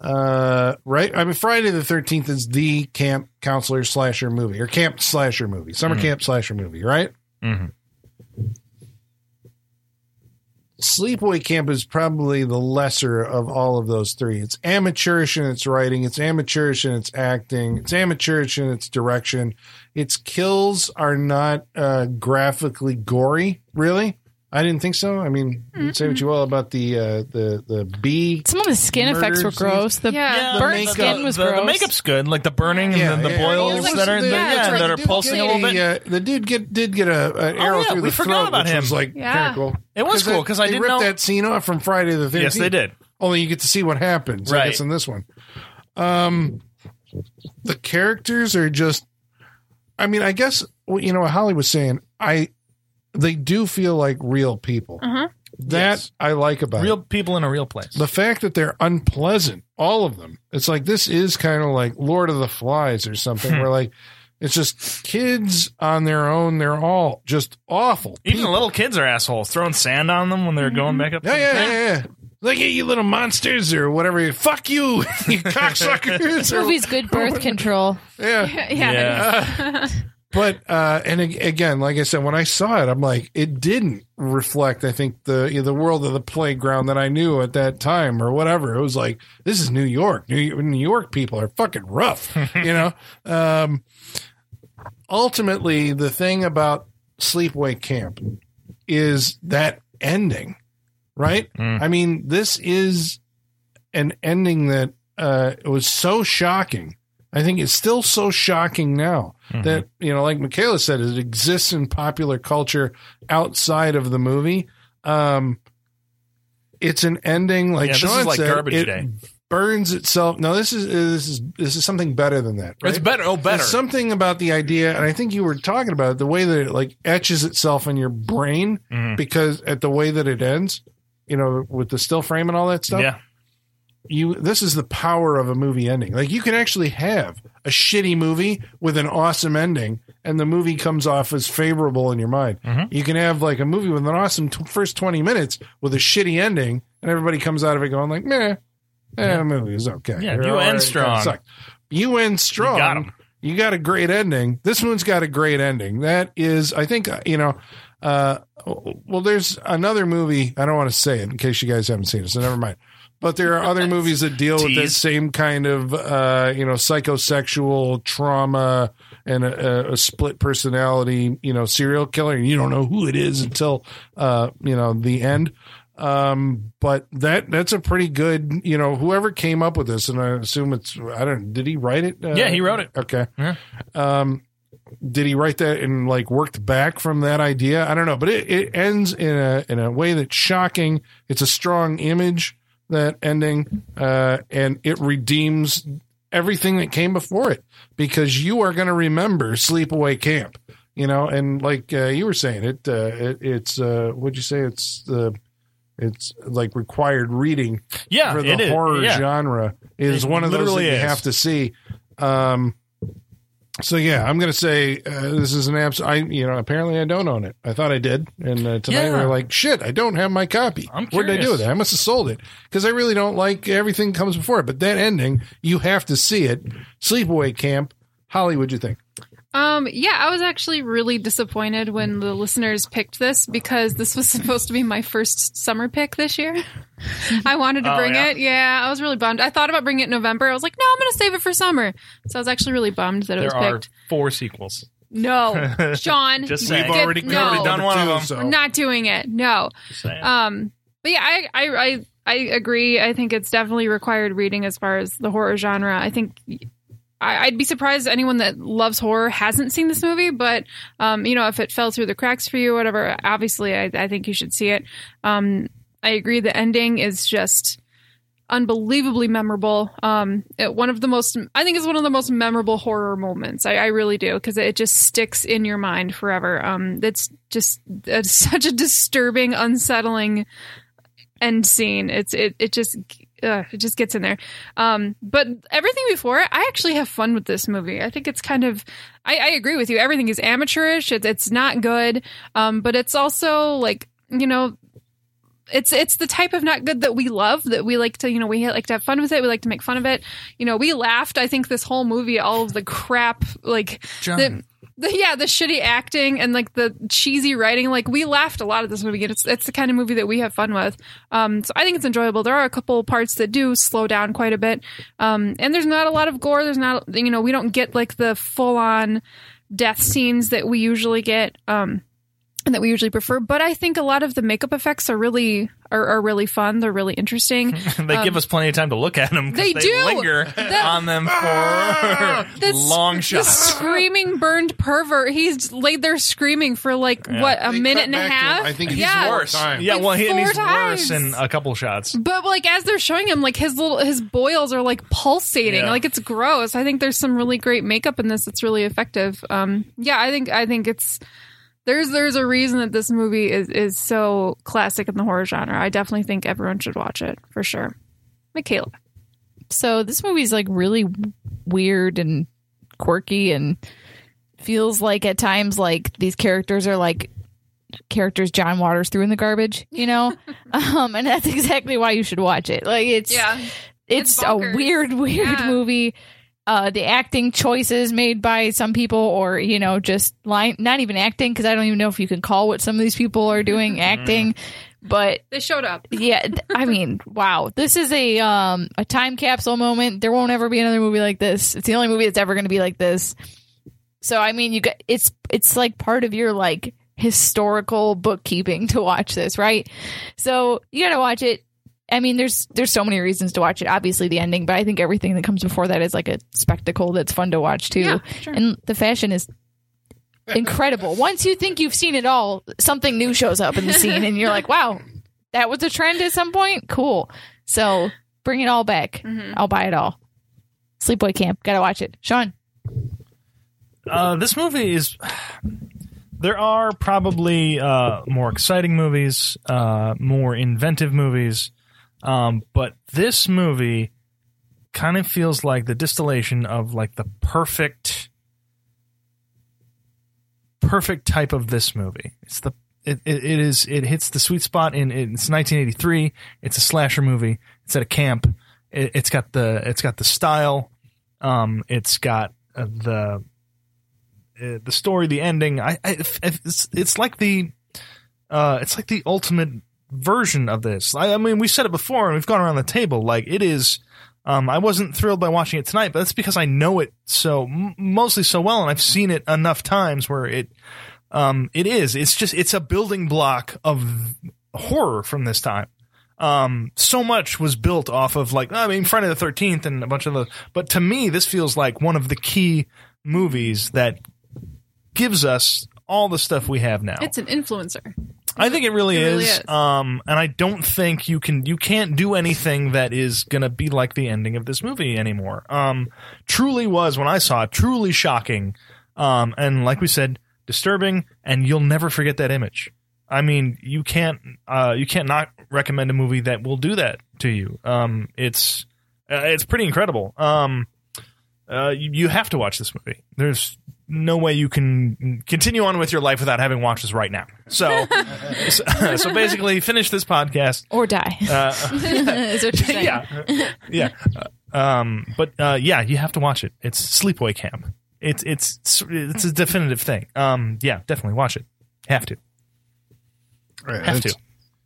Speaker 2: uh right? I mean Friday the 13th is the camp counselor slasher movie or camp slasher movie. Summer camp slasher movie, right? Mm-hmm.
Speaker 3: Mhm.
Speaker 2: Sleepaway Camp is probably the lesser of all of those three. It's amateurish in its writing, it's amateurish in its acting, it's amateurish in its direction. Its kills are not uh, graphically gory, really. I didn't think so. I mean, say what you will about the uh, the the bee.
Speaker 4: Some of the skin
Speaker 2: Murder
Speaker 4: effects were
Speaker 2: scenes.
Speaker 4: gross. The
Speaker 5: Yeah.
Speaker 3: the
Speaker 4: burnt
Speaker 2: makeup-
Speaker 4: skin was
Speaker 3: the,
Speaker 4: gross.
Speaker 3: the makeup's good, like the burning
Speaker 2: Yeah,
Speaker 3: and the, the
Speaker 2: yeah.
Speaker 3: boils
Speaker 5: Yeah,
Speaker 3: that are
Speaker 5: the-
Speaker 3: yeah,
Speaker 5: yeah,
Speaker 3: that are
Speaker 2: the dude
Speaker 3: pulsing a
Speaker 2: get
Speaker 3: little bit. Oh,
Speaker 2: uh, the dude get did get a an arrow
Speaker 3: yeah,
Speaker 2: through
Speaker 3: we
Speaker 2: the
Speaker 3: forgot
Speaker 2: throat,
Speaker 3: about
Speaker 2: which
Speaker 3: him.
Speaker 2: was like
Speaker 5: Yeah.
Speaker 2: kind of cool.
Speaker 3: It was cool, 'cause I
Speaker 2: they
Speaker 3: didn't
Speaker 2: ripped
Speaker 3: know-
Speaker 2: that scene off from Friday the Thirteenth.
Speaker 3: Yes, they did.
Speaker 2: Only you get to see what happens. I
Speaker 3: Right.
Speaker 2: guess in this one, um, the characters are just. I mean, I guess well, you know what Holly was saying. I they do feel like real people.
Speaker 5: Uh-huh.
Speaker 2: That
Speaker 3: Yes.
Speaker 2: I like about it
Speaker 3: Real people in a real place.
Speaker 2: the fact that they're unpleasant, all of them. It's like this is kind of like Lord of the Flies or something,
Speaker 3: Hmm.
Speaker 2: where like it's just kids on their own. They're all just awful.
Speaker 3: Even
Speaker 2: people.
Speaker 3: little kids are assholes, throwing sand on them when they're going back up.
Speaker 2: yeah,
Speaker 3: to the
Speaker 2: yeah,
Speaker 3: thing.
Speaker 2: yeah, yeah. Like hey, you little monsters or whatever. Fuck you, you cocksuckers.
Speaker 4: This
Speaker 2: or-
Speaker 4: movie's good birth control.
Speaker 2: yeah.
Speaker 5: Yeah.
Speaker 3: Yeah.
Speaker 2: But uh, and ag- again, like I said, when I saw it, I'm like, it didn't reflect. I think the the world of the playground that I knew at that time or whatever. It was like this is New York. New, New York people are fucking rough, you know. Um, ultimately, the thing about Sleepaway Camp is that ending, right?
Speaker 3: Mm.
Speaker 2: I mean, this is an ending that uh, was so shocking. I think it's still so shocking now
Speaker 3: Mm-hmm.
Speaker 2: that, you know, like Michaela said, it exists in popular culture outside of the movie. Um, it's an ending like
Speaker 3: Yeah, this is
Speaker 2: Sean
Speaker 3: like
Speaker 2: said,
Speaker 3: Garbage
Speaker 2: it
Speaker 3: Day.
Speaker 2: burns itself. No, this is this is this is something better than that. Right?
Speaker 3: It's better. Oh, better.
Speaker 2: There's something about the idea, and I think you were talking about it, the way that it like etches itself in your brain
Speaker 3: Mhm.
Speaker 2: because at the way that it ends, you know, with the still frame and all that stuff.
Speaker 3: yeah.
Speaker 2: You this is the power of a movie ending. Like you can actually have a shitty movie with an awesome ending and the movie comes off as favorable in your mind.
Speaker 3: Mm-hmm.
Speaker 2: You can have like a movie with an awesome t- first 20 minutes with a shitty ending, and everybody comes out of it going like, meh, eh, the movie is okay.
Speaker 3: Yeah,
Speaker 2: Or,
Speaker 3: you
Speaker 2: "All
Speaker 3: end
Speaker 2: right,
Speaker 3: strong."
Speaker 2: it sucked." You end strong.
Speaker 3: You got 'em.
Speaker 2: You got a great ending. This one's got a great ending. That is, I think, uh, you know, uh, well, there's another movie. I don't want to say it in case you guys haven't seen it, so never mind. But there are other movies that deal with that
Speaker 3: Tease.
Speaker 2: same kind of, uh, you know, psychosexual trauma and a, a- a split personality, you know, serial killer, and you don't know who it is until, uh, you know, the end. Um, but that that's a pretty good, you know, whoever came up with this, and I assume it's I don't. Did he write it? Uh,
Speaker 3: Yeah, he wrote it.
Speaker 2: Okay.
Speaker 3: Yeah.
Speaker 2: Um, did he write that and like worked back from that idea? I don't know, but it, it ends in a in a way that's shocking. It's a strong image that ending, uh, and it redeems everything that came before it because you are going to remember Sleepaway Camp, you know, and like uh, you were saying, it, uh, it it's uh, what'd you say? It's the it's like required reading
Speaker 3: Yeah,
Speaker 2: for
Speaker 3: it
Speaker 2: the
Speaker 3: is.
Speaker 2: horror
Speaker 3: yeah.
Speaker 2: genre is
Speaker 3: It
Speaker 2: one of those that
Speaker 3: literally
Speaker 2: you
Speaker 3: is.
Speaker 2: have to see. Um, so yeah, I'm gonna say uh, this is an abs. I you know apparently I don't own it. I thought I did, and uh, tonight we
Speaker 3: Yeah.
Speaker 2: are like, shit, I don't have my copy.
Speaker 3: I'm
Speaker 2: What did I do with
Speaker 3: curious.
Speaker 2: it? I must have sold it because I really don't like everything comes before it. But that ending, you have to see it. Sleepaway Camp, Holly, what'd you think?
Speaker 5: Um, yeah, I was actually really disappointed when the listeners picked this because this was supposed to be my first summer pick this year. I wanted to
Speaker 3: Oh,
Speaker 5: bring
Speaker 3: yeah?
Speaker 5: it. Yeah, I was really bummed. I thought about bringing it in November. I was like, no, I'm going to save it for summer. So I was actually really bummed that it
Speaker 3: There
Speaker 5: was
Speaker 3: are
Speaker 5: picked.
Speaker 3: four sequels.
Speaker 5: No, Sean,
Speaker 3: Just
Speaker 5: you
Speaker 3: saying.
Speaker 5: did-
Speaker 3: We've
Speaker 2: already- we've
Speaker 5: no,
Speaker 3: already done one of them.
Speaker 2: So-
Speaker 5: I'm not doing it. No.
Speaker 2: Uh,
Speaker 5: Um, but yeah, I, I, I, I agree. I think it's definitely required reading as far as the horror genre. I think I, I'd be surprised anyone that loves horror hasn't seen this movie, but, um, you know, if it fell through the cracks for you or whatever, obviously I, I think you should see it. Um, I agree. The ending is just unbelievably memorable. Um, it, one of the most, I think, is one of the most memorable horror moments. I, I really do because it just sticks in your mind forever. Um, that's just it's such a disturbing, unsettling end scene. It's it it just. Uh, it just gets in there, um, but everything before it, I actually have fun with this movie. I think it's kind of, I, I agree with you. Everything is amateurish. It's it's not good, um, but it's also like you know it's it's the type of not good that we love that we like to you know we like to have fun with it we like to make fun of it you know we laughed i think this whole movie all of the crap like the, the yeah the shitty acting and like the cheesy writing like we laughed a lot at this movie and it's it's the kind of movie that we have fun with um so i think it's enjoyable there are a couple parts that do slow down quite a bit um and there's not a lot of gore there's not you know we don't get like the full on death scenes that we usually get um and that we usually prefer. But I think a lot of the makeup effects are really are, are really fun. They're really interesting.
Speaker 3: they
Speaker 2: um,
Speaker 3: give us plenty of time to look at them. They,
Speaker 5: they
Speaker 3: they
Speaker 5: do.
Speaker 3: linger
Speaker 5: The-
Speaker 3: on them
Speaker 2: Ah,
Speaker 3: for
Speaker 5: The s-
Speaker 3: long
Speaker 5: The
Speaker 3: shots.
Speaker 5: screaming burned pervert. He's laid there screaming for like what a
Speaker 2: They
Speaker 5: minute
Speaker 2: cut
Speaker 5: and a
Speaker 2: back to
Speaker 5: half.
Speaker 2: him. I think he's
Speaker 5: yeah.
Speaker 2: more-
Speaker 3: Worse.
Speaker 2: Time.
Speaker 3: Yeah,
Speaker 5: Like
Speaker 3: well, he, and
Speaker 5: four
Speaker 3: he's
Speaker 5: times.
Speaker 3: worse in a couple shots.
Speaker 5: But like as they're showing him, like his little his boils are like pulsating.
Speaker 3: Yeah.
Speaker 5: Like it's gross. I think there's some really great makeup in this that's really effective. Um yeah, I think I think it's there's there's a reason that this movie is is so classic in the horror genre. I definitely think everyone should watch it for sure. Michaela.
Speaker 4: So this movie's like really w- weird and quirky and feels like at times like these characters are like characters John Waters threw in the garbage, you know? um and that's exactly why you should watch it. Like it's it's,
Speaker 5: It's
Speaker 4: a
Speaker 5: bonkers.
Speaker 4: weird, weird
Speaker 5: Yeah.
Speaker 4: movie. Uh, the acting choices made by some people, or you know, just line, not even acting, because I don't even know if you can call what some of these people are
Speaker 5: Mm-hmm.
Speaker 4: doing acting. But
Speaker 5: They showed up.
Speaker 4: yeah, th- I mean, wow, this is a um a time capsule moment. There won't ever be another movie like this. It's the only movie that's ever going to be like this. So I mean, you got it's it's like part of your like historical bookkeeping to watch this, right? So you got to watch it. I mean, there's there's so many reasons to watch it. Obviously, the ending, but I think everything that comes before that is like a spectacle that's fun to watch too.
Speaker 5: Yeah, sure.
Speaker 4: And the fashion is incredible. Once you think you've seen it all, something new shows up in the scene, and you're like, wow, that was a trend at some point. Cool. So bring it all back.
Speaker 5: Mm-hmm.
Speaker 4: I'll buy it all. Sleepaway Camp. Gotta watch it. Sean.
Speaker 3: Uh, this movie is. There are probably uh, more exciting movies, uh, more inventive movies, um, but this movie kind of feels like the distillation of like the perfect perfect type of this movie. It's the it, it, it is it hits the sweet spot in it's 1983. It's a slasher movie. It's at a camp. It, it's got the it's got the style. Um, it's got uh, the uh, the story, the ending. I, I if- if it's it's like the uh, it's like the ultimate version of this. I, I mean, we said it before, and we've gone around the table. Like it is. Um, I wasn't thrilled by watching it tonight, but that's because I know it so m- mostly so well, and I've seen it enough times where it um, it is. It's just it's a building block of horror from this time. Um, so much was built off of like I mean Friday the Thirteenth and a bunch of the. But to me, this feels like one of the key movies that gives us all the stuff we have now.
Speaker 5: It's an influencer.
Speaker 3: I think it really,
Speaker 5: It really
Speaker 3: is.
Speaker 5: is.
Speaker 3: Um, and I don't think you can you can't do anything that is gonna be like the ending of this movie anymore. Um, truly was when I saw it, truly shocking. Um, and like we said, disturbing, and you'll never forget that image. I mean, you can't uh, you can't not recommend a movie that will do that to you. Um, it's uh, it's pretty incredible. Um, uh, you, you have to watch this movie. There's no way you can continue on with your life without having watched this right now. So, so, so basically, finish this podcast.
Speaker 4: or die.
Speaker 3: Uh,
Speaker 4: Is what you're saying.
Speaker 3: yeah, yeah. Um, but uh, yeah, you have to watch it. It's Sleepaway Camp. It's it's it's a definitive thing. Um, yeah, definitely watch it. Have to have to.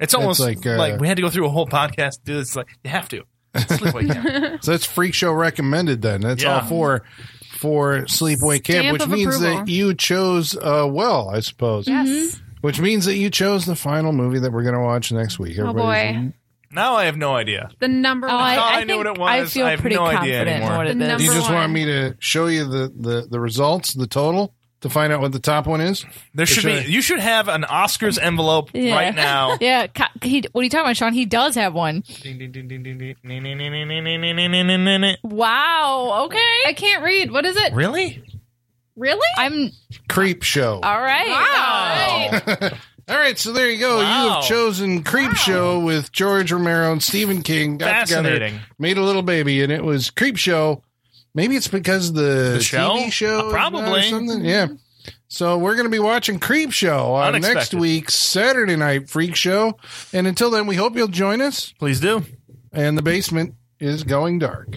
Speaker 3: It's almost
Speaker 2: like,
Speaker 3: like,
Speaker 2: uh,
Speaker 3: we had to go through a whole podcast. Dude, it's like you have to. It's Sleepaway Camp.
Speaker 2: So that's freak show recommended then. That's all
Speaker 3: Yeah.
Speaker 2: for for sleepaway camp,
Speaker 5: Stamp
Speaker 2: which
Speaker 5: of
Speaker 2: means
Speaker 5: approval.
Speaker 2: that you chose uh, well, I suppose.
Speaker 5: Yes.
Speaker 2: Which means that you chose the final movie that we're going to watch next week.
Speaker 5: Oh
Speaker 2: Everybody's-
Speaker 5: boy.
Speaker 3: Now I have no idea.
Speaker 5: The number
Speaker 4: Oh,
Speaker 5: one.
Speaker 4: I,
Speaker 3: thought
Speaker 4: I
Speaker 3: I knew
Speaker 4: think
Speaker 3: what it
Speaker 4: I
Speaker 3: was.
Speaker 4: feel
Speaker 3: I have
Speaker 4: pretty
Speaker 3: no idea
Speaker 4: confident in
Speaker 3: anymore.
Speaker 4: what it
Speaker 5: The
Speaker 4: is.
Speaker 2: You
Speaker 5: number-
Speaker 2: just want
Speaker 5: one.
Speaker 2: me to show you the, the, the results, the total, to find out what the top one is?
Speaker 3: There should
Speaker 2: should I-
Speaker 3: be. You should have an Oscars envelope
Speaker 4: Yeah.
Speaker 3: right now.
Speaker 4: Yeah, ca- he, what are you talking about, Sean? He does have one.
Speaker 3: Really?
Speaker 4: Wow. Okay.
Speaker 5: I can't read. What is it? Really?
Speaker 4: I'm
Speaker 2: Creep show.
Speaker 4: all right.
Speaker 5: Wow.
Speaker 3: Oh.
Speaker 2: All right, so there you go. You
Speaker 3: Wow.
Speaker 2: have chosen Creep Show with George Romero and Stephen King. Got together,
Speaker 3: Fascinating.
Speaker 2: made a little baby, and it was Creep Show. Maybe it's because the,
Speaker 3: The show?
Speaker 2: TV show, is
Speaker 3: Probably.
Speaker 2: out or something. Yeah. So we're going to be watching Creep Show on next
Speaker 3: Unexpected.
Speaker 2: week's Saturday Night Freak Show, and until then, we hope you'll join us.
Speaker 3: Please do.
Speaker 2: And the basement is going dark.